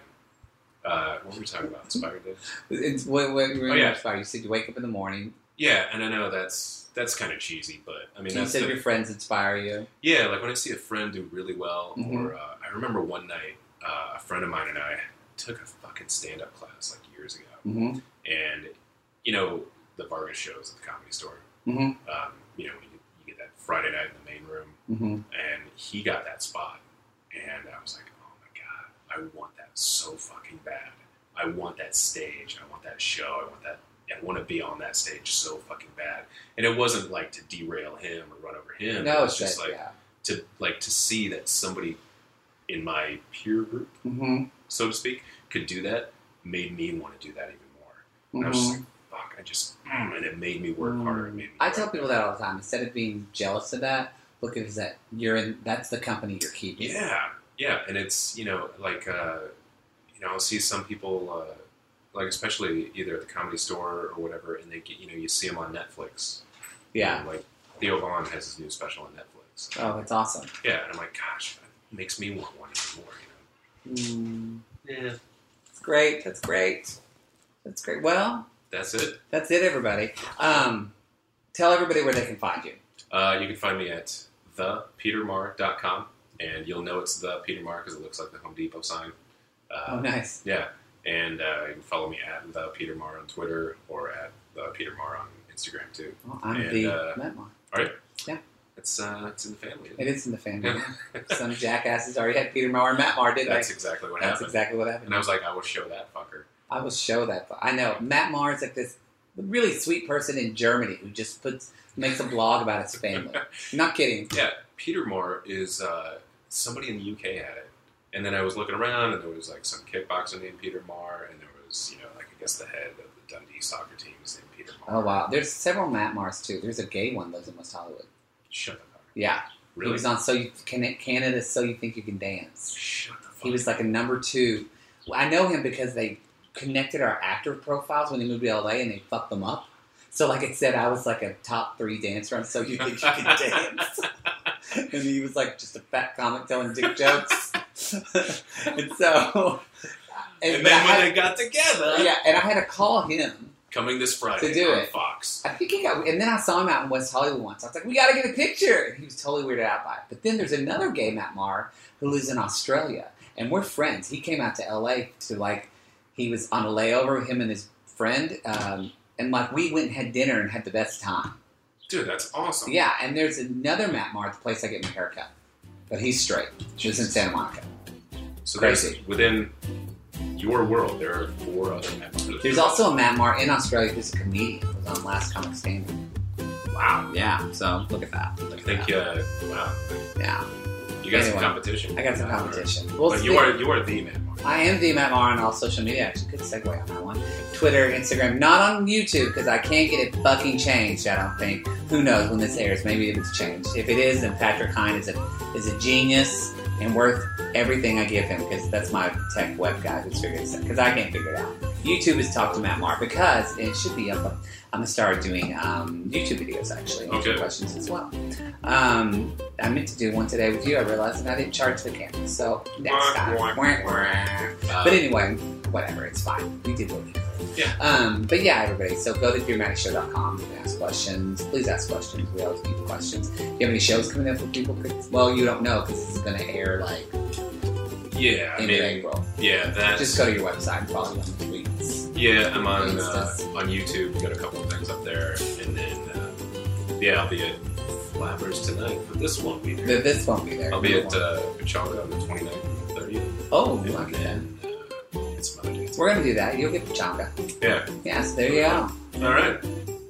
Speaker 2: Uh, what were we talking about? Inspired days?
Speaker 1: *laughs* it's, what, what, you were
Speaker 2: Oh, yeah.
Speaker 1: inspired. You said you wake up in the morning.
Speaker 2: Yeah, and I know that's that's kind of cheesy, but I mean,
Speaker 1: you
Speaker 2: that's
Speaker 1: said
Speaker 2: the-
Speaker 1: your friends inspire you.
Speaker 2: yeah, like when I see a friend do really well,
Speaker 1: Mhm.
Speaker 2: or uh, I remember one night uh, a friend of mine and I took a fucking stand up class like years ago,
Speaker 1: Mm-hmm.
Speaker 2: and you know the Vargas shows at the Comedy Store,
Speaker 1: Mhm.
Speaker 2: um, you know when you, you get that Friday night in the main room,
Speaker 1: Mm-hmm.
Speaker 2: and he got that spot, and I was like, oh my god, I want that so fucking bad. I want that stage. I want that show. I want that. I want to be on that stage so fucking bad. And it wasn't like to derail him or run over him.
Speaker 1: No,
Speaker 2: it
Speaker 1: it's
Speaker 2: was just
Speaker 1: that,
Speaker 2: like
Speaker 1: yeah.
Speaker 2: to like to see that somebody in my peer group,
Speaker 1: Mm-hmm.
Speaker 2: so to speak, could do that made me want to do that even more. And I was just
Speaker 1: Mhm.
Speaker 2: like, fuck, I just mm, and it made me work
Speaker 1: Mm.
Speaker 2: harder. It made me
Speaker 1: I
Speaker 2: work
Speaker 1: tell people
Speaker 2: harder.
Speaker 1: that all the time. Instead of being jealous of that, look at it as that you're in. That's the company you're keeping.
Speaker 2: Yeah, yeah, and it's you know like uh, you know I'll see some people uh, like especially either at the comedy store or whatever, and they get you know you see them on Netflix. You
Speaker 1: Yeah.
Speaker 2: know, like Theo Vaughn has his new special on Netflix.
Speaker 1: Oh, that's awesome.
Speaker 2: Yeah, and I'm like, gosh, that makes me want one even more. You
Speaker 1: Mm,
Speaker 5: Yeah.
Speaker 1: that's great. That's great. That's great. Well,
Speaker 2: know, that's it.
Speaker 1: that's it, everybody. Um, tell everybody where they can find you.
Speaker 2: Uh, you can find me at thepetermar.com, and you'll know it's the Peter Mar because it looks like the Home Depot sign. Uh,
Speaker 1: Oh, nice.
Speaker 2: Yeah, and uh, you can follow me at the Peter Mar on Twitter or at the Peter Mar on Instagram too.
Speaker 1: Well, I'm
Speaker 2: and,
Speaker 1: the
Speaker 2: uh,
Speaker 1: Metmar.
Speaker 2: It's uh, it's in the family.
Speaker 1: It
Speaker 2: Isn't
Speaker 1: is in the family.
Speaker 2: *laughs* it?
Speaker 1: Some jackasses already had Peter Mauer and Matt Maher, didn't
Speaker 2: That's
Speaker 1: they?
Speaker 2: exactly what
Speaker 1: That's
Speaker 2: happened.
Speaker 1: exactly what happened.
Speaker 2: And I was like, I will show that fucker.
Speaker 1: I will show that. I know Matt Maher is like this really sweet person in Germany who just puts makes a blog about his family. Not kidding.
Speaker 2: Yeah, Peter Moore is uh, somebody in the UK had it, and then I was looking around, and there was like some kickboxer named Peter Moore, and there was, you know, like I guess the head of the Dundee soccer team is named Peter.
Speaker 1: Oh
Speaker 2: Maher.
Speaker 1: wow, there's several Matt Mars too. There's a gay one lives in West Hollywood.
Speaker 2: Shut the fuck. up.
Speaker 1: Yeah, he
Speaker 2: Really?
Speaker 1: was on So You Can Canada, So You Think You Can Dance.
Speaker 2: Shut the fuck.
Speaker 1: He was like a number two. I know him because they connected our actor profiles when they moved to LA and they fucked them up. So like it said, I was like a top three dancer on So You Think You Can Dance, *laughs* and he was like just a fat comic telling dick jokes. *laughs* and so, but I
Speaker 2: and, then when
Speaker 1: had-
Speaker 2: they got together,
Speaker 1: yeah, and I had to call him.
Speaker 2: coming this Friday
Speaker 1: To do
Speaker 2: on
Speaker 1: it.
Speaker 2: Fox.
Speaker 1: I think he got, and then I saw him out in West Hollywood once. I was like, we got to get a picture. And he was totally weirded out by it. But then there's another gay Matt Maher who lives in Australia, and we're friends. He came out to LA to like, he was on a layover, him and his friend, um, and like we went and had dinner and had the best time.
Speaker 2: Dude, that's awesome.
Speaker 1: Yeah, and there's another Matt Maher at the place I get my haircut, but he's straight. She's in Santa Monica.
Speaker 2: So
Speaker 1: Crazy.
Speaker 2: there's- within your world, there are four other members.
Speaker 1: There's also a Matt Maher in Australia who's a comedian. who was on Last Comic Standing.
Speaker 2: wow.
Speaker 1: Yeah, so look at that. Look
Speaker 2: I
Speaker 1: at
Speaker 2: think
Speaker 1: that.
Speaker 2: you. Uh, wow.
Speaker 1: Yeah,
Speaker 2: You got some
Speaker 1: Anyway,
Speaker 2: competition.
Speaker 1: I got some
Speaker 2: Yeah,
Speaker 1: competition.
Speaker 2: all
Speaker 1: We'll
Speaker 2: right. But
Speaker 1: see.
Speaker 2: you are you are the man. Mark.
Speaker 1: I am the Matt Maher on all social media. Actually, good segue on that one. Twitter, Instagram, not on YouTube because I can't get it fucking changed. I don't think. Who knows when this airs? Maybe it's changed. If it is, then Patrick Hine is a is a genius and worth everything I give him because that's my tech web guy who's figured this out because I can't figure it out. YouTube is talk to Matt Maher because and it should be up. I'm gonna start doing um, YouTube videos actually, and
Speaker 2: Okay.
Speaker 1: questions as well. Um, I meant to do one today with you. I realized and I didn't charge the camera, so next time.
Speaker 2: Wah,
Speaker 1: Wah, wah.
Speaker 2: Uh,
Speaker 1: But anyway, whatever, it's fine. We did what we could.
Speaker 2: Yeah.
Speaker 1: Um, but yeah, everybody, so go to theorematicshow.com. You can ask questions. Please ask questions. We always need questions. Do you have any shows coming up where people could? Well, you don't know because this is going to air like
Speaker 2: yeah, I
Speaker 1: in
Speaker 2: mean,
Speaker 1: April.
Speaker 2: yeah, that's
Speaker 1: Just go to your website and follow me on the tweets.
Speaker 2: Yeah, I'm on uh,
Speaker 1: Instas.
Speaker 2: on YouTube. We've got a couple of things up there, and then uh, yeah, I'll be at Flappers tonight, but this won't be there.
Speaker 1: Th- This won't be there.
Speaker 2: I'll be
Speaker 1: It
Speaker 2: at
Speaker 1: won't.
Speaker 2: uh, Pachanga on the 29th and the 30th,
Speaker 1: oh, you
Speaker 2: and
Speaker 1: like that.
Speaker 2: then uh, and some other dates.
Speaker 1: We're going to do that. You'll get the changa.
Speaker 2: Yeah.
Speaker 1: Yes, there you go.
Speaker 2: All right,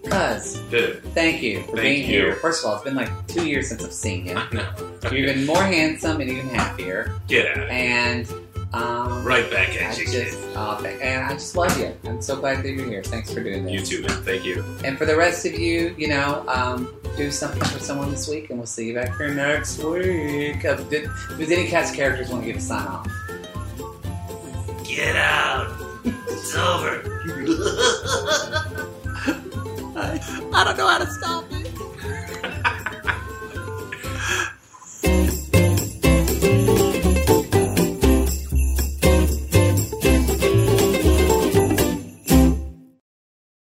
Speaker 1: Cuz,
Speaker 2: did it.
Speaker 1: thank you for
Speaker 2: Thank
Speaker 1: being
Speaker 2: you.
Speaker 1: here. First of all, it's been like two years since I've seen
Speaker 2: *laughs*
Speaker 1: you.
Speaker 2: I know.
Speaker 1: You've been more handsome and even happier.
Speaker 2: Get out.
Speaker 1: And um,
Speaker 2: Right back
Speaker 1: I
Speaker 2: at you.
Speaker 1: just,
Speaker 2: kid.
Speaker 1: uh, th- and I just love you. I'm so glad that you're here. Thanks for doing
Speaker 2: You
Speaker 1: this.
Speaker 2: too, man. Thank you.
Speaker 1: And for the rest of you, you know, um, do something for someone this week, and we'll see you back here next week. Uh, did, did any cast characters want to give a sign off?
Speaker 5: Get out. It's over.
Speaker 1: I don't know how to stop.